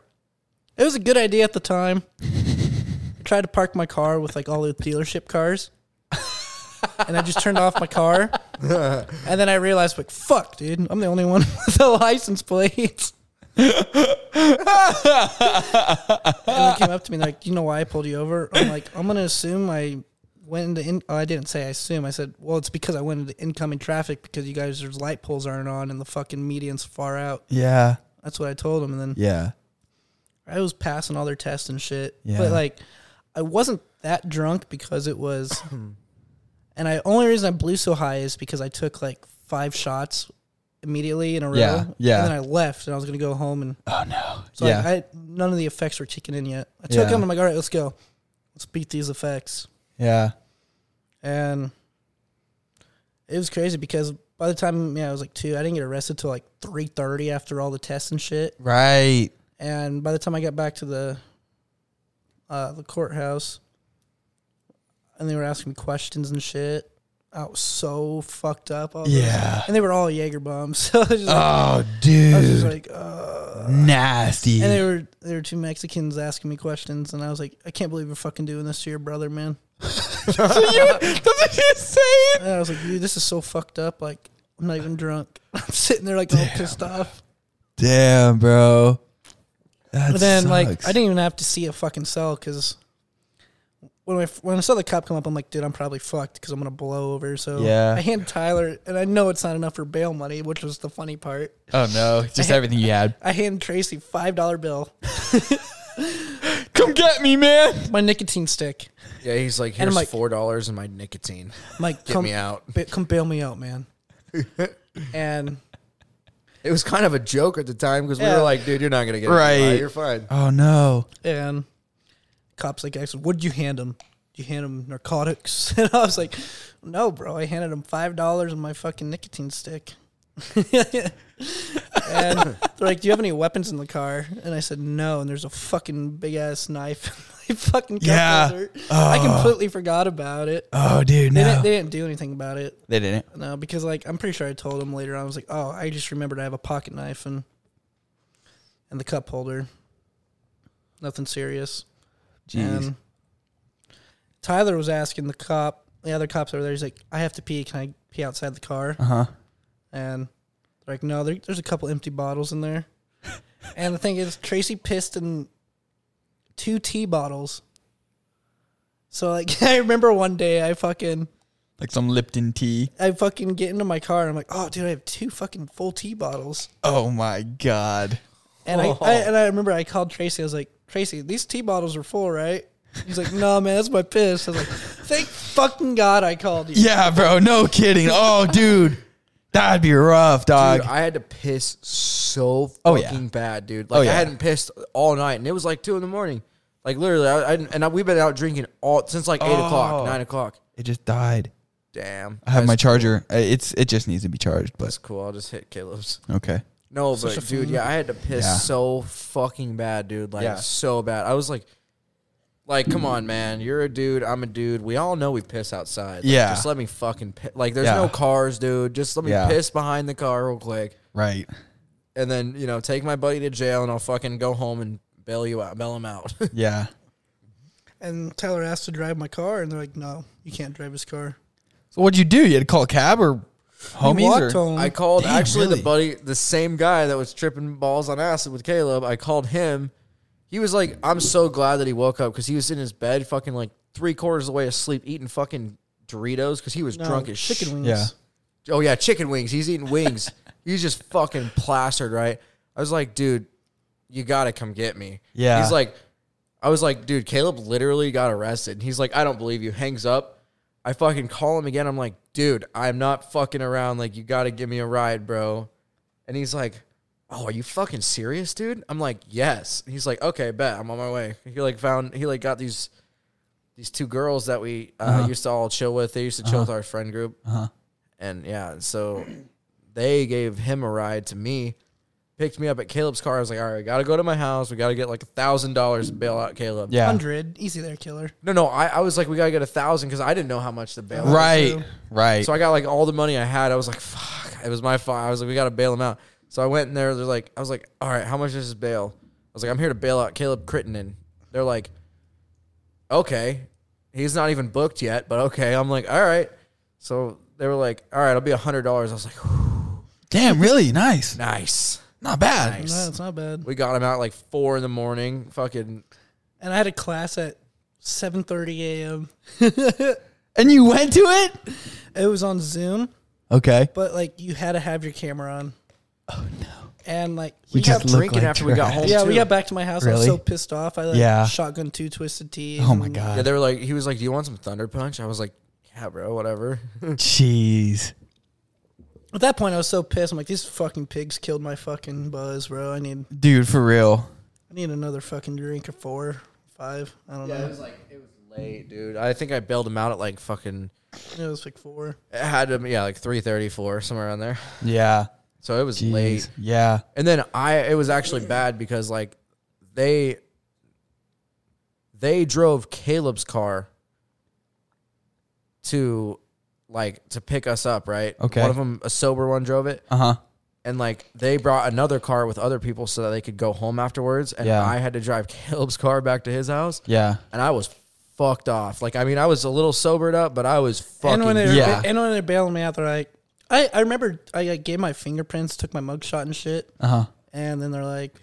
[SPEAKER 3] It was a good idea at the time. I tried to park my car with like all the dealership cars. and I just turned off my car. and then I realized like fuck, dude, I'm the only one with a license plate. and they came up to me and they're like, "Do you know why I pulled you over?" I'm like, "I'm gonna assume I went into." In- oh, I didn't say I assume. I said, "Well, it's because I went into incoming traffic because you guys' light poles aren't on and the fucking median's far out."
[SPEAKER 1] Yeah.
[SPEAKER 3] That's what I told them. And then
[SPEAKER 1] Yeah.
[SPEAKER 3] I was passing all their tests and shit.
[SPEAKER 1] Yeah.
[SPEAKER 3] But like, I wasn't that drunk because it was. and I only reason I blew so high is because I took like five shots immediately in a row.
[SPEAKER 1] Yeah, yeah.
[SPEAKER 3] And then I left and I was gonna go home and
[SPEAKER 1] Oh no.
[SPEAKER 3] so
[SPEAKER 1] yeah.
[SPEAKER 3] like, I none of the effects were kicking in yet. I took
[SPEAKER 1] Yeah.
[SPEAKER 3] them. I'm like, all right, let's go. Let's beat these effects.
[SPEAKER 1] yeah.
[SPEAKER 3] And it was crazy because by the time yeah, I was like two, I didn't get arrested till like three thirty after all the tests and shit.
[SPEAKER 1] Right.
[SPEAKER 3] And by the time I got back to the uh, the courthouse, and they were asking me questions and shit, I was so fucked up. I was like-
[SPEAKER 1] Yeah.
[SPEAKER 3] and they were all Jaeger bombs. So I was just like,
[SPEAKER 1] Oh,
[SPEAKER 3] I was just
[SPEAKER 1] dude.
[SPEAKER 3] like uh.
[SPEAKER 1] Nasty.
[SPEAKER 3] and they were there were two Mexicans asking me questions, and I was like, I can't believe you're fucking doing this to your brother, man.
[SPEAKER 1] so you, that's insane.
[SPEAKER 3] And I was like, dude, this is so fucked up. Like, I'm not even drunk. I'm sitting there like all pissed off.
[SPEAKER 1] Damn, bro. That
[SPEAKER 3] But then, like,
[SPEAKER 1] sucks.
[SPEAKER 3] I didn't even have to see a fucking cell because when I when I saw the cop come up, I'm like, dude, I'm probably fucked because I'm gonna blow over. So
[SPEAKER 1] Yeah.
[SPEAKER 3] I hand Tyler, and I know it's not enough for bail money, which was the funny part.
[SPEAKER 1] Oh no! Just everything you had.
[SPEAKER 3] I hand Tracy five dollar bill,
[SPEAKER 1] Come get me, man.
[SPEAKER 3] my nicotine stick.
[SPEAKER 2] Yeah, he's like,
[SPEAKER 3] I'm
[SPEAKER 2] here's
[SPEAKER 3] like-
[SPEAKER 2] four dollars in my nicotine.
[SPEAKER 3] I'm like,
[SPEAKER 2] Get
[SPEAKER 3] come
[SPEAKER 2] me out.
[SPEAKER 3] ba- come bail me out, man. and
[SPEAKER 2] It was kind of a joke at the time because we
[SPEAKER 3] Yeah.
[SPEAKER 2] were like, dude, you're not gonna get
[SPEAKER 1] Right.
[SPEAKER 2] it. Eli. You're fine.
[SPEAKER 1] Oh no!
[SPEAKER 3] and cops like asked, "What'd you hand him? You hand him narcotics?" And I was like, "No, bro. I handed him five dollars and my fucking nicotine stick." and they're like, "Do you have any weapons in the car?" And I said, "No." And there's a fucking big ass knife. in my fucking cup
[SPEAKER 1] Yeah.
[SPEAKER 3] holder. I completely forgot about it.
[SPEAKER 1] Oh, dude,
[SPEAKER 3] They,
[SPEAKER 1] no.
[SPEAKER 3] didn't, they didn't do anything about it.
[SPEAKER 1] They didn't.
[SPEAKER 3] No, because like I'm pretty sure I told him later on. I was like, "Oh, I just remembered I have a pocket knife and and the cup holder. Nothing serious."
[SPEAKER 1] Jeez.
[SPEAKER 3] And Tyler was asking the cop, the other cops over there. He's like, "I have to pee. Can I pee outside the car?"
[SPEAKER 1] Uh huh.
[SPEAKER 3] And they're like, "No, there, there's a couple empty bottles in there." and the thing is, Tracy pissed in two tea bottles. So like, I remember one day I fucking.
[SPEAKER 1] Like some Lipton tea.
[SPEAKER 3] I fucking get into my car and I'm like, oh, dude, I have two fucking full tea bottles.
[SPEAKER 1] Oh my god.
[SPEAKER 3] And I, I and I remember I called Tracy. I was like, Tracy, these tea bottles are full, right? He's like, no, man, that's my piss. I was like, thank fucking God I called you.
[SPEAKER 1] Yeah, bro. No kidding. Oh, dude, that'd be rough, dog.
[SPEAKER 2] Dude, I had to piss so fucking
[SPEAKER 1] Oh, yeah. Oh,
[SPEAKER 2] bad, dude. Like
[SPEAKER 1] yeah.
[SPEAKER 2] I hadn't pissed all night, and it was like two in the morning. Like literally, I, I and I, we've been out drinking all since like eight
[SPEAKER 1] Oh.
[SPEAKER 2] o'clock, nine o'clock.
[SPEAKER 1] it just died.
[SPEAKER 2] Damn,
[SPEAKER 1] I have
[SPEAKER 2] that's,
[SPEAKER 1] my charger. Uh, It's it just needs to be charged, but
[SPEAKER 2] That's cool. I'll just hit Caleb's.
[SPEAKER 1] okay.
[SPEAKER 2] No, but dude, yeah, I had to piss
[SPEAKER 1] Yeah.
[SPEAKER 2] so fucking bad, dude. Like
[SPEAKER 1] Yeah.
[SPEAKER 2] so bad. I was like, like, come on, man. You're a dude. I'm a dude. We all know we piss outside. Like,
[SPEAKER 1] Yeah.
[SPEAKER 2] just let me fucking piss. Like, there's
[SPEAKER 1] Yeah.
[SPEAKER 2] no cars, dude. Just let me
[SPEAKER 1] Yeah.
[SPEAKER 2] piss behind the car real quick,
[SPEAKER 1] Right.
[SPEAKER 2] and then you know, take my buddy to jail, and I'll fucking go home and bail you out, bail him out.
[SPEAKER 1] Yeah.
[SPEAKER 3] And Tyler asked to drive my car, and they're like, no, you can't drive his car.
[SPEAKER 1] So what'd you do? You had to call a cab or homies
[SPEAKER 3] He walked
[SPEAKER 1] or
[SPEAKER 3] home.
[SPEAKER 2] I called
[SPEAKER 1] Oh, Damn,
[SPEAKER 2] actually
[SPEAKER 1] really?
[SPEAKER 2] the buddy, the same guy that was tripping balls on acid with Caleb. I called him. He was like, "I'm so glad that he woke up because he was in his bed, fucking like three quarters of the way asleep, eating fucking Doritos because he was
[SPEAKER 3] No,
[SPEAKER 2] drunk as
[SPEAKER 3] Uh, chicken
[SPEAKER 2] sh-
[SPEAKER 3] wings.
[SPEAKER 1] Yeah.
[SPEAKER 2] Oh yeah, chicken wings. He's eating wings. He's just fucking plastered, right? I was like, dude, you gotta come get me.
[SPEAKER 1] Yeah.
[SPEAKER 2] He's like, I was like, dude, Caleb literally got arrested. And he's like, I don't believe you. Hangs up. I fucking call him again. I'm like, dude, I'm not fucking around. Like, you gotta give me a ride, bro. And he's like, Oh, are you fucking serious, dude? I'm like, yes. And he's like, okay, bet. I'm on my way. He like found he like got these these two girls that we uh,
[SPEAKER 1] Uh-huh.
[SPEAKER 2] used to all chill with. They used to chill with our friend group. And yeah, and so they gave him a ride to me, picked me up at Caleb's car. I was like, all right, we gotta go to my house. We gotta get like a thousand dollars to bail out Caleb.
[SPEAKER 1] Yeah.
[SPEAKER 3] 100. Easy there, killer.
[SPEAKER 2] No, no, I, I was like, we gotta get a thousand because I didn't know how much the bail.
[SPEAKER 1] Right. Right.
[SPEAKER 2] So I got like all the money I had. I was like, fuck, it was my fault. I was like, we gotta bail him out. So I went in there. They're like, I was like, all right, how much is this bail? I was like, I'm here to bail out Caleb Crittenden. They're like, okay, he's not even booked yet, but okay. I'm like, all right. So they were like, all right, it'll be a hundred dollars. I was like,
[SPEAKER 1] Damn, really nice.
[SPEAKER 2] nice.
[SPEAKER 1] Not bad.
[SPEAKER 2] Nice.
[SPEAKER 3] No, it's not bad.
[SPEAKER 2] We got him out like four in the morning. Fucking
[SPEAKER 3] And I had a class at 7:30 a.m.
[SPEAKER 1] And you went to it?
[SPEAKER 3] It was on Zoom,
[SPEAKER 1] Okay.
[SPEAKER 3] but like you had to have your camera on. Oh no! And like
[SPEAKER 1] We
[SPEAKER 3] we
[SPEAKER 1] just
[SPEAKER 3] got,
[SPEAKER 1] look
[SPEAKER 2] drinking
[SPEAKER 1] like
[SPEAKER 2] after we got
[SPEAKER 1] trash.
[SPEAKER 2] home.
[SPEAKER 3] yeah, we
[SPEAKER 2] too.
[SPEAKER 3] got back to my house. I was
[SPEAKER 1] Really?
[SPEAKER 3] so pissed off. I like
[SPEAKER 1] Yeah.
[SPEAKER 3] shotgun two twisted teas.
[SPEAKER 1] Oh my
[SPEAKER 3] and-
[SPEAKER 2] Yeah,
[SPEAKER 1] god.
[SPEAKER 2] they were like, he was like, "Do you want some Thunder Punch?" I was like, "Yeah, bro, whatever."
[SPEAKER 1] Jeez.
[SPEAKER 3] At that point, I was so pissed. I'm like, these fucking pigs killed my fucking buzz, bro. I need
[SPEAKER 1] Dude, for real.
[SPEAKER 3] I need another fucking drink or four, five. I don't know.
[SPEAKER 2] like it was late, dude. I think I bailed him out at like fucking
[SPEAKER 3] It was like four.
[SPEAKER 2] it had to be, yeah like three thirty four somewhere around there.
[SPEAKER 1] Yeah.
[SPEAKER 2] So it was
[SPEAKER 1] Jeez.
[SPEAKER 2] late,
[SPEAKER 1] Yeah.
[SPEAKER 2] and then I it was actually bad because like they they drove Caleb's car to like to pick us up, right?
[SPEAKER 1] Okay.
[SPEAKER 2] One of them, a sober one, drove it.
[SPEAKER 1] Uh huh.
[SPEAKER 2] and like they brought another car with other people so that they could go home afterwards and
[SPEAKER 1] Yeah.
[SPEAKER 2] i had to drive caleb's car back to his house
[SPEAKER 1] Yeah.
[SPEAKER 2] and i was fucked off like i mean i was a little sobered up but i was fucking
[SPEAKER 3] And when they were,
[SPEAKER 1] yeah.
[SPEAKER 3] and when they're bailing me out, they're like, I, I remember I like, gave my fingerprints, took my mugshot and shit,
[SPEAKER 1] Uh huh.
[SPEAKER 3] and then they're like,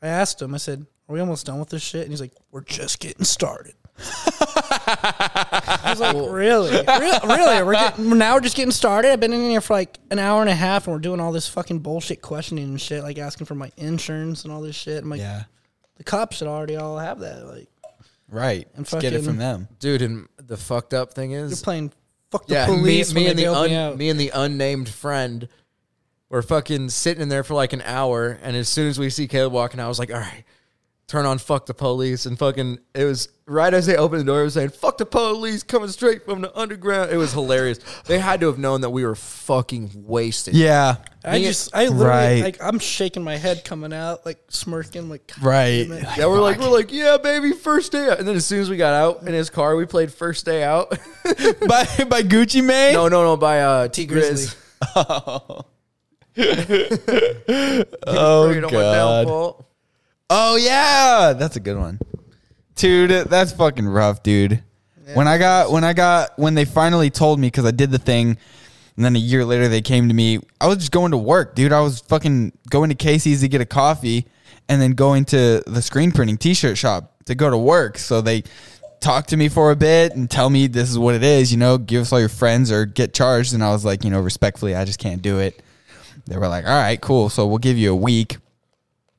[SPEAKER 3] I asked him, I said, "Are we almost done with this shit?" And he's like, "We're just getting started." I was like, "Really, Re- really? We're get- now we're just getting started. I've been in here for like an hour and a half, and we're doing all this fucking bullshit questioning and shit, like asking for my insurance and all this shit." I'm like,
[SPEAKER 1] Yeah.
[SPEAKER 3] "The cops should already all have that. Like,
[SPEAKER 1] Right.
[SPEAKER 3] And
[SPEAKER 1] Let's get it
[SPEAKER 3] fucking-
[SPEAKER 1] from them.
[SPEAKER 2] dude and the fucked up thing
[SPEAKER 3] you're
[SPEAKER 2] is
[SPEAKER 3] playing fuck the
[SPEAKER 2] yeah me,
[SPEAKER 3] police
[SPEAKER 2] me
[SPEAKER 3] when
[SPEAKER 2] and
[SPEAKER 3] they
[SPEAKER 2] the
[SPEAKER 3] bail me
[SPEAKER 2] un,
[SPEAKER 3] out."
[SPEAKER 2] me and the unnamed friend were fucking sitting in there for like an hour and as soon as we see caleb walking out, i was like all right Turn on fuck the police and fucking it was right as they opened the door it was saying fuck the police coming straight from the underground. It was hilarious. They had to have known that we were fucking wasted.
[SPEAKER 1] Yeah.
[SPEAKER 3] I
[SPEAKER 2] Me-
[SPEAKER 3] just, I literally,
[SPEAKER 1] Right.
[SPEAKER 3] like, I'm shaking my head coming out, like, smirking, like, God
[SPEAKER 1] Right.
[SPEAKER 3] damn it.
[SPEAKER 2] Yeah, we're like, we're like, yeah, baby, first day out. And then as soon as we got out in his car, we played first day out.
[SPEAKER 1] by by Gucci Mane.
[SPEAKER 2] no, no, no, by uh, T Grizz.
[SPEAKER 3] Grizzly.
[SPEAKER 1] oh
[SPEAKER 2] Afraid of my
[SPEAKER 1] god.
[SPEAKER 2] downfall.
[SPEAKER 1] Oh yeah, that's a good one, dude. That's fucking rough, dude. when I got when I got when they finally told me because I did the thing, and then a year later they came to me. I was just going to work, dude. I was fucking going to Casey's to get a coffee, and then going to the screen printing T-shirt shop to go to work. So they talked to me for a bit and tell me this is what it is. You know, give us all your friends or get charged. And I was like, you know, respectfully, I just can't do it. They were like, all right, cool. So we'll give you a week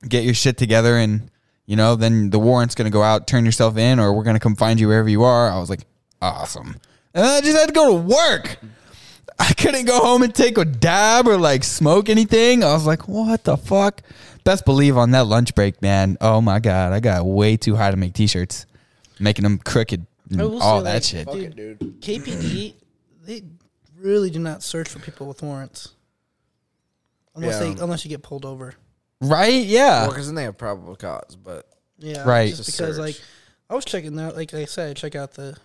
[SPEAKER 1] get your shit together and you know then the warrant's going to go out turn yourself in or we're going to come find you wherever you are i was like awesome and then i just had to go to work i couldn't go home and take a dab or like smoke anything i was like what the fuck best believe on that lunch break man oh my god i got way too high to make t-shirts making them crooked and
[SPEAKER 3] I will
[SPEAKER 1] all
[SPEAKER 3] say,
[SPEAKER 1] that
[SPEAKER 3] like,
[SPEAKER 1] shit
[SPEAKER 3] Fuck it, dude. KPD, they really do not search for people with warrants. Unless
[SPEAKER 2] Yeah.
[SPEAKER 3] they, unless you get pulled over.
[SPEAKER 1] right yeah
[SPEAKER 2] Well, because then they have probable cause, but
[SPEAKER 3] Yeah.
[SPEAKER 1] Right.
[SPEAKER 3] Just
[SPEAKER 2] Just
[SPEAKER 3] because,
[SPEAKER 2] search.
[SPEAKER 3] like, I was checking that, like I said, I check out the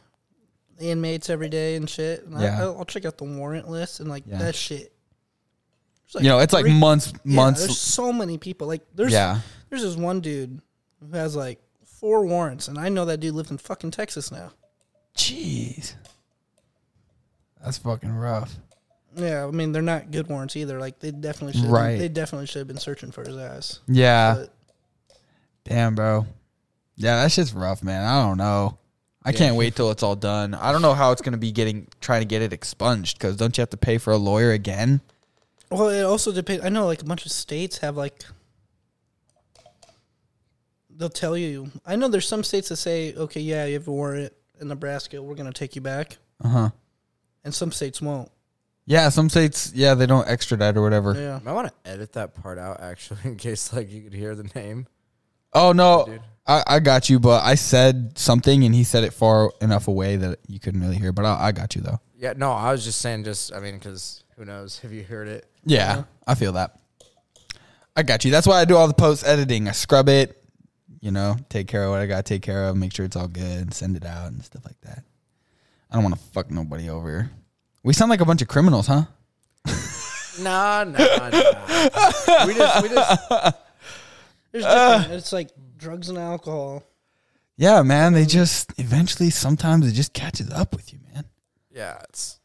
[SPEAKER 3] the inmates every day and shit. And
[SPEAKER 1] Yeah.
[SPEAKER 3] I, I'll check out the warrant list and, like,
[SPEAKER 1] Yeah.
[SPEAKER 3] that shit. There's,
[SPEAKER 1] you know it's like
[SPEAKER 3] three-
[SPEAKER 1] months
[SPEAKER 3] yeah, There's
[SPEAKER 1] months
[SPEAKER 3] so many people. Like, there's,
[SPEAKER 1] yeah
[SPEAKER 3] There's this one dude who has like four warrants, and I know that dude lives in fucking Texas now.
[SPEAKER 1] jeez that's fucking rough
[SPEAKER 3] Yeah, I mean they're not good warrants either. Like they definitely should.
[SPEAKER 1] Right.
[SPEAKER 3] They definitely should have been searching for his ass.
[SPEAKER 1] yeah
[SPEAKER 3] But
[SPEAKER 1] Damn, bro. Yeah, that shit's rough, man. I don't know. I can't wait till it's all done. I don't know how it's gonna be getting trying to get it expunged because don't you have to pay for a lawyer again?
[SPEAKER 3] well, it also depends. I know like a bunch of states have like they'll tell you. I know there's some states that say, okay, yeah, you have a warrant in Nebraska, we're gonna take you back,
[SPEAKER 1] Uh huh.
[SPEAKER 3] and some states won't.
[SPEAKER 1] Yeah, some states, yeah, they don't extradite or whatever.
[SPEAKER 3] Yeah.
[SPEAKER 2] I might want to edit that part out actually in case like you could hear the name.
[SPEAKER 1] Oh no,
[SPEAKER 2] Dude.
[SPEAKER 1] I, I got you, but I said something and he said it far enough away that you couldn't really hear. But I, I got you though.
[SPEAKER 2] Yeah, no, I was just saying, just I mean, because who knows? Have you heard it?
[SPEAKER 1] Yeah, I feel that. I got you. That's why I do all the post editing. I scrub it, you know, take care of what I got to take care of, make sure it's all good, and send it out and stuff like that. I don't want to fuck nobody over. We sound like a bunch of criminals, huh?
[SPEAKER 2] Nah, nah, nah. We just, we just.
[SPEAKER 3] There's
[SPEAKER 1] Ah.
[SPEAKER 3] different. it's like drugs and alcohol.
[SPEAKER 1] Yeah, man.
[SPEAKER 2] Mm-hmm.
[SPEAKER 1] They just eventually sometimes it just catches up with you, man.
[SPEAKER 2] Yeah, it's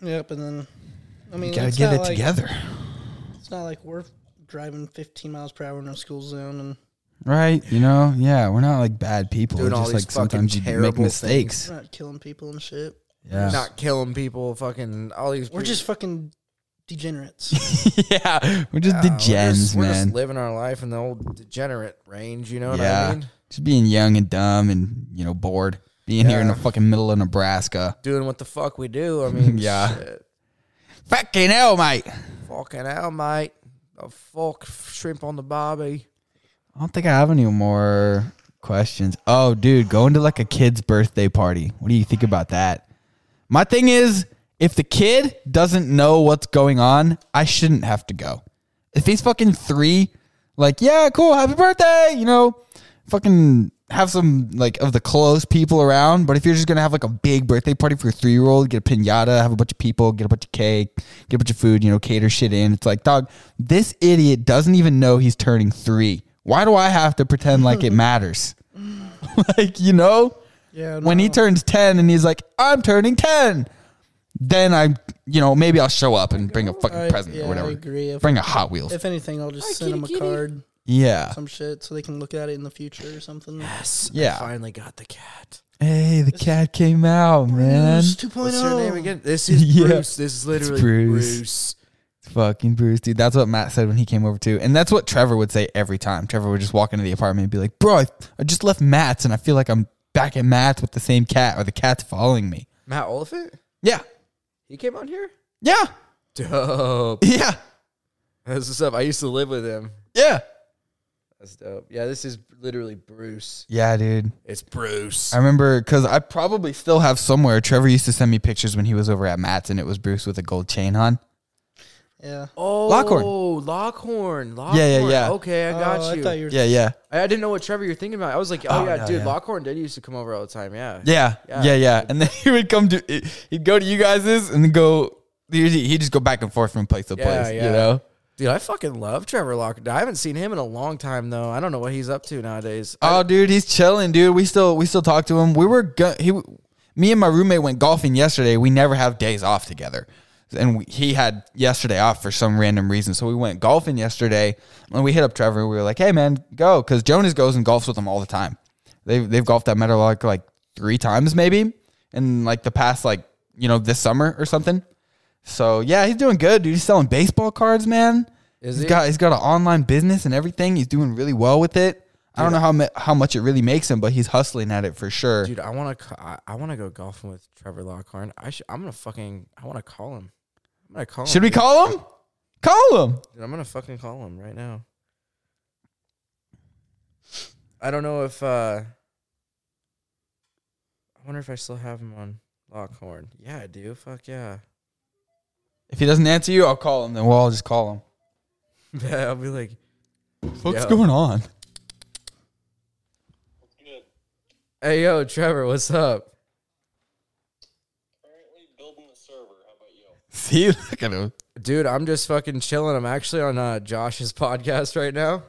[SPEAKER 3] Yep, and then I mean,
[SPEAKER 1] You gotta
[SPEAKER 3] it's
[SPEAKER 1] get
[SPEAKER 3] not
[SPEAKER 1] it
[SPEAKER 3] like-
[SPEAKER 1] together.
[SPEAKER 3] It's not like we're driving 15 miles per hour in a school zone, and
[SPEAKER 1] Right, you know, yeah, we're not like bad people.
[SPEAKER 2] Doing
[SPEAKER 1] It's
[SPEAKER 2] all
[SPEAKER 1] just
[SPEAKER 2] these
[SPEAKER 1] like sometimes
[SPEAKER 2] fucking
[SPEAKER 1] you make
[SPEAKER 2] terrible
[SPEAKER 1] mistakes.
[SPEAKER 3] we're not killing people and shit.
[SPEAKER 1] Yeah,
[SPEAKER 2] not killing people. Fucking all these.
[SPEAKER 3] We're
[SPEAKER 2] people-
[SPEAKER 3] just fucking degenerates.
[SPEAKER 1] yeah, we're just
[SPEAKER 2] Yeah,
[SPEAKER 1] the
[SPEAKER 2] we're just-
[SPEAKER 1] gens,
[SPEAKER 2] we're
[SPEAKER 1] man.
[SPEAKER 2] just living our life in the old degenerate range. You know what
[SPEAKER 1] Yeah.
[SPEAKER 2] I mean?
[SPEAKER 1] Just being young and dumb and you know bored. Being here in the
[SPEAKER 2] Yeah.
[SPEAKER 1] fucking middle of Nebraska.
[SPEAKER 2] Doing what the fuck we do. I mean,
[SPEAKER 1] Yeah.
[SPEAKER 2] shit.
[SPEAKER 1] Fucking hell, mate.
[SPEAKER 2] Fucking hell, mate. A fuck shrimp on the barbie.
[SPEAKER 1] I don't think I have any more questions. Oh, dude, going to like a kid's birthday party. What do you think about that? My thing is, if the kid doesn't know what's going on, I shouldn't have to go. If he's fucking three, like, yeah, cool, happy birthday, you know, fucking have some like of the close people around. But if you're just gonna have like a big birthday party for your three year old, get a pinata, have a bunch of people, get a bunch of cake, get a bunch of food, you know, cater shit in. It's like, dog, this idiot doesn't even know he's turning three. Why do I have to pretend like it matters? like, you know?
[SPEAKER 3] yeah.
[SPEAKER 1] when he turns 10 and he's like i'm turning 10 then i you know maybe i'll show up and bring a fucking
[SPEAKER 3] I-
[SPEAKER 1] present
[SPEAKER 3] yeah,
[SPEAKER 1] or
[SPEAKER 3] I
[SPEAKER 1] whatever
[SPEAKER 3] agree. If-
[SPEAKER 1] bring a hot wheels
[SPEAKER 3] If anything, I'll just send
[SPEAKER 2] kitty,
[SPEAKER 3] them a
[SPEAKER 2] kitty.
[SPEAKER 3] card,
[SPEAKER 1] yeah
[SPEAKER 3] some shit, so they can look at it in the future or something.
[SPEAKER 2] Yes. I
[SPEAKER 1] Yeah.
[SPEAKER 2] finally got the cat.
[SPEAKER 1] hey the cat came out man
[SPEAKER 3] Bruce 2.0.
[SPEAKER 2] What's her name again? This is
[SPEAKER 1] Yeah.
[SPEAKER 2] Bruce. This is literally
[SPEAKER 1] Bruce.
[SPEAKER 2] Bruce.
[SPEAKER 1] fucking bruce dude that's what matt said when he came over too and that's what trevor would say every time trevor would just walk into the apartment and be like bro i, I just left matt's and i feel like i'm back at matt's with the same cat or the cat's following me
[SPEAKER 2] Matt Oliphant.
[SPEAKER 1] yeah
[SPEAKER 2] He came on here.
[SPEAKER 1] yeah
[SPEAKER 2] Dope.
[SPEAKER 1] yeah
[SPEAKER 2] That's what's up. I used to live with him.
[SPEAKER 1] yeah
[SPEAKER 2] That's dope. Yeah, this is literally Bruce.
[SPEAKER 1] yeah dude
[SPEAKER 2] It's Bruce.
[SPEAKER 1] I remember because I probably still have somewhere. Trevor used to send me pictures when he was over at Matt's, and it was Bruce with a gold chain on.
[SPEAKER 3] Yeah.
[SPEAKER 2] Oh,
[SPEAKER 1] Lockhorn.
[SPEAKER 2] Lockhorn. Lockhorn.
[SPEAKER 1] Yeah, yeah, yeah.
[SPEAKER 2] Okay, I got
[SPEAKER 3] oh,
[SPEAKER 2] you.
[SPEAKER 3] I
[SPEAKER 2] I,
[SPEAKER 3] thought you were.
[SPEAKER 1] Yeah, yeah,
[SPEAKER 2] I didn't know what Trevor you're thinking about. I was like, oh,
[SPEAKER 1] Oh,
[SPEAKER 2] yeah,
[SPEAKER 1] no, yeah.
[SPEAKER 2] dude, Lockhorn did used to come over all the time. Yeah.
[SPEAKER 1] yeah, yeah,
[SPEAKER 2] Yeah.
[SPEAKER 1] yeah, And then he would come to, he'd go to you guys's and then go. Usually, he'd just go back and forth from place to
[SPEAKER 2] Yeah,
[SPEAKER 1] place. You
[SPEAKER 2] yeah.
[SPEAKER 1] know.
[SPEAKER 2] Dude, I fucking love Trevor Lockhorn. I haven't seen him in a long time though. I don't know what he's up to nowadays. I-
[SPEAKER 1] Oh, dude, he's chilling, dude. We still we still talk to him. We were go- he, me and my roommate went golfing yesterday. We never have days off together, and we, he had yesterday off for some random reason. So we went golfing yesterday, and we hit up Trevor. We were like, "Hey, man, go!" Because Jonas goes and golfs with him all the time. They they've golfed at Meadowlark like three times maybe in like the past like you know this summer or something. So yeah, he's doing good, dude. He's selling baseball cards, man.
[SPEAKER 2] Is
[SPEAKER 1] He's
[SPEAKER 2] he?
[SPEAKER 1] got uh, he's got an online business and everything. He's doing really well with it. I don't know how mu- how much it really makes him, but he's hustling at it for sure.
[SPEAKER 2] dude, I want to. I, I want to go golfing with Trevor Lockhorn. I should. I'm gonna fucking. I want to call him. I'm gonna call him.
[SPEAKER 1] Should we call him? Call him.
[SPEAKER 2] Dude, I'm gonna fucking call him right now. I don't know if uh I wonder if I still have him on Lockhorn. Yeah, I do. Fuck yeah.
[SPEAKER 1] If he doesn't answer you, I'll call him. Then we'll all just call him.
[SPEAKER 2] I'll be like,
[SPEAKER 1] What's
[SPEAKER 2] Yo.
[SPEAKER 1] going on?
[SPEAKER 4] Good.
[SPEAKER 2] hey yo, Trevor, what's up?
[SPEAKER 4] Currently building the server. How about you?
[SPEAKER 1] See, look at him.
[SPEAKER 2] Dude, I'm just fucking chilling. I'm actually on uh, Josh's podcast right now.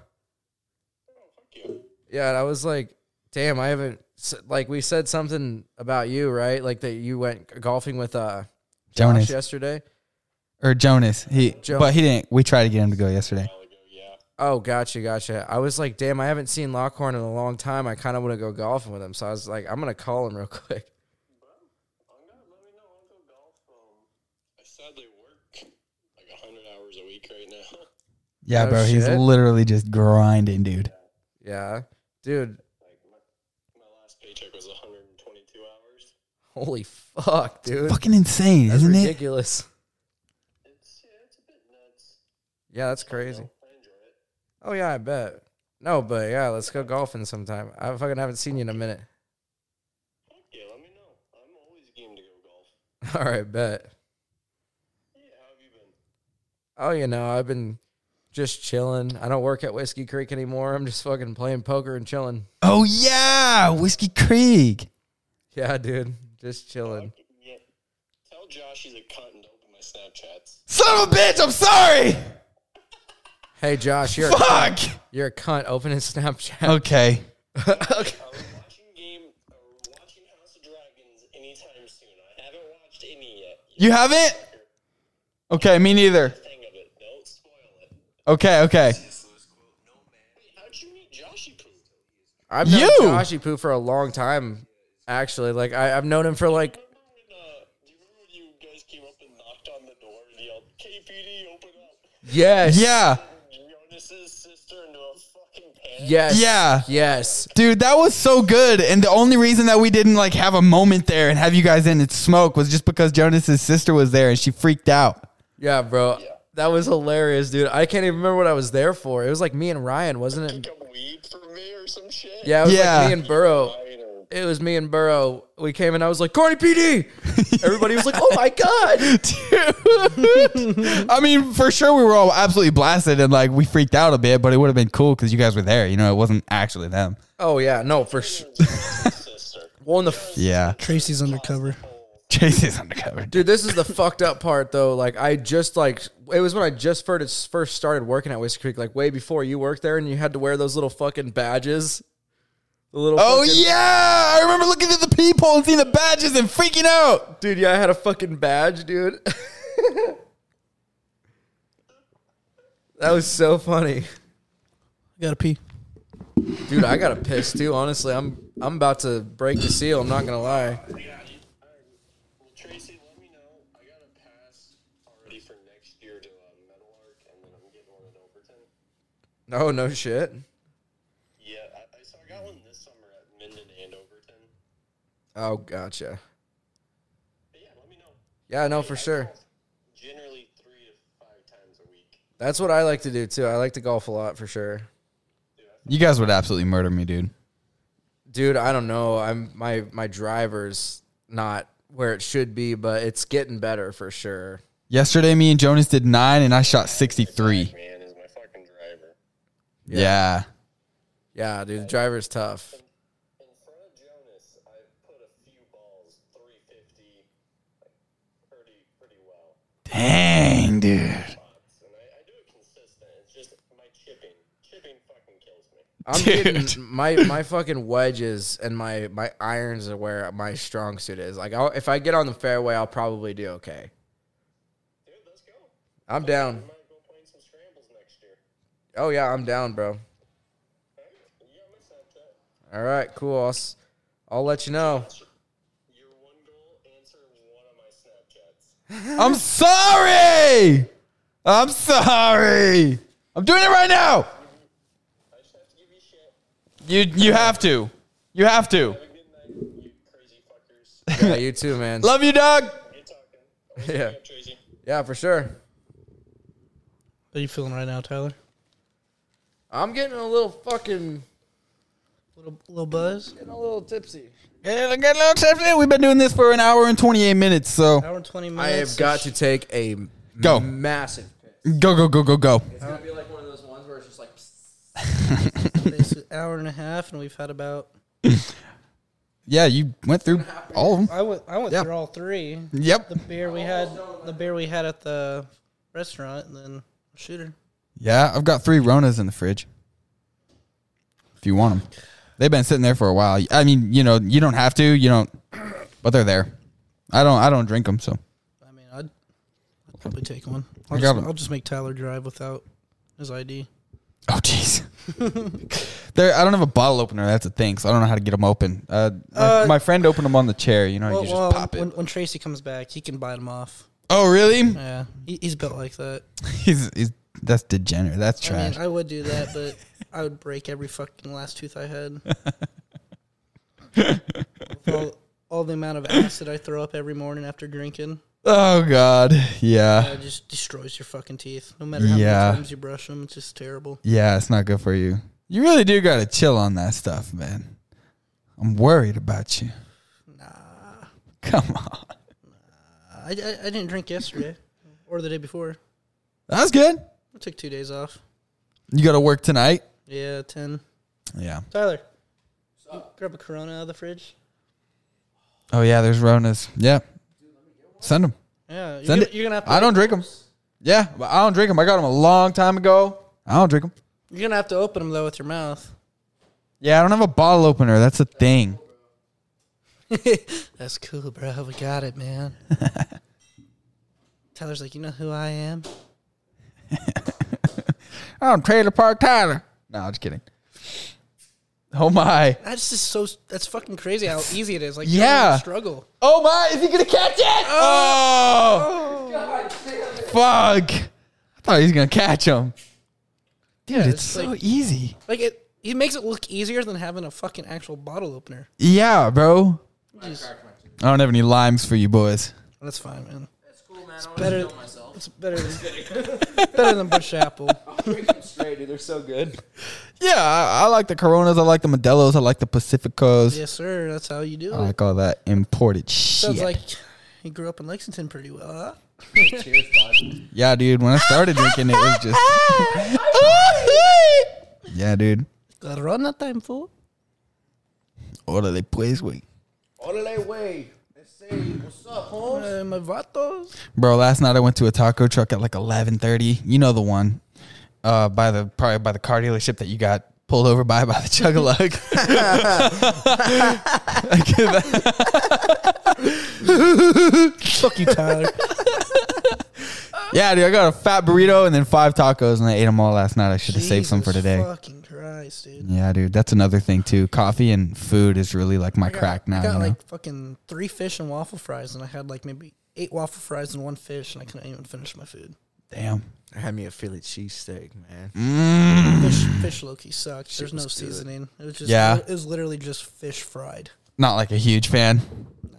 [SPEAKER 4] Oh, fuck you.
[SPEAKER 2] Yeah, and I was like, damn, I haven't s- like we said something about you, right? Like that you went golfing with uh Josh
[SPEAKER 1] Jonas
[SPEAKER 2] yesterday.
[SPEAKER 1] or Jonas. He,
[SPEAKER 2] Jo-
[SPEAKER 1] but he didn't. We tried to get him to go yesterday.
[SPEAKER 4] I'll go, yeah.
[SPEAKER 2] Oh, gotcha, gotcha. I was like, damn, I haven't seen Lockhorn in a long time. I kind of want to go golfing with him. So I was like, I'm going to call him real quick.
[SPEAKER 4] I'm gonna let me know. I'll go golf. Um, I sadly work like 100 hours a week right now.
[SPEAKER 1] Yeah,
[SPEAKER 2] Oh,
[SPEAKER 1] bro. He's
[SPEAKER 2] shit.
[SPEAKER 1] literally just grinding, dude.
[SPEAKER 2] Yeah. Dude,
[SPEAKER 4] like, my, my last paycheck was 122 hours.
[SPEAKER 2] holy fuck, dude.
[SPEAKER 1] Fucking insane,
[SPEAKER 2] That's
[SPEAKER 1] isn't it?
[SPEAKER 2] ridiculous.
[SPEAKER 4] It's, yeah, it's a bit nuts.
[SPEAKER 2] Yeah, that's crazy.
[SPEAKER 4] I enjoy it.
[SPEAKER 2] Oh, yeah, I bet. No, but yeah, let's go golfing sometime. I fucking haven't seen you in a minute.
[SPEAKER 4] Fuck yeah, let me know. I'm always game to go golf.
[SPEAKER 2] All right, bet.
[SPEAKER 4] Yeah, how have you been?
[SPEAKER 2] Oh, you know, I've been just chilling. I don't work at Whiskey Creek anymore. I'm just fucking playing poker and chilling.
[SPEAKER 1] Oh yeah, Whiskey Creek.
[SPEAKER 2] Yeah, dude. Just chilling.
[SPEAKER 4] Yeah. Tell Josh he's a cunt and open my Snapchats.
[SPEAKER 1] Son of a bitch, I'm sorry.
[SPEAKER 2] Hey Josh, you're a
[SPEAKER 1] Fuck.
[SPEAKER 2] cunt. you're a cunt. Open his Snapchat.
[SPEAKER 1] Okay.
[SPEAKER 4] I was watching game, uh, watching House of Dragons anytime soon. I haven't watched any yet. You
[SPEAKER 1] You haven't? Okay, me neither.
[SPEAKER 4] think of it. Don't spoil it.
[SPEAKER 1] Okay, okay.
[SPEAKER 4] Wait, how'd you meet Joshy Poo?
[SPEAKER 2] I've known
[SPEAKER 1] You!
[SPEAKER 2] Joshy Poo for a long time. Actually, like I, I've known him for like
[SPEAKER 4] Remember when, uh, do you remember when you guys came up and knocked on the door and yelled, KPD, open up?
[SPEAKER 2] yes,
[SPEAKER 1] Yeah.
[SPEAKER 4] Jonas's sister into a fucking panic?
[SPEAKER 2] yes,
[SPEAKER 1] Yeah.
[SPEAKER 2] yes.
[SPEAKER 1] Dude, that was so good. And the only reason that we didn't like have a moment there and have you guys in and smoke was just because Jonas's sister was there and she freaked out.
[SPEAKER 2] Yeah, bro. That was hilarious, dude. I can't even remember what I was there for. It was like me and Ryan, wasn't it?
[SPEAKER 4] Pick up weed for me or some shit?
[SPEAKER 2] Yeah, it was
[SPEAKER 1] Yeah.
[SPEAKER 2] like me and Burrow.
[SPEAKER 4] I know.
[SPEAKER 2] It was me and Burrow. We came and I was like, Corny PD. Everybody was like, oh my God.
[SPEAKER 1] Dude. I mean, for sure we were all absolutely blasted and like we freaked out a bit, but it would have been cool because you guys were there. You know, it wasn't actually them.
[SPEAKER 2] Oh, yeah. No, for sure.
[SPEAKER 4] sister.
[SPEAKER 2] Well, in the f-
[SPEAKER 1] Yeah.
[SPEAKER 3] Tracy's undercover.
[SPEAKER 1] Chase is undercover. Dude.
[SPEAKER 2] Dude, this is the fucked up part though. Like, I just like it was when I just first first started working at Whiskey Creek, like way before you worked there, and you had to wear those little fucking badges. The little
[SPEAKER 1] Oh,
[SPEAKER 2] fucking-
[SPEAKER 1] yeah. I remember looking at the peephole and seeing the badges and freaking out.
[SPEAKER 2] dude, yeah, I had a fucking badge, dude. that was so funny,
[SPEAKER 3] I gotta pee.
[SPEAKER 2] dude. I gotta piss too. Honestly, I'm I'm about to break the seal. I'm not gonna lie.
[SPEAKER 4] Well, Tracy, let me know. I got a pass already for next year to uh, Meadowlark, and then I'm getting one in Overton.
[SPEAKER 2] No, no shit.
[SPEAKER 4] Yeah, I, I, so I got one this summer at Minden and Overton.
[SPEAKER 2] Oh, gotcha.
[SPEAKER 4] But yeah, let me know.
[SPEAKER 2] Yeah, no, for sure.
[SPEAKER 4] Generally three to five times a week.
[SPEAKER 2] That's what I like to do too. I like to golf a lot for sure.
[SPEAKER 1] You guys would absolutely murder me, dude.
[SPEAKER 2] dude i don't know i'm my my driver's not where it should be but it's getting better for sure
[SPEAKER 1] Yesterday, me and Jonas did nine and I shot 63.
[SPEAKER 4] Man is my fucking driver.
[SPEAKER 1] Yeah.
[SPEAKER 2] yeah dude the driver's tough
[SPEAKER 4] In front of Jonas, I put a few balls, 350, like pretty pretty well.
[SPEAKER 1] Dang, dude.
[SPEAKER 4] Spots, and I, I do it consistent. It's just my chipping. Chipping fucking kills me.
[SPEAKER 2] i'm
[SPEAKER 1] Dude.
[SPEAKER 2] getting my my fucking wedges and my my irons are where my strong suit is like I'll, if i get on the fairway i'll probably do okay
[SPEAKER 4] Dude, let's go.
[SPEAKER 2] i'm down
[SPEAKER 4] We might go playing some scrambles next year.
[SPEAKER 2] oh yeah i'm down bro
[SPEAKER 4] Alright, you got my Snapchat.
[SPEAKER 2] all right cool i'll, s- I'll let you know
[SPEAKER 4] Your one goal, answer one of my Snapchats.
[SPEAKER 1] I'm sorry. I'm sorry. I'm doing it right now.
[SPEAKER 4] I just have to give you shit.
[SPEAKER 1] You you have to. You have to.
[SPEAKER 4] Have a good night, you crazy fuckers.
[SPEAKER 2] yeah you too man
[SPEAKER 1] Love you, Doug.
[SPEAKER 4] Good talking. Always
[SPEAKER 2] Yeah.
[SPEAKER 4] bring up Tracy.
[SPEAKER 2] yeah for sure
[SPEAKER 3] How you feeling right now, Tyler?
[SPEAKER 2] i'm getting a little fucking
[SPEAKER 3] Little little buzz.
[SPEAKER 2] getting a little tipsy
[SPEAKER 1] Get a get a little tipsy. We've been doing this for an hour and 28 minutes, so
[SPEAKER 3] Hour and twenty minutes.
[SPEAKER 2] I have got to take a
[SPEAKER 1] Go.
[SPEAKER 2] massive piss.
[SPEAKER 1] go go go go go.
[SPEAKER 2] It's gonna be like one of those ones where it's just like
[SPEAKER 3] Basically, hour and a half, and we've had about.
[SPEAKER 1] Yeah, you went through all of them.
[SPEAKER 3] I went. I went
[SPEAKER 1] Yeah.
[SPEAKER 3] through all three.
[SPEAKER 1] Yep.
[SPEAKER 3] The beer we had. The beer we had at the restaurant, and then shooter.
[SPEAKER 1] Yeah, I've got three Ronas in the fridge. If you want them, they've been sitting there for a while. I mean, you know, you don't have to. You don't, but they're there. I don't. I don't drink them, so
[SPEAKER 3] I mean, I'd, I'd probably take one. I'll,
[SPEAKER 1] I
[SPEAKER 3] just,
[SPEAKER 1] got 'em.
[SPEAKER 3] I'll just make Tyler drive without his ID.
[SPEAKER 1] Oh jeez. there, I don't have a bottle opener. That's a thing, so I don't know how to get them open. Uh, my,
[SPEAKER 3] Uh,
[SPEAKER 1] my friend opened them on the chair. You know, you just pop it.
[SPEAKER 3] when, when Tracy comes back, he can bite him off.
[SPEAKER 1] oh really?
[SPEAKER 3] Yeah, he, he's built like that.
[SPEAKER 1] he's, he's that's degenerate. That's
[SPEAKER 3] I
[SPEAKER 1] trash.
[SPEAKER 3] mean, I would do that, but I would break every fucking last tooth I had. With all, all the amount of acid I throw up every morning after drinking,
[SPEAKER 1] oh god. Yeah.
[SPEAKER 3] it just destroys your fucking teeth. No matter how
[SPEAKER 1] Yeah.
[SPEAKER 3] many times you brush them, it's just terrible.
[SPEAKER 1] Yeah, it's not good for you. You really do gotta chill on that stuff, man. I'm worried about you.
[SPEAKER 3] Nah,
[SPEAKER 1] Come on.
[SPEAKER 3] I, I, I didn't drink yesterday or the day before.
[SPEAKER 1] That's good.
[SPEAKER 3] I took two days off.
[SPEAKER 1] You gotta work tonight.
[SPEAKER 3] Yeah, ten.
[SPEAKER 1] Yeah.
[SPEAKER 3] Tyler, you grab a Corona out of the fridge.
[SPEAKER 1] Oh yeah. There's Ronas. Yeah. Send them.
[SPEAKER 3] Yeah, you're,
[SPEAKER 1] Send
[SPEAKER 3] gonna,
[SPEAKER 1] it.
[SPEAKER 3] you're gonna have to.
[SPEAKER 1] I don't drink them. Yeah, but I don't drink them. I got them a long time ago. I don't drink them.
[SPEAKER 3] You're gonna have to open them though with your mouth.
[SPEAKER 1] Yeah, I don't have a bottle opener. That's a thing.
[SPEAKER 3] That's cool, bro. We got it, man. Tyler's like, you know who I am?
[SPEAKER 1] I'm Trailer Park Tyler. No, I'm just kidding. Oh my.
[SPEAKER 3] That's just so. That's fucking crazy how easy it is. Like,
[SPEAKER 1] Yeah.
[SPEAKER 3] yeah, struggle.
[SPEAKER 1] Oh my, is he gonna catch it? Oh! Fuck. I thought he was gonna catch him. Dude, it's,
[SPEAKER 3] it's
[SPEAKER 1] so
[SPEAKER 3] like-
[SPEAKER 1] easy.
[SPEAKER 3] Like it, it makes it look easier than having a fucking actual bottle opener.
[SPEAKER 1] Yeah, bro.
[SPEAKER 3] Jeez.
[SPEAKER 1] I don't have any limes for you boys.
[SPEAKER 3] That's fine, man.
[SPEAKER 2] It's cool, man. I
[SPEAKER 3] better- kill
[SPEAKER 2] myself.
[SPEAKER 3] It's better than better than bush apple.
[SPEAKER 2] straight, dude. They're so good.
[SPEAKER 1] Yeah, I, I like the Coronas. I like the Modelos. I like the Pacificos.
[SPEAKER 3] Yes, sir. That's how you do
[SPEAKER 1] I
[SPEAKER 3] it.
[SPEAKER 1] like all that imported Oh,
[SPEAKER 3] Sounds
[SPEAKER 1] shit.
[SPEAKER 3] like you grew up in Lexington pretty well, huh?
[SPEAKER 2] Cheers, bud.
[SPEAKER 1] yeah, dude. When I started drinking it, it was just. yeah, dude.
[SPEAKER 3] Corona time, fool.
[SPEAKER 1] Orale pues, wey.
[SPEAKER 2] Orale way. Let's say, what's up, homes?
[SPEAKER 3] Uh, my vatos.
[SPEAKER 1] Bro, last night I went to a taco truck at like eleven thirty. You know the one, uh, by the probably by the car dealership that you got pulled over by by the chug a lug.
[SPEAKER 3] Fuck you, Tyler.
[SPEAKER 1] yeah, dude, I got a fat burrito and then five tacos, and I ate them all last night. I should have saved some for
[SPEAKER 3] Jesus
[SPEAKER 1] today.
[SPEAKER 3] Fucking Christ, dude.
[SPEAKER 1] Yeah, dude, that's another thing too. Coffee and food is really like my
[SPEAKER 3] I got-
[SPEAKER 1] crack now.
[SPEAKER 3] I got
[SPEAKER 1] you know?
[SPEAKER 3] like fucking three fish and waffle fries, and I had like maybe eight waffle fries and one fish, and I couldn't even finish my food.
[SPEAKER 1] Damn.
[SPEAKER 2] I had me a Philly cheesesteak, man.
[SPEAKER 3] Fish, fish low key sucked. There's no
[SPEAKER 2] was good.
[SPEAKER 3] seasoning. It was just
[SPEAKER 1] Yeah.
[SPEAKER 3] It was literally just fish fried.
[SPEAKER 1] Not like a huge fan.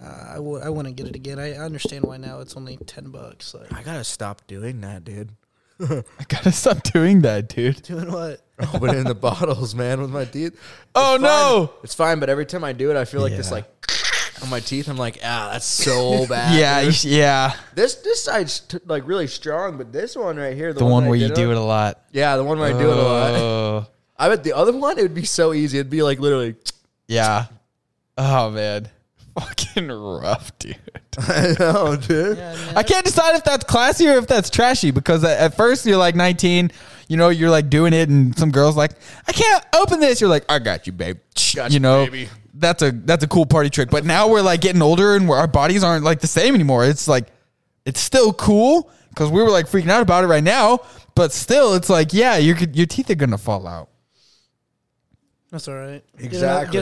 [SPEAKER 3] Uh, I would I wouldn't get it again. I I understand why now it's only ten bucks. Like
[SPEAKER 2] I gotta stop doing that, dude.
[SPEAKER 1] I gotta stop doing that, dude.
[SPEAKER 3] doing what?
[SPEAKER 2] Opening the bottles, man, with my teeth.
[SPEAKER 1] Oh
[SPEAKER 2] Fine.
[SPEAKER 1] no.
[SPEAKER 2] It's fine, but every time I do it, I feel like this
[SPEAKER 1] Yeah.
[SPEAKER 2] like on my teeth. I'm like, ah, that's so bad.
[SPEAKER 1] Yeah, you
[SPEAKER 2] dude."
[SPEAKER 1] sh- yeah.
[SPEAKER 2] This this side's t- like really strong, but this one right here, the,
[SPEAKER 1] The one
[SPEAKER 2] that I
[SPEAKER 1] where you
[SPEAKER 2] did
[SPEAKER 1] do
[SPEAKER 2] on-
[SPEAKER 1] it a lot.
[SPEAKER 2] Yeah, the one where I do it a lot.
[SPEAKER 1] Oh.
[SPEAKER 2] I bet the other one it would be so easy. It'd be like literally.
[SPEAKER 1] Yeah. Oh man. Fucking rough, dude.
[SPEAKER 2] I know, dude.
[SPEAKER 3] Yeah, man,
[SPEAKER 1] I can't decide if that's classy or if that's trashy because at- at first you're like 19, you know, you're like doing it, and some girls like, I can't open this. You're like, I got you, babe.
[SPEAKER 2] Got
[SPEAKER 1] you
[SPEAKER 2] you,
[SPEAKER 1] know,
[SPEAKER 2] baby.
[SPEAKER 1] that's a that's a cool party trick. But now we're like getting older, and we're, our bodies aren't like the same anymore. It's like, it's still cool because we were like freaking out about it right now, but still, it's like, yeah, your your teeth are gonna fall out.
[SPEAKER 3] That's all right. Get enough- Get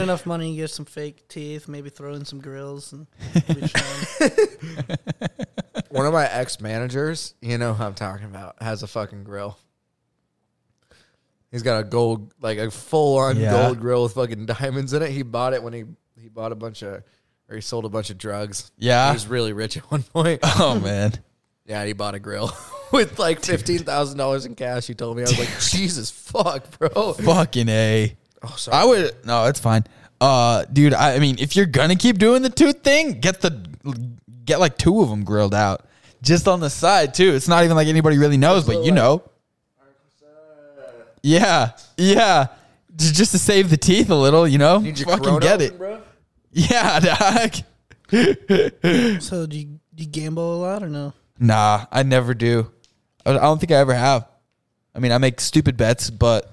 [SPEAKER 3] enough,
[SPEAKER 2] Exactly.
[SPEAKER 3] money, get some fake teeth, maybe throw in some grills, and it'll be chilling.
[SPEAKER 2] One of my ex managers, you know who I'm talking about, has a fucking grill. He's got a gold, like a full on
[SPEAKER 1] Yeah.
[SPEAKER 2] gold grill with fucking diamonds in it. He bought it when he he bought a bunch of, or he sold a bunch of drugs.
[SPEAKER 1] Yeah.
[SPEAKER 2] he was really rich at one point.
[SPEAKER 1] Oh man.
[SPEAKER 2] Yeah, he bought a grill with like fifteen thousand dollars in cash. He told me I was like, Jesus fuck, bro.
[SPEAKER 3] Oh,
[SPEAKER 1] Fucking A.
[SPEAKER 2] Oh, sorry.
[SPEAKER 1] I would no, it's fine. Uh, dude, I, I mean, if you're gonna keep doing the tooth thing, get the get like two of them grilled out, just on the side too. It's not even like anybody really knows, but you know. Yeah, yeah. J- Just to save the teeth a little, you know.
[SPEAKER 2] Need your
[SPEAKER 1] Fucking
[SPEAKER 2] Corona
[SPEAKER 1] get
[SPEAKER 2] open,
[SPEAKER 1] it.
[SPEAKER 2] bro.
[SPEAKER 1] Yeah, doc.
[SPEAKER 3] so do you, do you gamble a lot or no?
[SPEAKER 1] nah, I never do. I I don't think I ever have. I mean, I make stupid bets, but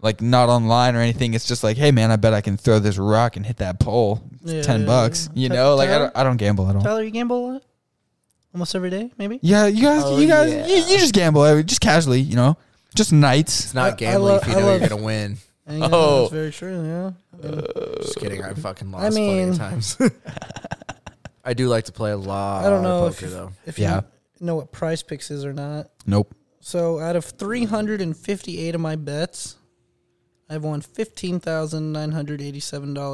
[SPEAKER 1] like not online or anything. It's just like, hey man, I bet I can throw this rock and hit that pole. It's
[SPEAKER 3] Yeah,
[SPEAKER 1] Ten
[SPEAKER 3] yeah,
[SPEAKER 1] bucks,
[SPEAKER 3] yeah.
[SPEAKER 1] you
[SPEAKER 3] Ty-
[SPEAKER 1] know. Like I
[SPEAKER 3] Tyler?
[SPEAKER 1] don't, I don't gamble at all.
[SPEAKER 3] Tyler, you gamble a lot, almost every day, maybe.
[SPEAKER 1] Yeah, you guys,
[SPEAKER 2] Oh,
[SPEAKER 1] you guys,
[SPEAKER 2] yeah.
[SPEAKER 1] you, you just gamble every- just casually, you know, just nights.
[SPEAKER 2] It's not
[SPEAKER 3] I-
[SPEAKER 2] gambling
[SPEAKER 3] I
[SPEAKER 2] if you
[SPEAKER 3] love-
[SPEAKER 2] know
[SPEAKER 3] I
[SPEAKER 2] you're
[SPEAKER 3] love-
[SPEAKER 2] gonna win.
[SPEAKER 3] Yeah,
[SPEAKER 1] Oh.
[SPEAKER 3] that's very true. Yeah,
[SPEAKER 2] Just kidding. I fucking lost
[SPEAKER 3] I
[SPEAKER 2] plenty
[SPEAKER 3] mean-
[SPEAKER 2] of times. I do like to play a lot.
[SPEAKER 3] I don't know
[SPEAKER 2] of
[SPEAKER 3] if
[SPEAKER 2] poker though.
[SPEAKER 3] if
[SPEAKER 1] Yeah.
[SPEAKER 3] you know what Price Picks is or not.
[SPEAKER 1] Nope.
[SPEAKER 3] So out of 358 of my bets, I've won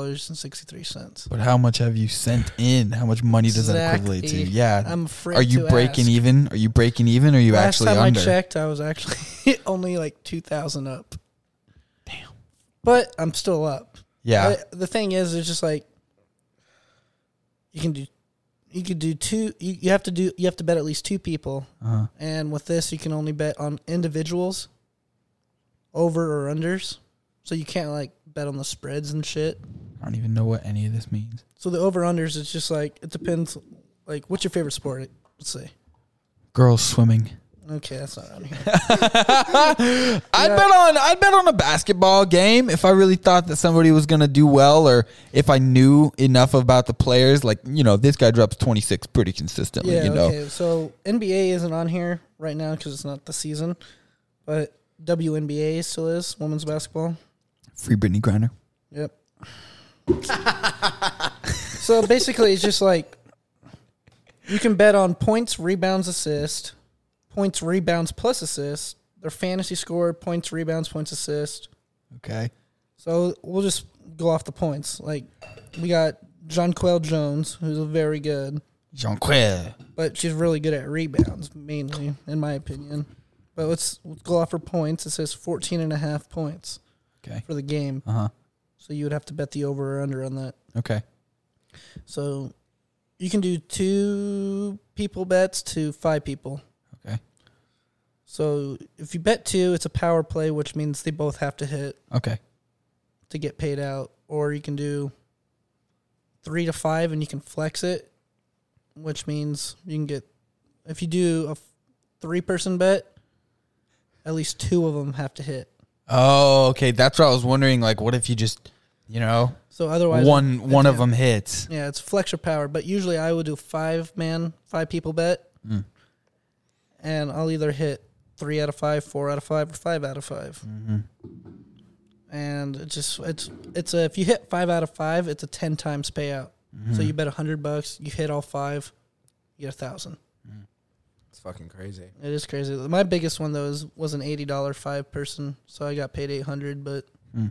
[SPEAKER 3] $15,987.63.
[SPEAKER 1] But how much have you sent in? How much money does that equivalate to?
[SPEAKER 3] Exactly.
[SPEAKER 1] Yeah.
[SPEAKER 3] E, I'm afraid
[SPEAKER 1] Are you
[SPEAKER 3] to
[SPEAKER 1] breaking
[SPEAKER 3] ask.
[SPEAKER 1] even? Are you breaking even? Or are you
[SPEAKER 3] Last
[SPEAKER 1] actually
[SPEAKER 3] time
[SPEAKER 1] under?
[SPEAKER 3] I checked, I was actually only like 2,000 up. Damn. But I'm still up.
[SPEAKER 1] Yeah.
[SPEAKER 3] I- the thing is, it's just like you can do, you could do two. You, you have to do. You have to bet at least two people.
[SPEAKER 1] Uh-huh.
[SPEAKER 3] And with this, you can only bet on individuals, over or unders. So you can't like bet on the spreads and shit.
[SPEAKER 1] I don't even know what any of this means.
[SPEAKER 3] So the over unders, it's just like it depends. Like, what's your favorite sport? Let's see.
[SPEAKER 1] Girls swimming.
[SPEAKER 3] Okay, that's not on here.
[SPEAKER 1] I'd
[SPEAKER 3] Yeah.
[SPEAKER 1] bet on I'd bet on a basketball game if I really thought that somebody was gonna do well or if I knew enough about the players. Like you know, this guy drops twenty six pretty consistently.
[SPEAKER 3] Yeah,
[SPEAKER 1] you know,
[SPEAKER 3] okay. So NBA isn't on here right now because it's not the season, but WNBA still is women's basketball.
[SPEAKER 1] free Brittany Grinder.
[SPEAKER 3] Yep. so basically, it's just like you can bet on points, rebounds, assist, points, rebounds plus assist, their fantasy score, points, rebounds, points, assist.
[SPEAKER 1] Okay.
[SPEAKER 3] So we'll just go off the points. Like we got Jonquel Jones, who's very good,
[SPEAKER 1] Jonquil.
[SPEAKER 3] but she's really good at rebounds mainly, in my opinion. But let's, let's go off her points. It says 14 and a half points
[SPEAKER 1] Okay.
[SPEAKER 3] for the game.
[SPEAKER 1] Uh huh.
[SPEAKER 3] So you would have to bet the over or under on that.
[SPEAKER 1] Okay.
[SPEAKER 3] So you can do two people bets to five people.
[SPEAKER 1] Okay.
[SPEAKER 3] So if you bet two, it's a power play, which means they both have to hit
[SPEAKER 1] Okay.
[SPEAKER 3] to get paid out. Or you can do three to five and you can flex it, which means you can get, if you do a three person bet, at least two of them have to hit.
[SPEAKER 1] Oh, okay. That's what I was wondering. Like, what if you just, you know,
[SPEAKER 3] So otherwise,
[SPEAKER 1] one one of them hits?
[SPEAKER 3] Yeah, it's flex your power, but usually I would do five man, five people bet, and I'll either hit three out of five, four out of five, or five out of 5 And it just it's it's a, if you hit five out of five, it's a ten times payout. So you bet a hundred bucks, you hit all five, you get a thousand.
[SPEAKER 2] It's fucking crazy.
[SPEAKER 3] It is crazy. My biggest one though is was an eighty dollar five person, so I got paid eight hundred. But
[SPEAKER 1] Mm.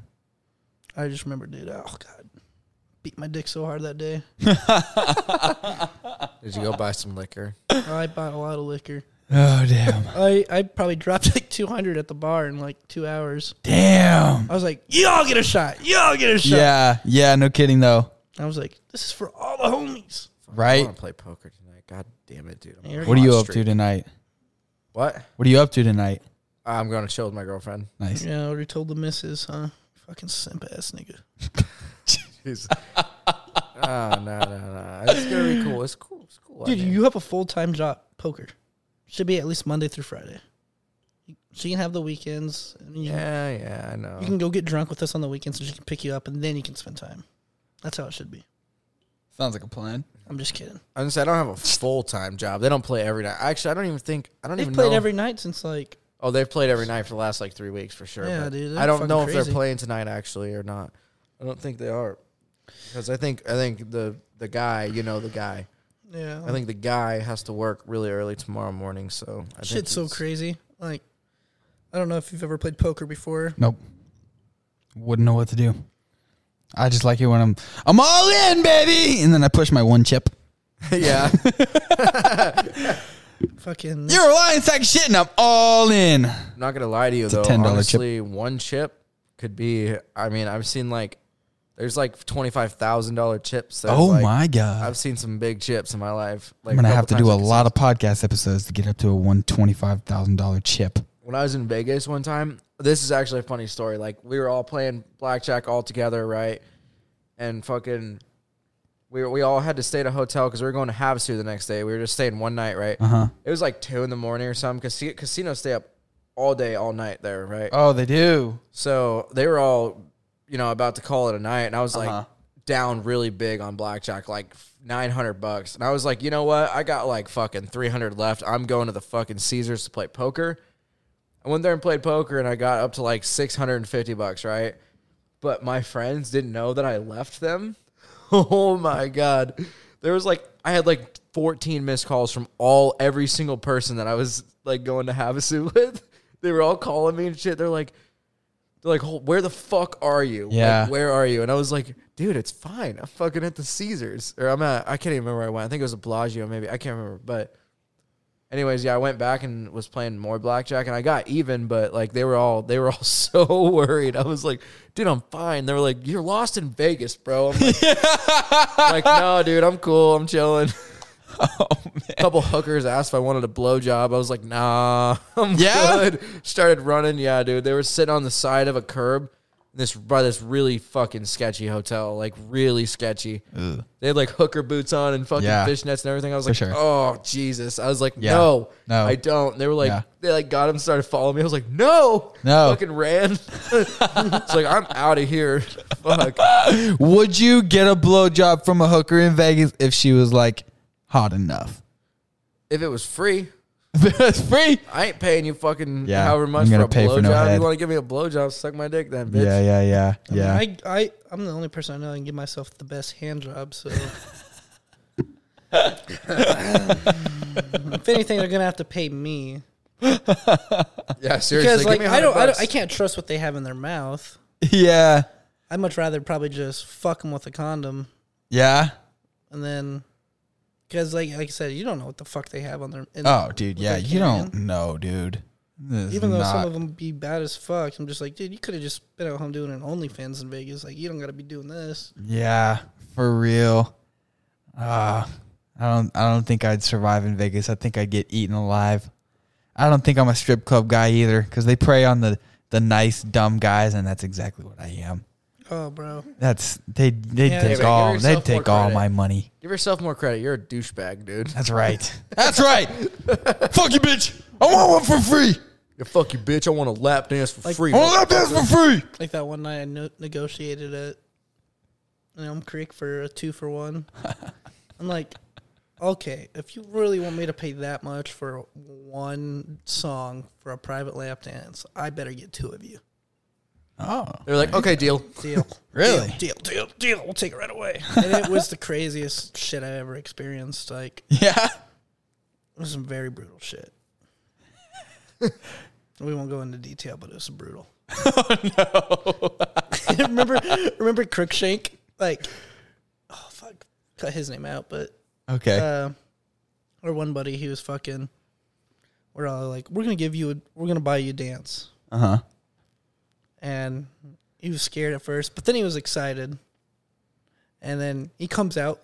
[SPEAKER 3] I just remember, dude, oh god, beat my dick so hard that day.
[SPEAKER 2] Did you go buy some liquor?
[SPEAKER 3] I bought a lot of liquor.
[SPEAKER 1] Oh damn,
[SPEAKER 3] I, I probably dropped like 200 at the bar in like two hours.
[SPEAKER 1] damn.
[SPEAKER 3] I was like, y'all get a shot. Y'all get a shot.
[SPEAKER 1] Yeah, yeah. No kidding though.
[SPEAKER 3] I was like, this is for all the homies.
[SPEAKER 2] I
[SPEAKER 1] Right.
[SPEAKER 2] want to play poker tonight. God damn it, dude. I'm on
[SPEAKER 3] Here
[SPEAKER 2] a
[SPEAKER 1] What are
[SPEAKER 2] hot
[SPEAKER 1] you up to
[SPEAKER 2] streak.
[SPEAKER 1] tonight?
[SPEAKER 2] What?
[SPEAKER 1] What are you up to tonight?
[SPEAKER 2] I'm going to chill with my girlfriend.
[SPEAKER 1] Nice.
[SPEAKER 3] Yeah, I already told the missus, huh? Fucking simp ass nigga.
[SPEAKER 2] Jeez. oh, no, no, no. It's going to be cool. It's cool. It's cool. I
[SPEAKER 3] Dude,
[SPEAKER 2] mean,
[SPEAKER 3] you have a full time job, poker. Should be at least Monday through Friday. She can have the weekends. And you,
[SPEAKER 2] Yeah, yeah, I know.
[SPEAKER 3] you can go get drunk with us on the weekends and she can pick you up and then you can spend time. That's how it should be.
[SPEAKER 1] Sounds like a plan.
[SPEAKER 3] I'm just kidding.
[SPEAKER 2] I was gonna say, I don't have a full time job. They don't play every night. Actually, I don't even think I don't
[SPEAKER 3] They've
[SPEAKER 2] even
[SPEAKER 3] played
[SPEAKER 2] know.
[SPEAKER 3] every night since like
[SPEAKER 2] oh, they've played every night for the last like three weeks for sure.
[SPEAKER 3] Yeah,
[SPEAKER 2] but
[SPEAKER 3] dude, they're
[SPEAKER 2] I don't know
[SPEAKER 3] fucking
[SPEAKER 2] if they're
[SPEAKER 3] crazy.
[SPEAKER 2] playing tonight actually or not. I don't think they are because I think I think the the guy you know the guy
[SPEAKER 3] yeah.
[SPEAKER 2] I think the guy has to work really early tomorrow morning. So I think
[SPEAKER 3] Shit's so
[SPEAKER 2] he's-
[SPEAKER 3] crazy. Like, I don't know if you've ever played poker before.
[SPEAKER 1] Nope. Wouldn't know what to do. I just like it when I'm I'm all in, baby, and then I push my one chip.
[SPEAKER 2] yeah,
[SPEAKER 3] Fucking
[SPEAKER 1] You're a lion sack of shit, and I'm all in.
[SPEAKER 2] I'm not gonna lie to you
[SPEAKER 1] a
[SPEAKER 2] though.
[SPEAKER 1] $10 chip.
[SPEAKER 2] Honestly, one chip could be. I mean, I've seen like there's like twenty five thousand dollar chips. that,
[SPEAKER 1] Oh
[SPEAKER 2] like,
[SPEAKER 1] my god!
[SPEAKER 2] I've seen some big chips in my life. Like
[SPEAKER 1] I'm gonna
[SPEAKER 2] couple
[SPEAKER 1] have to
[SPEAKER 2] times
[SPEAKER 1] do a
[SPEAKER 2] at
[SPEAKER 1] lot of podcast episodes to get up to a one twenty five thousand dollar chip.
[SPEAKER 2] when I was in Vegas one time, this is actually a funny story. Like we were all playing blackjack all together, right? And fucking, we were, we all had to stay at a hotel because we were going to Havasu the next day. We were just staying one night, right?
[SPEAKER 1] Uh huh.
[SPEAKER 2] It was like two in the morning or something because casinos stay up all day, all night there, right?
[SPEAKER 1] Oh, they do.
[SPEAKER 2] So they were all, you know, about to call it a night, and I was
[SPEAKER 1] Uh-huh.
[SPEAKER 2] like down really big on blackjack, like nine hundred bucks, and I was like, you know what? I got like fucking three hundred left. I'm going to the fucking Caesars to play poker. I went there and played poker, and I got up to like six hundred and fifty bucks, right? But my friends didn't know that I left them. Oh my god, there was like I had like fourteen missed calls from all every single person that I was like going to Havasu with. They were all calling me and shit. They're like, they're like, "Hol- where the fuck are you? Like,
[SPEAKER 1] Yeah.
[SPEAKER 2] where are you? And I was like, dude, it's fine. I'm fucking at the Caesars. Or I'm at, I can't even remember where I went. I think it was a Bellagio, maybe. I can't remember. But, anyways, yeah, I went back and was playing more blackjack and I got even, but like they were all, they were all so worried. I was like, dude, I'm fine. They were like, you're lost in Vegas, bro. I'm like, like, no, dude, I'm cool. I'm chilling.
[SPEAKER 1] Oh,
[SPEAKER 2] A couple hookers asked if I wanted a blowjob. I was like, nah, I'm
[SPEAKER 1] Yeah?
[SPEAKER 2] good. Started running. Yeah, dude. They were sitting on the side of a curb this by this really fucking sketchy hotel, like really sketchy. They had like hooker boots on and fucking
[SPEAKER 1] Yeah.
[SPEAKER 2] fishnets and everything. I was like,
[SPEAKER 1] sure.
[SPEAKER 2] oh Jesus! I was like,
[SPEAKER 1] Yeah.
[SPEAKER 2] no,
[SPEAKER 1] No.
[SPEAKER 2] I don't. They were like,
[SPEAKER 1] Yeah.
[SPEAKER 2] they like got him, started following me. I was like, no,
[SPEAKER 1] No.
[SPEAKER 2] fucking ran. it's like I'm out of here. Fuck.
[SPEAKER 1] Would you get a blowjob from a hooker in Vegas if she was like hot enough?
[SPEAKER 2] If it was free,
[SPEAKER 1] That's free.
[SPEAKER 2] I ain't paying you fucking
[SPEAKER 1] Yeah,
[SPEAKER 2] however much
[SPEAKER 1] I'm
[SPEAKER 2] for
[SPEAKER 1] gonna
[SPEAKER 2] a
[SPEAKER 1] pay for no
[SPEAKER 2] blowjob.
[SPEAKER 1] head.
[SPEAKER 2] you want to give me a blowjob? Suck my dick, then, bitch.
[SPEAKER 1] Yeah, yeah, yeah, yeah.
[SPEAKER 3] I, mean, I, I, I'm the only person I know that can give myself the best hand job. So, if anything, they're gonna have to pay me
[SPEAKER 2] Yeah, seriously.
[SPEAKER 3] because,
[SPEAKER 2] give
[SPEAKER 3] like,
[SPEAKER 2] me a
[SPEAKER 3] I don't,
[SPEAKER 2] hundred
[SPEAKER 3] I don't,
[SPEAKER 2] bucks.
[SPEAKER 3] I can't trust what they have in their mouth.
[SPEAKER 1] yeah,
[SPEAKER 3] I'd much rather probably just fuck them with a condom
[SPEAKER 1] yeah.
[SPEAKER 3] and then, because, like, like I said, you don't know what the fuck they have on their. In,
[SPEAKER 1] Oh, dude,
[SPEAKER 3] with
[SPEAKER 1] yeah.
[SPEAKER 3] their
[SPEAKER 1] You
[SPEAKER 3] can.
[SPEAKER 1] don't know, dude. This is
[SPEAKER 3] Even though some
[SPEAKER 1] not-
[SPEAKER 3] of them be bad as fuck, I'm just like, dude, you could have just been at home doing an OnlyFans in Vegas. Like, you don't got to be doing this.
[SPEAKER 1] Yeah, for real. Uh, I don't. I don't think I'd survive in Vegas. I think I'd get eaten alive. I don't think I'm a strip club guy either, because they prey on the the nice dumb guys, and that's exactly what I am.
[SPEAKER 3] Oh, bro.
[SPEAKER 1] That's they. They
[SPEAKER 3] Yeah,
[SPEAKER 1] take
[SPEAKER 2] but give
[SPEAKER 1] all. They
[SPEAKER 2] yourself more
[SPEAKER 1] take all
[SPEAKER 2] credit.
[SPEAKER 1] my money.
[SPEAKER 2] Give yourself more credit. You're a douchebag, dude.
[SPEAKER 1] That's right. That's right. Fuck you, bitch. I want one for free.
[SPEAKER 2] Yeah, fuck you, bitch. I want a lap dance for free.
[SPEAKER 1] I want that dance for free.
[SPEAKER 3] Like that one night I no- negotiated at Elm Creek for a two for one. I'm like, okay, if you really want me to pay that much for one song for a private lap dance, I better get two of you.
[SPEAKER 1] Oh,
[SPEAKER 2] They're like, okay, deal.
[SPEAKER 3] Deal.
[SPEAKER 1] Really?
[SPEAKER 3] Deal, deal, deal, deal. We'll take it right away. And it was the craziest shit I ever experienced. Like,
[SPEAKER 1] yeah.
[SPEAKER 3] it was some very brutal shit. we won't go into detail, but it was brutal. Oh, no. remember, remember Crookshank? Like, oh, fuck. Cut his name out, but
[SPEAKER 1] Okay.
[SPEAKER 3] uh, our one buddy, he was fucking. We're all like, we're gonna give you, a, we're gonna buy you a dance,
[SPEAKER 1] Uh huh.
[SPEAKER 3] and he was scared at first, but then he was excited, and then he comes out,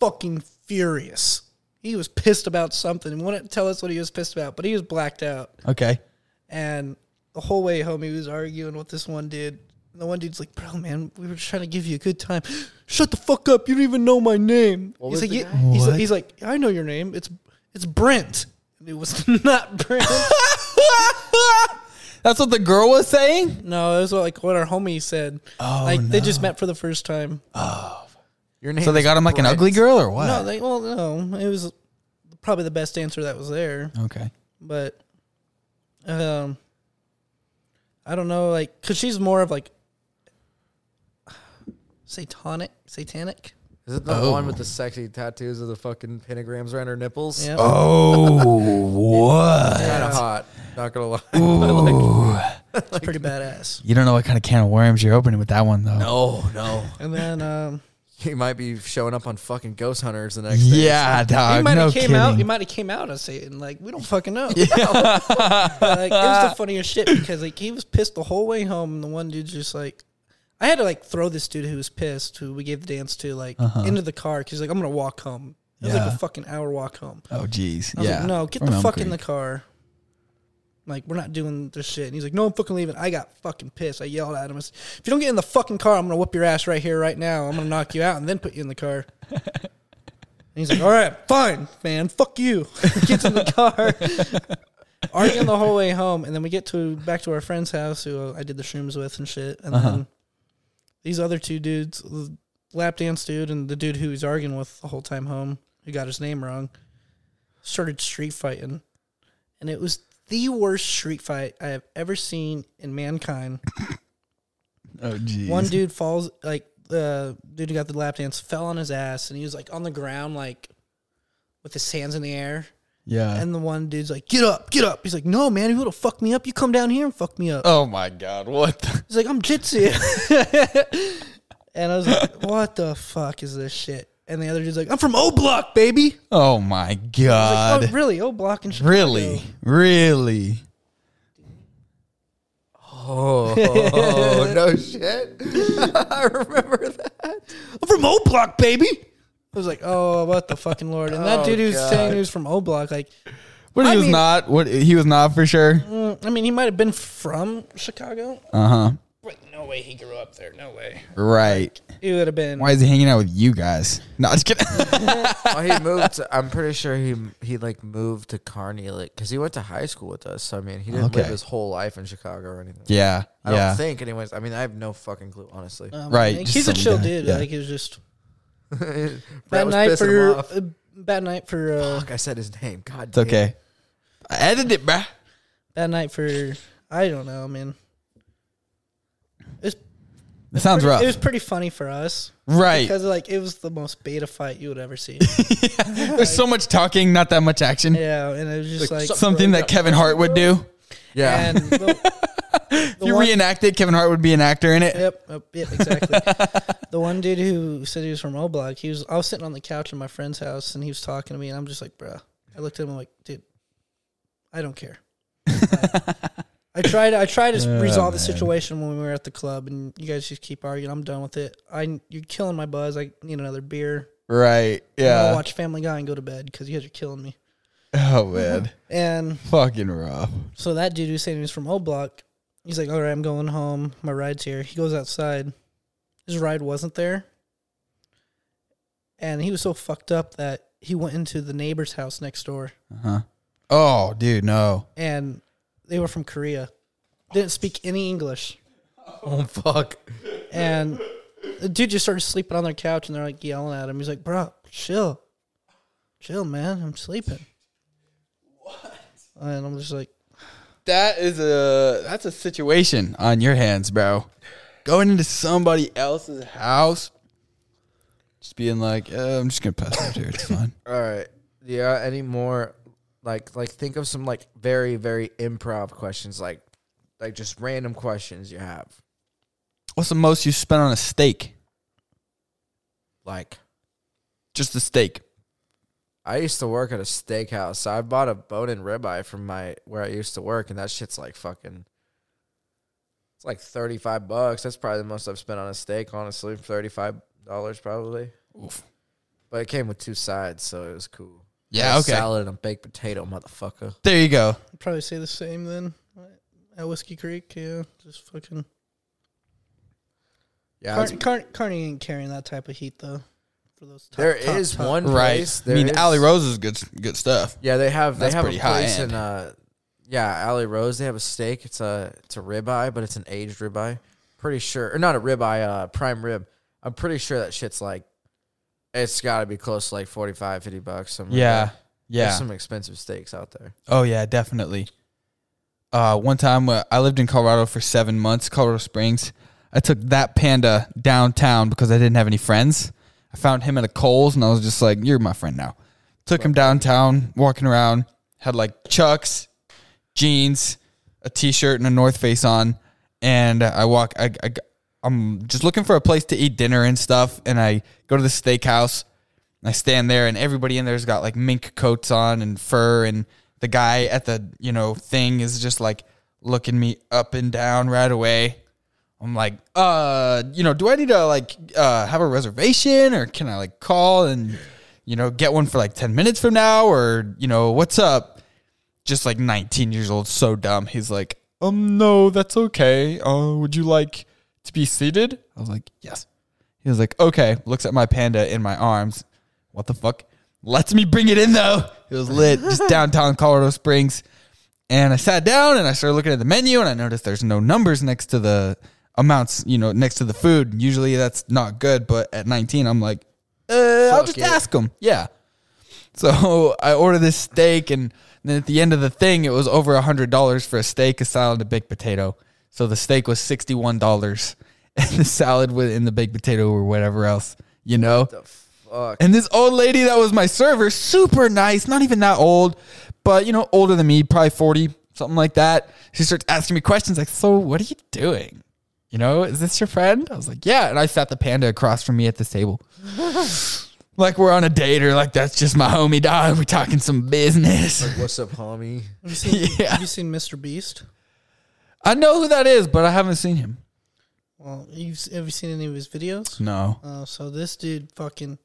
[SPEAKER 3] fucking furious. He was pissed about something. He wouldn't tell us what he was pissed about, but he was blacked out,
[SPEAKER 1] Okay.
[SPEAKER 3] and the whole way home, he was arguing with this one dude. And the one dude's like, "Bro, man, we were trying to give you a good time. Shut the fuck up! You don't even know my name."
[SPEAKER 2] was
[SPEAKER 3] he's like,
[SPEAKER 2] the
[SPEAKER 3] "Yeah."
[SPEAKER 2] guy?
[SPEAKER 3] he's,
[SPEAKER 1] What?
[SPEAKER 3] like, "He's like, I know your name. It's it's Brent." And it was not Brent.
[SPEAKER 1] That's what the girl was saying.
[SPEAKER 3] no, it was like what our homie said.
[SPEAKER 1] Oh,
[SPEAKER 3] like they just
[SPEAKER 1] no.
[SPEAKER 3] met for the first time.
[SPEAKER 2] Your name
[SPEAKER 1] So they
[SPEAKER 2] is
[SPEAKER 1] got him like an
[SPEAKER 2] Brett.
[SPEAKER 1] ugly girl or what?
[SPEAKER 3] No, they well, no, it was probably the best dancer that was there.
[SPEAKER 1] okay.
[SPEAKER 3] but um i don't know like because she's more of like satanic satanic
[SPEAKER 2] Is it the
[SPEAKER 1] Oh.
[SPEAKER 2] one with the sexy tattoos of the fucking pentagrams around her nipples?
[SPEAKER 3] yeah
[SPEAKER 1] Oh, what?
[SPEAKER 2] Kind of hot. Not gonna lie.
[SPEAKER 3] it's pretty badass
[SPEAKER 1] You don't know what kind of can of worms you're opening with that one, though.
[SPEAKER 2] No, no.
[SPEAKER 3] and then um
[SPEAKER 2] He might be showing up on fucking Ghost Hunters the next day.
[SPEAKER 1] Yeah,
[SPEAKER 3] he
[SPEAKER 1] dog.
[SPEAKER 3] might have
[SPEAKER 1] No
[SPEAKER 3] came
[SPEAKER 1] kidding.
[SPEAKER 3] out he might have came out as satan like we don't fucking know But, like it was the funniest shit because like he was pissed the whole way home and the one dude's just like i had to like throw this dude who was pissed who we gave the dance to like into the car because like i'm gonna walk home it was like
[SPEAKER 1] Uh-huh. Yeah.
[SPEAKER 3] a fucking hour walk home
[SPEAKER 1] oh, jeez.
[SPEAKER 3] I was
[SPEAKER 1] yeah. Oh,
[SPEAKER 3] like, no, get
[SPEAKER 1] From
[SPEAKER 3] the
[SPEAKER 1] Elm
[SPEAKER 3] fuck in
[SPEAKER 1] Creek.
[SPEAKER 3] the car. Like, we're not doing this shit. And he's like, no, I'm fucking leaving. I got fucking pissed. I yelled at him. I said, if you don't get in the fucking car, I'm going to whip your ass right here, right now. I'm going to knock you out and then put you in the car. And he's like, all right, fine, man. Fuck you. Gets in the car. Arguing the whole way home. And then we get to back to our friend's house who uh, I did the shrooms with and shit. And then these other two dudes, the lap dance dude and the dude who he's arguing with the whole time home, who got his name wrong started street fighting, and it was the worst street fight I have ever seen in mankind.
[SPEAKER 1] Oh, jeez.
[SPEAKER 3] One dude falls like the dude who got the lap dance fell on his ass, and he was like on the ground like with his hands in the air.
[SPEAKER 1] Yeah.
[SPEAKER 3] And the one dude's like, "Get up, get up!" He's like, "No, man, you would have fucked me up. You come down here and fuck me up."
[SPEAKER 1] oh my God. What? The-
[SPEAKER 3] He's like, I'm jitsu. and I was like, what the fuck is this shit? And the other dude's like, I'm from O Block, baby.
[SPEAKER 1] oh my
[SPEAKER 3] I
[SPEAKER 1] God.
[SPEAKER 3] was like, oh, really? O Block and Chicago.
[SPEAKER 1] Uh, really? Really?
[SPEAKER 2] Oh no shit. I remember that.
[SPEAKER 3] I'm from O Block, baby. I was like, oh, what the fucking lord. And that
[SPEAKER 2] Oh,
[SPEAKER 3] dude who's
[SPEAKER 2] God.
[SPEAKER 3] saying he was from O Block, like,
[SPEAKER 1] But he
[SPEAKER 3] I
[SPEAKER 1] was
[SPEAKER 3] mean-
[SPEAKER 1] not. What he was not for sure.
[SPEAKER 3] mm, I mean, he might have been from Chicago,
[SPEAKER 1] Uh huh.
[SPEAKER 3] But no way he grew up there. No way.
[SPEAKER 1] Right.
[SPEAKER 3] It would have been.
[SPEAKER 1] Why is he hanging out with you guys? No, I'm just kidding.
[SPEAKER 2] Well, he moved. To, I'm pretty sure he he like moved to Kearney, like because he went to high school with us. So, I mean, he didn't live
[SPEAKER 1] Okay.
[SPEAKER 2] his whole life in Chicago or anything.
[SPEAKER 1] yeah.
[SPEAKER 2] I
[SPEAKER 1] yeah.
[SPEAKER 2] don't think, anyways. I mean, I have no fucking clue, honestly.
[SPEAKER 3] um,
[SPEAKER 1] Right,
[SPEAKER 3] like,
[SPEAKER 1] just
[SPEAKER 3] he's a
[SPEAKER 1] some
[SPEAKER 3] chill
[SPEAKER 1] guy,
[SPEAKER 3] dude.
[SPEAKER 1] yeah.
[SPEAKER 3] Like it was just
[SPEAKER 2] Brett
[SPEAKER 3] bad
[SPEAKER 2] was
[SPEAKER 3] night
[SPEAKER 2] pissing
[SPEAKER 3] for
[SPEAKER 2] him
[SPEAKER 3] your,
[SPEAKER 2] off.
[SPEAKER 3] uh, bad night for uh,
[SPEAKER 2] Fuck, I said his name. God,
[SPEAKER 1] it's okay. I edited it, bruh.
[SPEAKER 3] bad night for I don't know, man. It was
[SPEAKER 1] That sounds
[SPEAKER 3] pretty,
[SPEAKER 1] rough.
[SPEAKER 3] it was pretty funny for us
[SPEAKER 1] right.
[SPEAKER 3] because like it was the most beta fight you would ever see.
[SPEAKER 1] There's so much talking, not that much action.
[SPEAKER 3] yeah, and it was just like,
[SPEAKER 1] Something that Kevin Hart would do.
[SPEAKER 2] Yeah,
[SPEAKER 3] and the, the
[SPEAKER 1] If you
[SPEAKER 3] one-
[SPEAKER 1] reenact it, Kevin Hart would be an actor in it.
[SPEAKER 3] Yep, yep, yep exactly. the one dude who said he was from O Block, he was. I was sitting on the couch in my friend's house, and he was talking to me, and I'm just like, bruh. I looked at him, I'm like, dude, I don't care. I tried. I tried to resolve the situation when we were at the club, and you guys just keep arguing. I'm done with it. I you're killing my buzz. I need another beer.
[SPEAKER 1] Right.
[SPEAKER 3] I'll
[SPEAKER 1] Yeah.
[SPEAKER 3] watch Family Guy and go to bed because you guys are killing me.
[SPEAKER 1] Oh man.
[SPEAKER 3] And
[SPEAKER 1] Fucking rough.
[SPEAKER 3] so that dude who's saying he was from O Block, he's like, all right, I'm going home. My ride's here. He goes outside. His ride wasn't there. And he was so fucked up that he went into the neighbor's house next door.
[SPEAKER 1] Oh, dude, no.
[SPEAKER 3] And they were from Korea. Didn't speak any English.
[SPEAKER 2] oh fuck.
[SPEAKER 3] And the dude just started sleeping on their couch and they're like yelling at him. He's like, bro, chill. Chill, man. I'm sleeping. What? And I'm just like,
[SPEAKER 1] That is a that's a situation on your hands, bro. Going into somebody else's house, just being like, uh, I'm just gonna pass out here. It's fine.
[SPEAKER 2] All right. Yeah. Any more? Like, like think of some like very, very improv questions, like, like just random questions you have.
[SPEAKER 1] What's the most you spent on a steak?
[SPEAKER 2] Like,
[SPEAKER 1] Just a steak.
[SPEAKER 2] I used to work at a steakhouse, so I bought a bone-in ribeye from my where I used to work, and that shit's like fucking. It's like thirty-five bucks. That's probably the most I've spent on a steak, honestly. Thirty-five dollars probably,
[SPEAKER 1] Oof.
[SPEAKER 2] but it came with two sides, so it was cool.
[SPEAKER 1] Yeah,
[SPEAKER 2] A
[SPEAKER 1] okay.
[SPEAKER 2] Salad and a baked potato, motherfucker.
[SPEAKER 1] There you go.
[SPEAKER 3] I'd probably say the same then. uh, At Whiskey Creek, yeah, just fucking.
[SPEAKER 2] Yeah,
[SPEAKER 3] Car-
[SPEAKER 2] it's-
[SPEAKER 3] Car- Carney ain't carrying that type of heat though. For those, top,
[SPEAKER 2] there
[SPEAKER 3] top-
[SPEAKER 2] is
[SPEAKER 3] top-
[SPEAKER 2] one
[SPEAKER 1] Right.
[SPEAKER 2] place.
[SPEAKER 1] I
[SPEAKER 2] there
[SPEAKER 1] mean,
[SPEAKER 2] is-
[SPEAKER 1] Alley Rose is good good stuff.
[SPEAKER 2] Yeah, they have
[SPEAKER 1] That's
[SPEAKER 2] they have a
[SPEAKER 1] pretty high
[SPEAKER 2] place
[SPEAKER 1] end.
[SPEAKER 2] in uh yeah, Alley Rose. They have a steak. It's a it's a ribeye, but it's an aged ribeye. Pretty sure, or not a ribeye, uh, prime rib. I'm pretty sure that shit's like it's got to be close to like 45, 50 bucks. Something like
[SPEAKER 1] Yeah.
[SPEAKER 2] that.
[SPEAKER 1] Yeah.
[SPEAKER 2] There's some expensive steaks out there.
[SPEAKER 1] Oh yeah, definitely. Uh, one time uh, I lived in Colorado for seven months, Colorado Springs. I took that panda downtown because I didn't have any friends. I found him at a Coles, and I was just like, "You're my friend now." Took him downtown, walking around, had like Chucks, jeans, a T-shirt, and a North Face on, and I walk. I, I I'm just looking for a place to eat dinner and stuff, and I go to the steakhouse. And I stand there, and everybody in there's got like mink coats on and fur, and the guy at the you know thing is just like looking me up and down right away. I'm like, uh, you know, do I need to like uh, have a reservation, or can I like call and you know get one for like ten minutes from now, or you know what's up? Just like 19 years old, so dumb. He's like, um, no, that's okay. Uh, would you like to be seated? I was like, yes. He was like, okay. Looks at my panda in my arms. What the fuck? Lets me bring it in though. It was lit, just downtown Colorado Springs. And I sat down and I started looking at the menu and I noticed there's no numbers next to the amounts, you know, next to the food. Usually that's not good, but at 19, I'm like, uh, I'll
[SPEAKER 2] Fuck
[SPEAKER 1] just
[SPEAKER 2] it.
[SPEAKER 1] ask them. Yeah. So I ordered this steak, and then at the end of the thing, it was over a hundred dollars for a steak, a salad, and a baked potato. So the steak was sixty-one dollars, and the salad with and the baked potato or whatever else, you know.
[SPEAKER 2] The fuck.
[SPEAKER 1] And this old lady that was my server, super nice, not even that old, but you know, older than me, probably 40, something like that. She starts asking me questions like, So, what are you doing? You know, is this your friend? I was like, Yeah. And I sat the panda across from me at this table. like, we're on a date, or like, that's just my homie, dog. We're talking some business.
[SPEAKER 2] What's up, homie?
[SPEAKER 3] Have you seen,
[SPEAKER 1] Yeah.
[SPEAKER 3] have you seen Mr. Beast?
[SPEAKER 1] I know who that is, but I haven't seen him.
[SPEAKER 3] Well, you've s- have you seen any of his videos?
[SPEAKER 1] No.
[SPEAKER 3] Oh, so this dude fucking.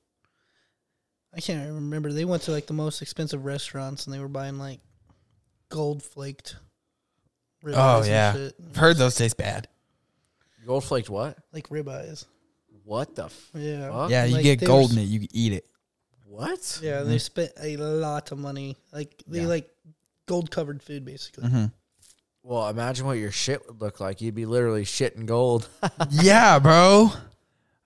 [SPEAKER 3] I can't remember. They went to like the most expensive restaurants and they were buying like gold flaked.
[SPEAKER 1] Oh, yeah. I've heard those taste bad.
[SPEAKER 2] Gold flaked what?
[SPEAKER 3] like ribeyes.
[SPEAKER 2] What the f-
[SPEAKER 3] Yeah.
[SPEAKER 2] Fuck.
[SPEAKER 1] Yeah, you
[SPEAKER 3] Like,
[SPEAKER 1] get
[SPEAKER 3] they
[SPEAKER 1] gold
[SPEAKER 3] were-
[SPEAKER 1] in it. You can eat it.
[SPEAKER 2] What?
[SPEAKER 3] Yeah, they spent a lot of money. Like they
[SPEAKER 1] Yeah.
[SPEAKER 3] like gold covered food basically.
[SPEAKER 2] Well, imagine what your shit would look like. You'd be literally shitting gold.
[SPEAKER 1] yeah, bro.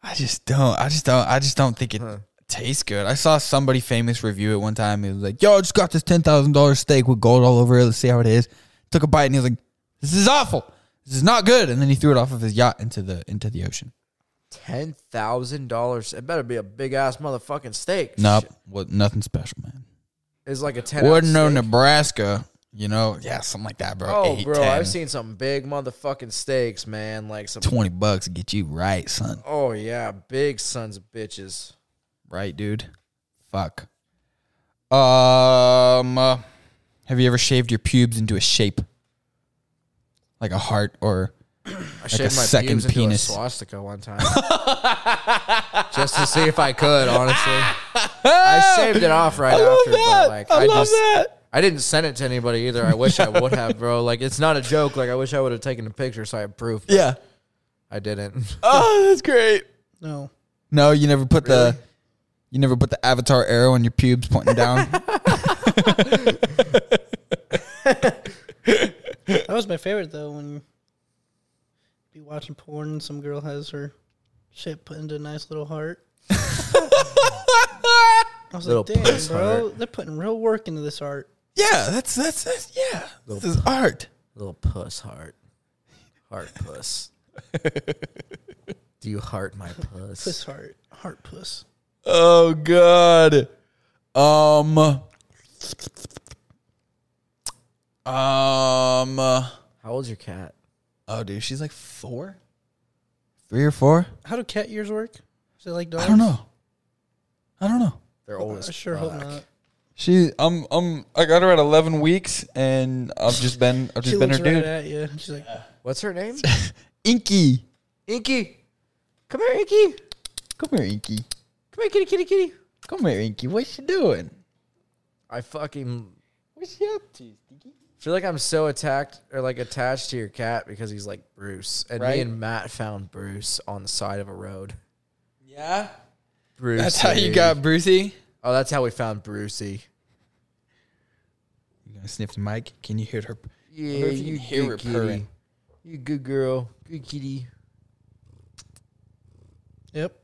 [SPEAKER 1] I just don't. I just don't. I just don't think it tastes good. I saw somebody famous review it one time. It was like, "Yo, I just got this ten thousand dollars steak with gold all over it. Let's see how it is." Took a bite and he was like, "This is awful. This is not good." And then he threw it off of his yacht into the into the ocean.
[SPEAKER 2] Ten thousand dollars. It better be a big ass motherfucking steak.
[SPEAKER 1] Nope,
[SPEAKER 2] Shit.
[SPEAKER 1] what nothing special, man.
[SPEAKER 2] It's like a ten. ounce
[SPEAKER 1] Ordinary
[SPEAKER 2] steak.
[SPEAKER 1] Nebraska, you know, yeah, something like that, bro.
[SPEAKER 2] Oh,
[SPEAKER 1] Eight,
[SPEAKER 2] bro,
[SPEAKER 1] 10,
[SPEAKER 2] I've seen some big motherfucking steaks, man. Like some.
[SPEAKER 1] twenty bucks to get you right, son.
[SPEAKER 2] Oh yeah, big sons of bitches.
[SPEAKER 1] Right, dude. Fuck. Um, uh, have you ever shaved your pubes into a shape, like a heart or?
[SPEAKER 2] I shaved my
[SPEAKER 1] second
[SPEAKER 2] pubes into a
[SPEAKER 1] penis.
[SPEAKER 2] swastika one time, just to see if I could. Honestly, I shaved it off right after, but like I, just
[SPEAKER 1] that.
[SPEAKER 2] I didn't send it to anybody either. I wish I would have, bro. Like it's not a joke. Like I wish I would have taken a picture so I have proof. but
[SPEAKER 1] Yeah.
[SPEAKER 2] I didn't.
[SPEAKER 1] Oh, that's great.
[SPEAKER 3] No.
[SPEAKER 1] No, you never put the, you never put the avatar arrow on your pubes pointing down.
[SPEAKER 3] That was my favorite though when you be watching porn and some girl has her shit put into a nice little heart. I was
[SPEAKER 2] Little
[SPEAKER 3] like, damn,
[SPEAKER 2] puss
[SPEAKER 3] bro, they're putting real work into this art.
[SPEAKER 1] yeah, that's that's that's yeah. This is art.
[SPEAKER 2] Little puss heart, heart puss. Do you heart my
[SPEAKER 3] Puss
[SPEAKER 2] puss?
[SPEAKER 3] heart, heart puss.
[SPEAKER 1] Oh god. Um. Um. uh,
[SPEAKER 2] How old's your cat?
[SPEAKER 1] Oh, dude, she's like four, three or four.
[SPEAKER 3] How do cat ears work? Is it like dogs? Oh,
[SPEAKER 1] I don't know. I don't know.
[SPEAKER 2] They're old as
[SPEAKER 3] I sure
[SPEAKER 2] fuck.
[SPEAKER 3] hope not.
[SPEAKER 1] She, I'm, I'm, I got her at eleven weeks, and I've just been, I've
[SPEAKER 3] She
[SPEAKER 1] just been her
[SPEAKER 3] looks right
[SPEAKER 1] dude.
[SPEAKER 3] at you. and She's like,
[SPEAKER 2] What's her name?
[SPEAKER 1] Inky,
[SPEAKER 2] Inky. Come here, Inky.
[SPEAKER 1] come here, Inky,
[SPEAKER 2] Come here, kitty, kitty, kitty.
[SPEAKER 1] come here, Inky. What's she doing?
[SPEAKER 2] I fucking
[SPEAKER 1] What's she up to, Stinky?
[SPEAKER 2] feel like I'm so attacked or like attached to your cat because he's like Bruce. And
[SPEAKER 1] Right?
[SPEAKER 2] me and Matt found Bruce on the side of a road.
[SPEAKER 1] Yeah,
[SPEAKER 2] Bruce.
[SPEAKER 1] that's how you got Brucey.
[SPEAKER 2] Oh, that's how we found Brucey.
[SPEAKER 1] You gonna sniff the mic? Can you hear her?
[SPEAKER 2] Yeah,
[SPEAKER 1] if you can hear
[SPEAKER 2] good
[SPEAKER 1] it purring.
[SPEAKER 2] kitty. You good girl. Good kitty.
[SPEAKER 3] yep.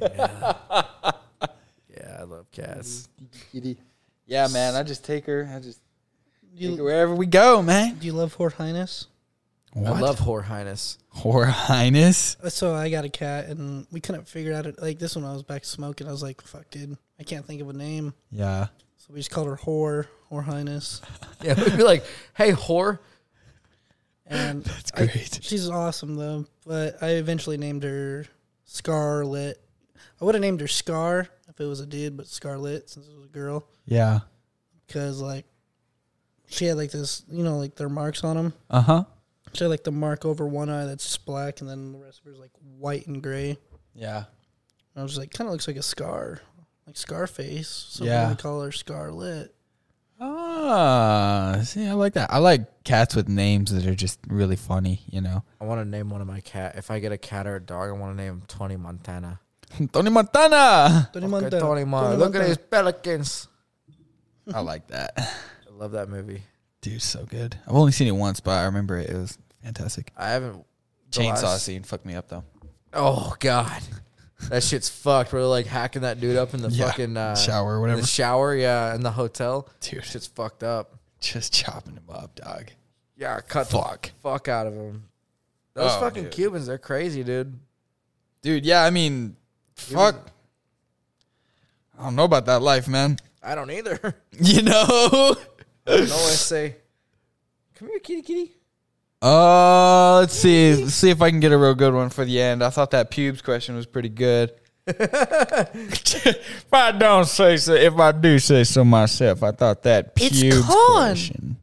[SPEAKER 2] Yeah, I love cats.
[SPEAKER 1] Yeah, man. I just take her. I just
[SPEAKER 3] Do you,
[SPEAKER 1] wherever we go, man.
[SPEAKER 3] do you love Hor Highness?
[SPEAKER 2] I love Whore Highness.
[SPEAKER 1] Her Highness.
[SPEAKER 3] Uh, So I got a cat, and we couldn't figure out it. Like this one, I was back smoking. I was like, "Fuck, dude, I can't think of a name."
[SPEAKER 1] Yeah.
[SPEAKER 3] So we just called her whore, whore highness,
[SPEAKER 2] Yeah, we'd be like, hey, whore.
[SPEAKER 3] and
[SPEAKER 1] That's great.
[SPEAKER 3] she's awesome though. But I eventually named her Scarlet. I would have named her Scar if it was a dude, but Scarlet since it was a girl,
[SPEAKER 1] yeah.
[SPEAKER 3] because like she had like this, you know, like their marks on them.
[SPEAKER 1] Uh huh.
[SPEAKER 3] She had like the mark over one eye that's black, and then the rest of her's like white and gray.
[SPEAKER 1] Yeah.
[SPEAKER 3] And I was like, kind of looks like a scar, like Scarface. So
[SPEAKER 1] Yeah.
[SPEAKER 3] yeah. we call her Scarlet.
[SPEAKER 1] Ah, see, I like that. I like cats with names that are just really funny, you know.
[SPEAKER 2] I want to name one of my cat. If I get a cat or a dog, I want to name him Tony Montana.
[SPEAKER 1] Tony Montana.
[SPEAKER 3] Tony
[SPEAKER 2] Look at
[SPEAKER 3] Montana.
[SPEAKER 2] Tony Montana. Look
[SPEAKER 3] Tony
[SPEAKER 2] at
[SPEAKER 3] Montana.
[SPEAKER 2] his pelicans.
[SPEAKER 1] I like that.
[SPEAKER 2] I love that movie.
[SPEAKER 1] Dude, so good. I've only seen it once, but I remember it. It was fantastic.
[SPEAKER 2] I haven't. the
[SPEAKER 1] Chainsaw
[SPEAKER 2] last-
[SPEAKER 1] scene fucked me up though.
[SPEAKER 2] Oh god, that shit's fucked. We're like hacking that dude up in the
[SPEAKER 1] Yeah.
[SPEAKER 2] fucking uh,
[SPEAKER 1] Shower,
[SPEAKER 2] in
[SPEAKER 1] whatever.
[SPEAKER 2] The shower, yeah, in the hotel.
[SPEAKER 1] Dude.
[SPEAKER 2] shit's fucked up.
[SPEAKER 1] Just chopping him up, dog.
[SPEAKER 2] Yeah, cut
[SPEAKER 1] Fuck.
[SPEAKER 2] the fuck out of him. Those
[SPEAKER 1] Oh,
[SPEAKER 2] fucking
[SPEAKER 1] dude.
[SPEAKER 2] Cubans, they're crazy, dude.
[SPEAKER 1] Dude, yeah, I mean, fuck. I don't know about that life, man.
[SPEAKER 2] I don't either.
[SPEAKER 1] You know.
[SPEAKER 2] no, I say, come here, kitty, kitty.
[SPEAKER 1] Uh, let's see. Let's see if I can get a real good one for the end. I thought that pubes question was pretty good. if I don't say so, if I do say so myself, I thought that
[SPEAKER 3] It's
[SPEAKER 1] pubes
[SPEAKER 3] corn.
[SPEAKER 1] question.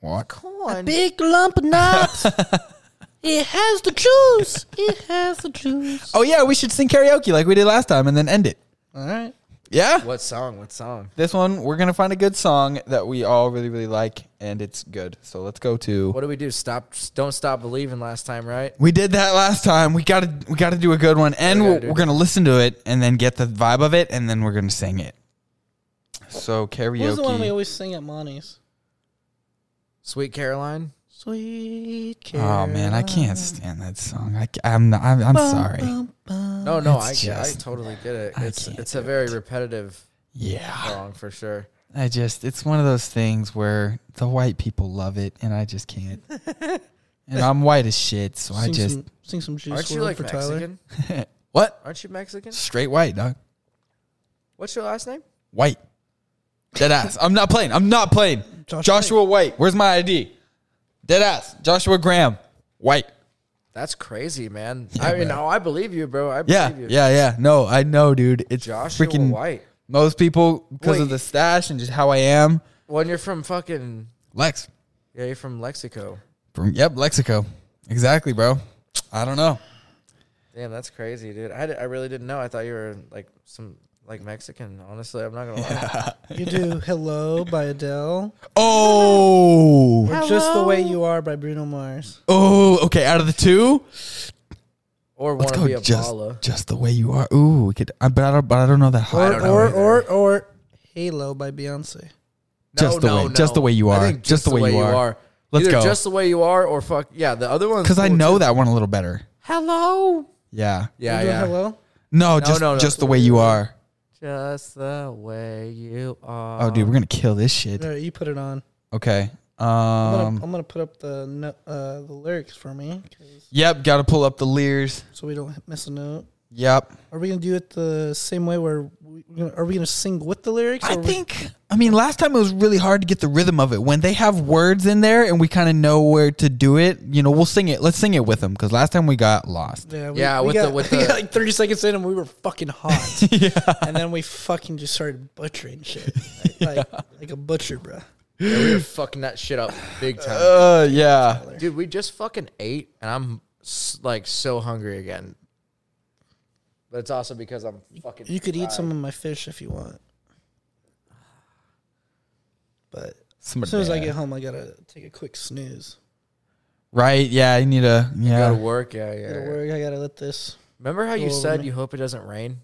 [SPEAKER 1] What?
[SPEAKER 2] Corn.
[SPEAKER 3] Big lump nuts. it has the juice. It has the juice.
[SPEAKER 1] Oh yeah, we should sing karaoke like we did last time and then end it.
[SPEAKER 3] All right.
[SPEAKER 1] Yeah.
[SPEAKER 2] What song? What song?
[SPEAKER 1] This one, we're gonna find a good song that we all really, really like, and it's good. So let's go to.
[SPEAKER 2] What do we do? Stop! Don't stop believing. Last time, right?
[SPEAKER 1] We did that last time. We gotta, we gotta do a good one, and
[SPEAKER 2] We
[SPEAKER 1] we
[SPEAKER 2] gotta
[SPEAKER 1] are
[SPEAKER 2] do
[SPEAKER 1] we're gonna listen to it, and then get the vibe of it, and then we're gonna sing it. So karaoke.
[SPEAKER 3] What was the one we always sing at Monty's?
[SPEAKER 2] Sweet Caroline.
[SPEAKER 3] Sweet
[SPEAKER 1] oh man, I can't stand that song. I, am not. I'm, I'm sorry.
[SPEAKER 2] No, no, I,
[SPEAKER 1] Uh, It's
[SPEAKER 2] I
[SPEAKER 1] just-
[SPEAKER 2] totally get it.
[SPEAKER 1] I
[SPEAKER 2] It's
[SPEAKER 1] can't
[SPEAKER 2] it's a very repetitive
[SPEAKER 1] Yeah.
[SPEAKER 2] song for sure.
[SPEAKER 1] I just, it's one of those things where the white people love it, and I just can't. and I'm white as shit, so I
[SPEAKER 3] Sing
[SPEAKER 1] just
[SPEAKER 3] some, sing some juice
[SPEAKER 2] Aren't you
[SPEAKER 3] WRLD
[SPEAKER 2] like
[SPEAKER 3] for Tyler.
[SPEAKER 2] Mexican?
[SPEAKER 1] what
[SPEAKER 2] Aren't you Mexican?
[SPEAKER 1] straight white dog.
[SPEAKER 2] What's your last name?
[SPEAKER 1] White. Dead ass. I'm not playing. I'm not playing.
[SPEAKER 3] Josh
[SPEAKER 1] Joshua White. Where's my ID? Dead ass. Joshua Graham. White.
[SPEAKER 2] That's crazy, man.
[SPEAKER 1] Yeah,
[SPEAKER 2] I mean,
[SPEAKER 1] bro.
[SPEAKER 2] no, I believe you, bro. I
[SPEAKER 1] Yeah.
[SPEAKER 2] believe you.
[SPEAKER 1] Yeah. Yeah. No, I know, dude. It's
[SPEAKER 2] Joshua
[SPEAKER 1] freaking
[SPEAKER 2] White.
[SPEAKER 1] most people because of
[SPEAKER 2] Wait.
[SPEAKER 1] the stash and just how I am.
[SPEAKER 2] When you're from fucking
[SPEAKER 1] Lex.
[SPEAKER 2] yeah, you're from Lexico.
[SPEAKER 1] From yep, Lexico. Exactly, bro. I don't know.
[SPEAKER 2] Damn, that's crazy, dude. I, di- I really didn't know. I thought you were like some like Mexican. Honestly, I'm not gonna lie.
[SPEAKER 3] You do "Hello" by Adele,
[SPEAKER 1] Oh.
[SPEAKER 3] or "Just the Way You Are" by Bruno Mars.
[SPEAKER 1] Oh. Okay. Out of the two,
[SPEAKER 2] Or want
[SPEAKER 1] let's
[SPEAKER 2] to be
[SPEAKER 1] go
[SPEAKER 2] a
[SPEAKER 1] just
[SPEAKER 2] bala.
[SPEAKER 1] just the way you are. Ooh, we could. I, but I don't. But I don't know that high.
[SPEAKER 3] Or
[SPEAKER 2] don't know
[SPEAKER 3] or,
[SPEAKER 2] either.
[SPEAKER 3] or or "Halo" by Beyonce.
[SPEAKER 1] Just the way- just the way you
[SPEAKER 2] I
[SPEAKER 1] are.
[SPEAKER 2] think
[SPEAKER 1] Just the way you are. Let's
[SPEAKER 2] Either
[SPEAKER 1] go.
[SPEAKER 2] Just the way you are, or fuck yeah. The other one
[SPEAKER 1] Because I know that one a little better.
[SPEAKER 2] Hello.
[SPEAKER 1] Yeah.
[SPEAKER 2] Yeah,
[SPEAKER 3] You do
[SPEAKER 2] yeah.
[SPEAKER 3] "Hello."
[SPEAKER 1] No, just
[SPEAKER 2] no, no.
[SPEAKER 1] just the way you are.
[SPEAKER 2] Just the way you are.
[SPEAKER 1] Oh, dude, we're gonna kill this shit.
[SPEAKER 3] All right, you put it on.
[SPEAKER 1] Okay.
[SPEAKER 3] Um, I'm gonna,
[SPEAKER 1] Um.
[SPEAKER 3] I'm gonna put up the no, uh, the lyrics for me, 'cause-
[SPEAKER 1] Yep. Got to pull up the leers.
[SPEAKER 3] so we don't miss a note.
[SPEAKER 1] Yep.
[SPEAKER 3] Are we gonna do it the same way? Where we, we're gonna, are we gonna sing with the lyrics?
[SPEAKER 1] I
[SPEAKER 3] or we-
[SPEAKER 1] think. I mean, last time it was really hard to get the rhythm of it. When they have words in there and we kind of know where to do it, you know, we'll sing it. Let's sing it with them because last time we got lost.
[SPEAKER 3] Yeah, we,
[SPEAKER 2] Yeah,
[SPEAKER 3] we
[SPEAKER 2] with the-
[SPEAKER 3] got,
[SPEAKER 2] with
[SPEAKER 3] we
[SPEAKER 2] the-
[SPEAKER 3] got like 30 seconds in and we were fucking hot. And then we fucking just started butchering shit. Like, like, like a butcher, bro.
[SPEAKER 2] Yeah, we were fucking that shit up big time.
[SPEAKER 1] Uh, yeah.
[SPEAKER 2] Dude, we just fucking ate, and I'm s- like so hungry again. But it's also because I'm fucking.
[SPEAKER 3] You could eat
[SPEAKER 2] fried.
[SPEAKER 3] some of my fish if you want. But as
[SPEAKER 1] Smart
[SPEAKER 3] soon as I
[SPEAKER 1] dad.
[SPEAKER 3] get home, I gotta take a quick snooze.
[SPEAKER 1] Right. Yeah. You need a.
[SPEAKER 2] You
[SPEAKER 1] Yeah.
[SPEAKER 2] gotta work, yeah, yeah.
[SPEAKER 3] Gotta
[SPEAKER 2] yeah.
[SPEAKER 3] work. I gotta let this.
[SPEAKER 2] Remember how you
[SPEAKER 3] Go over
[SPEAKER 2] said
[SPEAKER 3] me.
[SPEAKER 2] you hope it doesn't rain?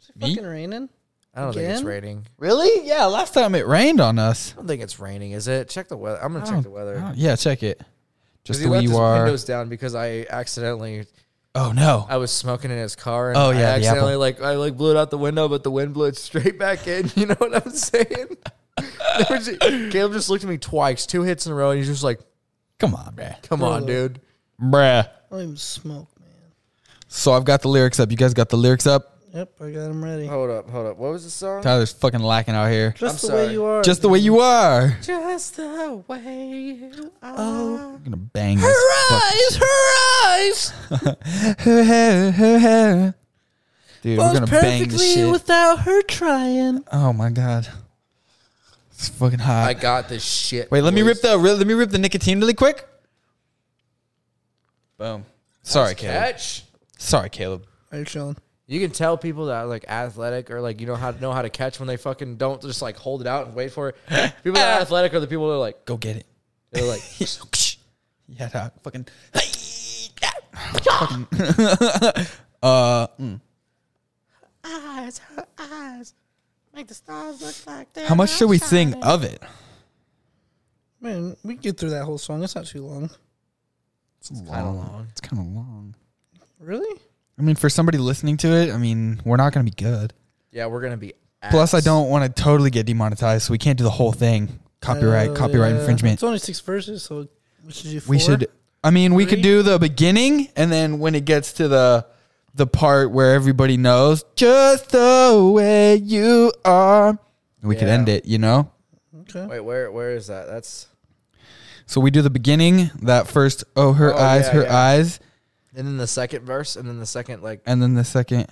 [SPEAKER 3] Is it
[SPEAKER 1] Me?
[SPEAKER 3] fucking raining?
[SPEAKER 2] I don't think it's
[SPEAKER 3] Again?
[SPEAKER 2] raining.
[SPEAKER 1] really? Yeah. Last time it rained on us.
[SPEAKER 2] I don't think it's raining, is it? Check the weather. I'm gonna
[SPEAKER 1] I
[SPEAKER 2] check
[SPEAKER 1] don't-
[SPEAKER 2] the weather.
[SPEAKER 1] I don't- Yeah. Check it.
[SPEAKER 2] 'Cause
[SPEAKER 1] Just
[SPEAKER 2] he
[SPEAKER 1] the way
[SPEAKER 2] left
[SPEAKER 1] you
[SPEAKER 2] his
[SPEAKER 1] are.
[SPEAKER 2] Windows down because I accidentally
[SPEAKER 1] Oh no.
[SPEAKER 2] I was smoking in his car and
[SPEAKER 1] Oh,
[SPEAKER 2] I
[SPEAKER 1] yeah, the
[SPEAKER 2] accidentally
[SPEAKER 1] apple.
[SPEAKER 2] like I like blew it out the window, but the wind blew it straight back in. You know what I'm saying? There was- Caleb just looked at me twice, two hits in a row, and he's just like,
[SPEAKER 1] Come on, bruh.
[SPEAKER 2] "Come on, dude."
[SPEAKER 1] Bruh.
[SPEAKER 3] I don't even smoke, man.
[SPEAKER 1] So I've got the lyrics up. You guys got the lyrics up.
[SPEAKER 3] Yep, I got him ready.
[SPEAKER 2] Hold up, hold up. What was the song?
[SPEAKER 1] Tyler's fucking lacking out here.
[SPEAKER 3] Just
[SPEAKER 2] Oh, I'm
[SPEAKER 3] the way
[SPEAKER 2] sorry.
[SPEAKER 3] you are.
[SPEAKER 1] Just the way you are.
[SPEAKER 2] Just the way you are.
[SPEAKER 1] I'm gonna bang this. Her eyes, her eyes. her hair, her hair. Dude, we're gonna bang this shit.
[SPEAKER 3] without her trying.
[SPEAKER 1] oh my god, it's fucking hot.
[SPEAKER 2] I got this shit.
[SPEAKER 1] Wait, let me rip
[SPEAKER 2] boys.
[SPEAKER 1] the re- let me rip the nicotine really quick. Boom. Sorry, Caleb.
[SPEAKER 2] catch.
[SPEAKER 1] Sorry, Caleb.
[SPEAKER 3] Are you chilling?
[SPEAKER 2] You can tell people that are like athletic or like you know how know how to catch when they fucking don't just like hold it out and wait for it. People that are athletic are the people that are like
[SPEAKER 1] Go get it.
[SPEAKER 2] they're like
[SPEAKER 1] Yeah, dog. Fucking. Fucking- uh. mm.
[SPEAKER 5] eyes, her eyes, make the stars look like they're
[SPEAKER 1] How much should we
[SPEAKER 5] not
[SPEAKER 1] sing
[SPEAKER 5] shining.
[SPEAKER 1] of it?
[SPEAKER 3] Man, we can get through that whole song. It's not too long.
[SPEAKER 1] It's, kind of long. It's kind of long.
[SPEAKER 3] Really?
[SPEAKER 1] I mean, for somebody listening to it, I mean, we're not going to be good.
[SPEAKER 2] yeah we're gonna be.
[SPEAKER 1] Plus, I
[SPEAKER 2] ass.
[SPEAKER 1] don't want to totally get demonetized, so we can't do the whole thing. Copyright,
[SPEAKER 3] Uh,
[SPEAKER 1] copyright
[SPEAKER 3] yeah.
[SPEAKER 1] infringement.
[SPEAKER 3] It's only six verses, so we should do four.
[SPEAKER 1] We should. I mean, we could
[SPEAKER 3] Three?
[SPEAKER 1] do the beginning, and then when it gets to the the part where everybody knows just the way you are, we could
[SPEAKER 2] Yeah.
[SPEAKER 1] end it. You know.
[SPEAKER 3] Okay.
[SPEAKER 2] Wait, where where is that? That's
[SPEAKER 1] So we do the beginning, that first. Oh, her
[SPEAKER 2] Oh,
[SPEAKER 1] eyes,
[SPEAKER 2] yeah,
[SPEAKER 1] her
[SPEAKER 2] yeah.
[SPEAKER 1] eyes,
[SPEAKER 2] and then the second verse, and then the second like
[SPEAKER 1] and then the second.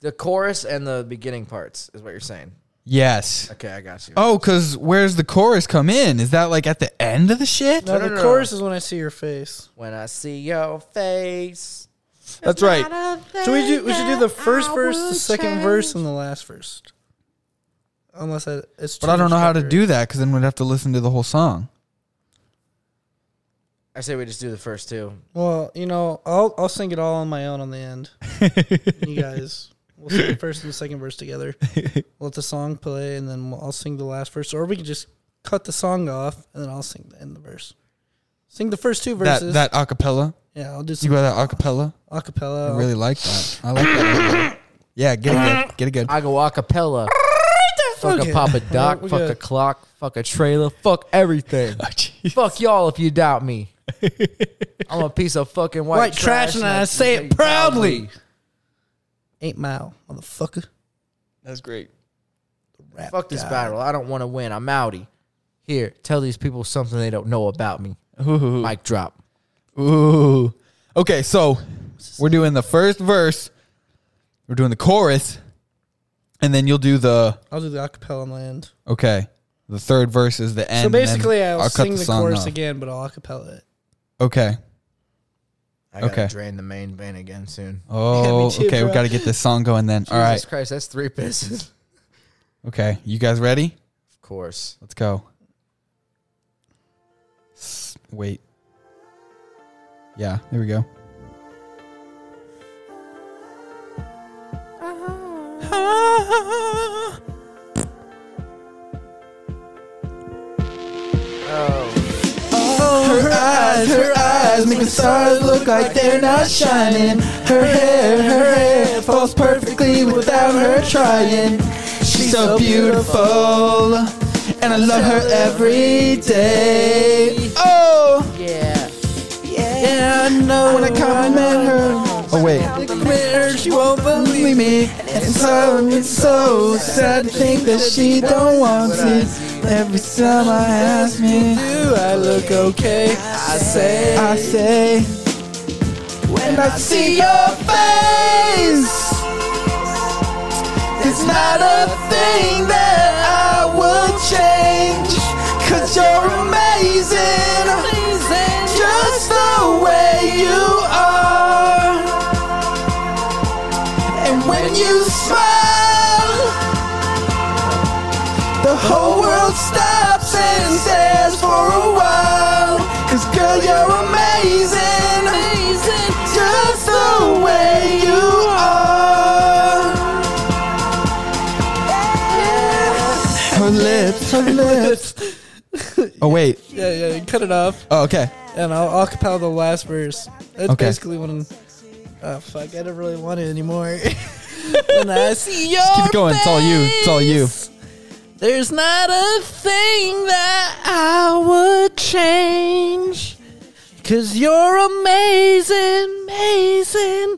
[SPEAKER 2] the chorus and the beginning parts is what you're saying.
[SPEAKER 1] Yes.
[SPEAKER 2] Okay, I got you.
[SPEAKER 1] Oh, because where's the chorus come in? Is that like at the end of the shit?
[SPEAKER 3] No,
[SPEAKER 2] No,
[SPEAKER 3] the
[SPEAKER 2] no, no,
[SPEAKER 3] chorus is when I see your face.
[SPEAKER 2] When I see your face,
[SPEAKER 1] That's right.
[SPEAKER 3] So we do, we should do the first verse, the second verse, and the last verse. Unless I, it's.
[SPEAKER 1] But I don't know how to do that because then we'd have to listen to the whole song.
[SPEAKER 2] I say we just do the first two.
[SPEAKER 3] Well, you know, I'll I'll sing it all on my own on the end. you guys, we'll sing the first and the second verse together. Let the song play, and then we'll, I'll sing the last verse, or we can just cut the song off, and then I'll sing the end of the verse. Sing the first two
[SPEAKER 1] That
[SPEAKER 3] verses.
[SPEAKER 1] that acapella.
[SPEAKER 3] yeah, I'll do
[SPEAKER 1] You
[SPEAKER 3] some
[SPEAKER 1] got that acapella? I
[SPEAKER 3] acapella.
[SPEAKER 1] really like that. I like that. idea. yeah, get it good. Get it good.
[SPEAKER 2] I go acapella. fuck
[SPEAKER 3] Okay.
[SPEAKER 2] a Papa Doc.
[SPEAKER 3] We
[SPEAKER 2] fuck
[SPEAKER 3] good. Oh,
[SPEAKER 2] a clock. Fuck a trailer. Fuck everything. fuck y'all if you doubt me. I'm a piece of fucking white,
[SPEAKER 3] White trash, and I say it proudly.
[SPEAKER 2] proudly.
[SPEAKER 3] Eight Mile, motherfucker.
[SPEAKER 1] That's great.
[SPEAKER 3] Rap
[SPEAKER 2] Fuck this
[SPEAKER 3] God.
[SPEAKER 2] battle. I don't want to win. I'm outie. Here, tell these people something they don't know about me. Mic drop.
[SPEAKER 1] Ooh. Okay, so we're doing the first verse. We're doing the chorus, and then you'll do the
[SPEAKER 3] I'll do the acapella on the end.
[SPEAKER 1] okay. The third verse is the end.
[SPEAKER 3] so
[SPEAKER 1] and then
[SPEAKER 3] basically, I'll,
[SPEAKER 1] cut
[SPEAKER 3] sing the,
[SPEAKER 1] song
[SPEAKER 3] chorus
[SPEAKER 1] off.
[SPEAKER 3] again, but I'll acapella it.
[SPEAKER 1] Okay.
[SPEAKER 2] I gotta
[SPEAKER 1] Okay.
[SPEAKER 2] drain the main vein again soon.
[SPEAKER 1] Oh,
[SPEAKER 3] too,
[SPEAKER 1] okay. We
[SPEAKER 3] bro.
[SPEAKER 1] got to get this song going then. All right.
[SPEAKER 2] Jesus Christ, that's three pisses.
[SPEAKER 1] Okay. You guys ready?
[SPEAKER 2] Of course.
[SPEAKER 1] Let's go. S- Wait. Yeah, there we go. Oh. Her eyes, her eyes make the stars look like they're not shining. Her hair, her hair falls perfectly without her trying. She's so beautiful, and I love her every day. Oh,
[SPEAKER 2] Yeah.
[SPEAKER 1] yeah, I know when I compliment her. Oh wait, compliment her, she won't believe me. And so it's so sad to think that she don't want it. Every time I ask me, do I look okay? I say, I say, when I see your face, it's not a thing that I would change. Cause you're amazing. Just the way you are. And when you smile, the whole world stops and stares for a while. Cause girl, you're amazing. Just the way you are. Her lips, her lips. oh wait.
[SPEAKER 3] Yeah, yeah, you cut it off,
[SPEAKER 1] Oh okay.
[SPEAKER 3] and I'll acapella the last verse. That's
[SPEAKER 1] Okay.
[SPEAKER 3] basically when. Oh fuck! I don't really want it anymore. when I see your
[SPEAKER 1] Keep it going. It's all you. It's all you.
[SPEAKER 3] There's not a thing that I would change. Cause you're amazing, amazing.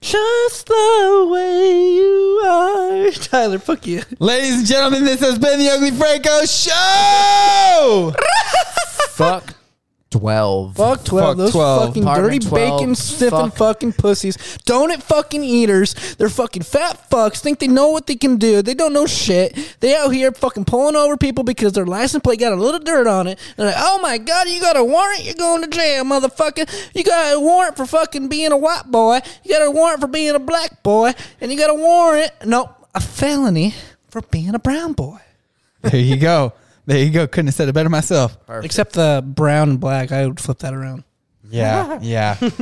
[SPEAKER 3] Just the way you are. Tyler, fuck you.
[SPEAKER 1] Ladies and gentlemen, this has been the Ugly Franco Show.
[SPEAKER 2] Fuck 12.
[SPEAKER 3] Fuck 12.
[SPEAKER 1] Fuck
[SPEAKER 3] those
[SPEAKER 1] 12.
[SPEAKER 3] fucking
[SPEAKER 2] Apartment
[SPEAKER 3] dirty
[SPEAKER 2] 12.
[SPEAKER 3] bacon sniffing
[SPEAKER 2] Fuck.
[SPEAKER 3] fucking pussies. Donut fucking eaters. They're fucking fat fucks. Think they know what they can do. They don't know shit. They out here fucking pulling over people because their license plate got a little dirt on it. They're like, oh my god, you got a warrant? You're going to jail, motherfucker. You got a warrant for fucking being a white boy. You got a warrant for being a black boy. And you got a warrant, no, a felony for being a brown boy.
[SPEAKER 1] There you go. There you go. Couldn't have said it better myself.
[SPEAKER 3] Except the brown and black. I would flip that around.
[SPEAKER 1] Yeah. Yeah. Well,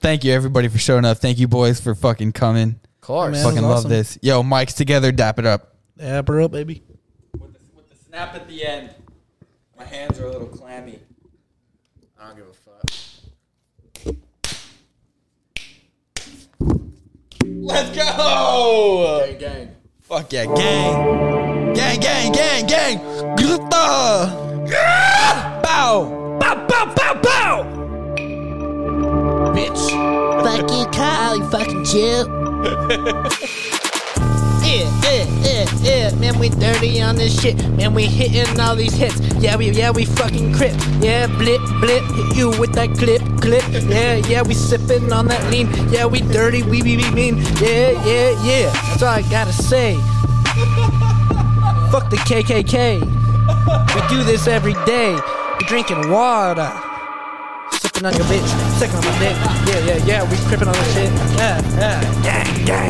[SPEAKER 1] thank you everybody for showing up. Thank you boys for fucking coming.
[SPEAKER 2] Of course.
[SPEAKER 3] Man,
[SPEAKER 1] Fucking
[SPEAKER 3] was
[SPEAKER 1] love
[SPEAKER 3] awesome.
[SPEAKER 1] this. Yo, mics together, dap it up.
[SPEAKER 3] Yeah, bro, baby.
[SPEAKER 1] With the snap at the end. My hands are a little clammy.
[SPEAKER 2] I don't give a fuck.
[SPEAKER 1] Let's go.
[SPEAKER 2] Gang, gang.
[SPEAKER 1] Fuck yeah, gang. Gang, gang, gang, gang. Glutta. Yeah! Bow. Bow, bow, bow, bow.
[SPEAKER 2] Bitch.
[SPEAKER 6] Fuck you, Carl, you fucking Jew. yeah, yeah, yeah, yeah. Man, we dirty on this shit. Man, we hitting all these hits. Yeah, we, yeah, we fucking crip. Yeah, blip, blip. Hit you with that clip, clip. Yeah, yeah, we sipping on that lean. Yeah, we dirty, we be, be mean. Yeah, yeah, yeah. That's all I gotta say.
[SPEAKER 3] Fuck the KKK. We do this every day. We're drinking water, sipping stepping on your bitch, sucking on my dick. Yeah, yeah, yeah, we crippin' on the shit. Yeah, yeah. Gang, gang.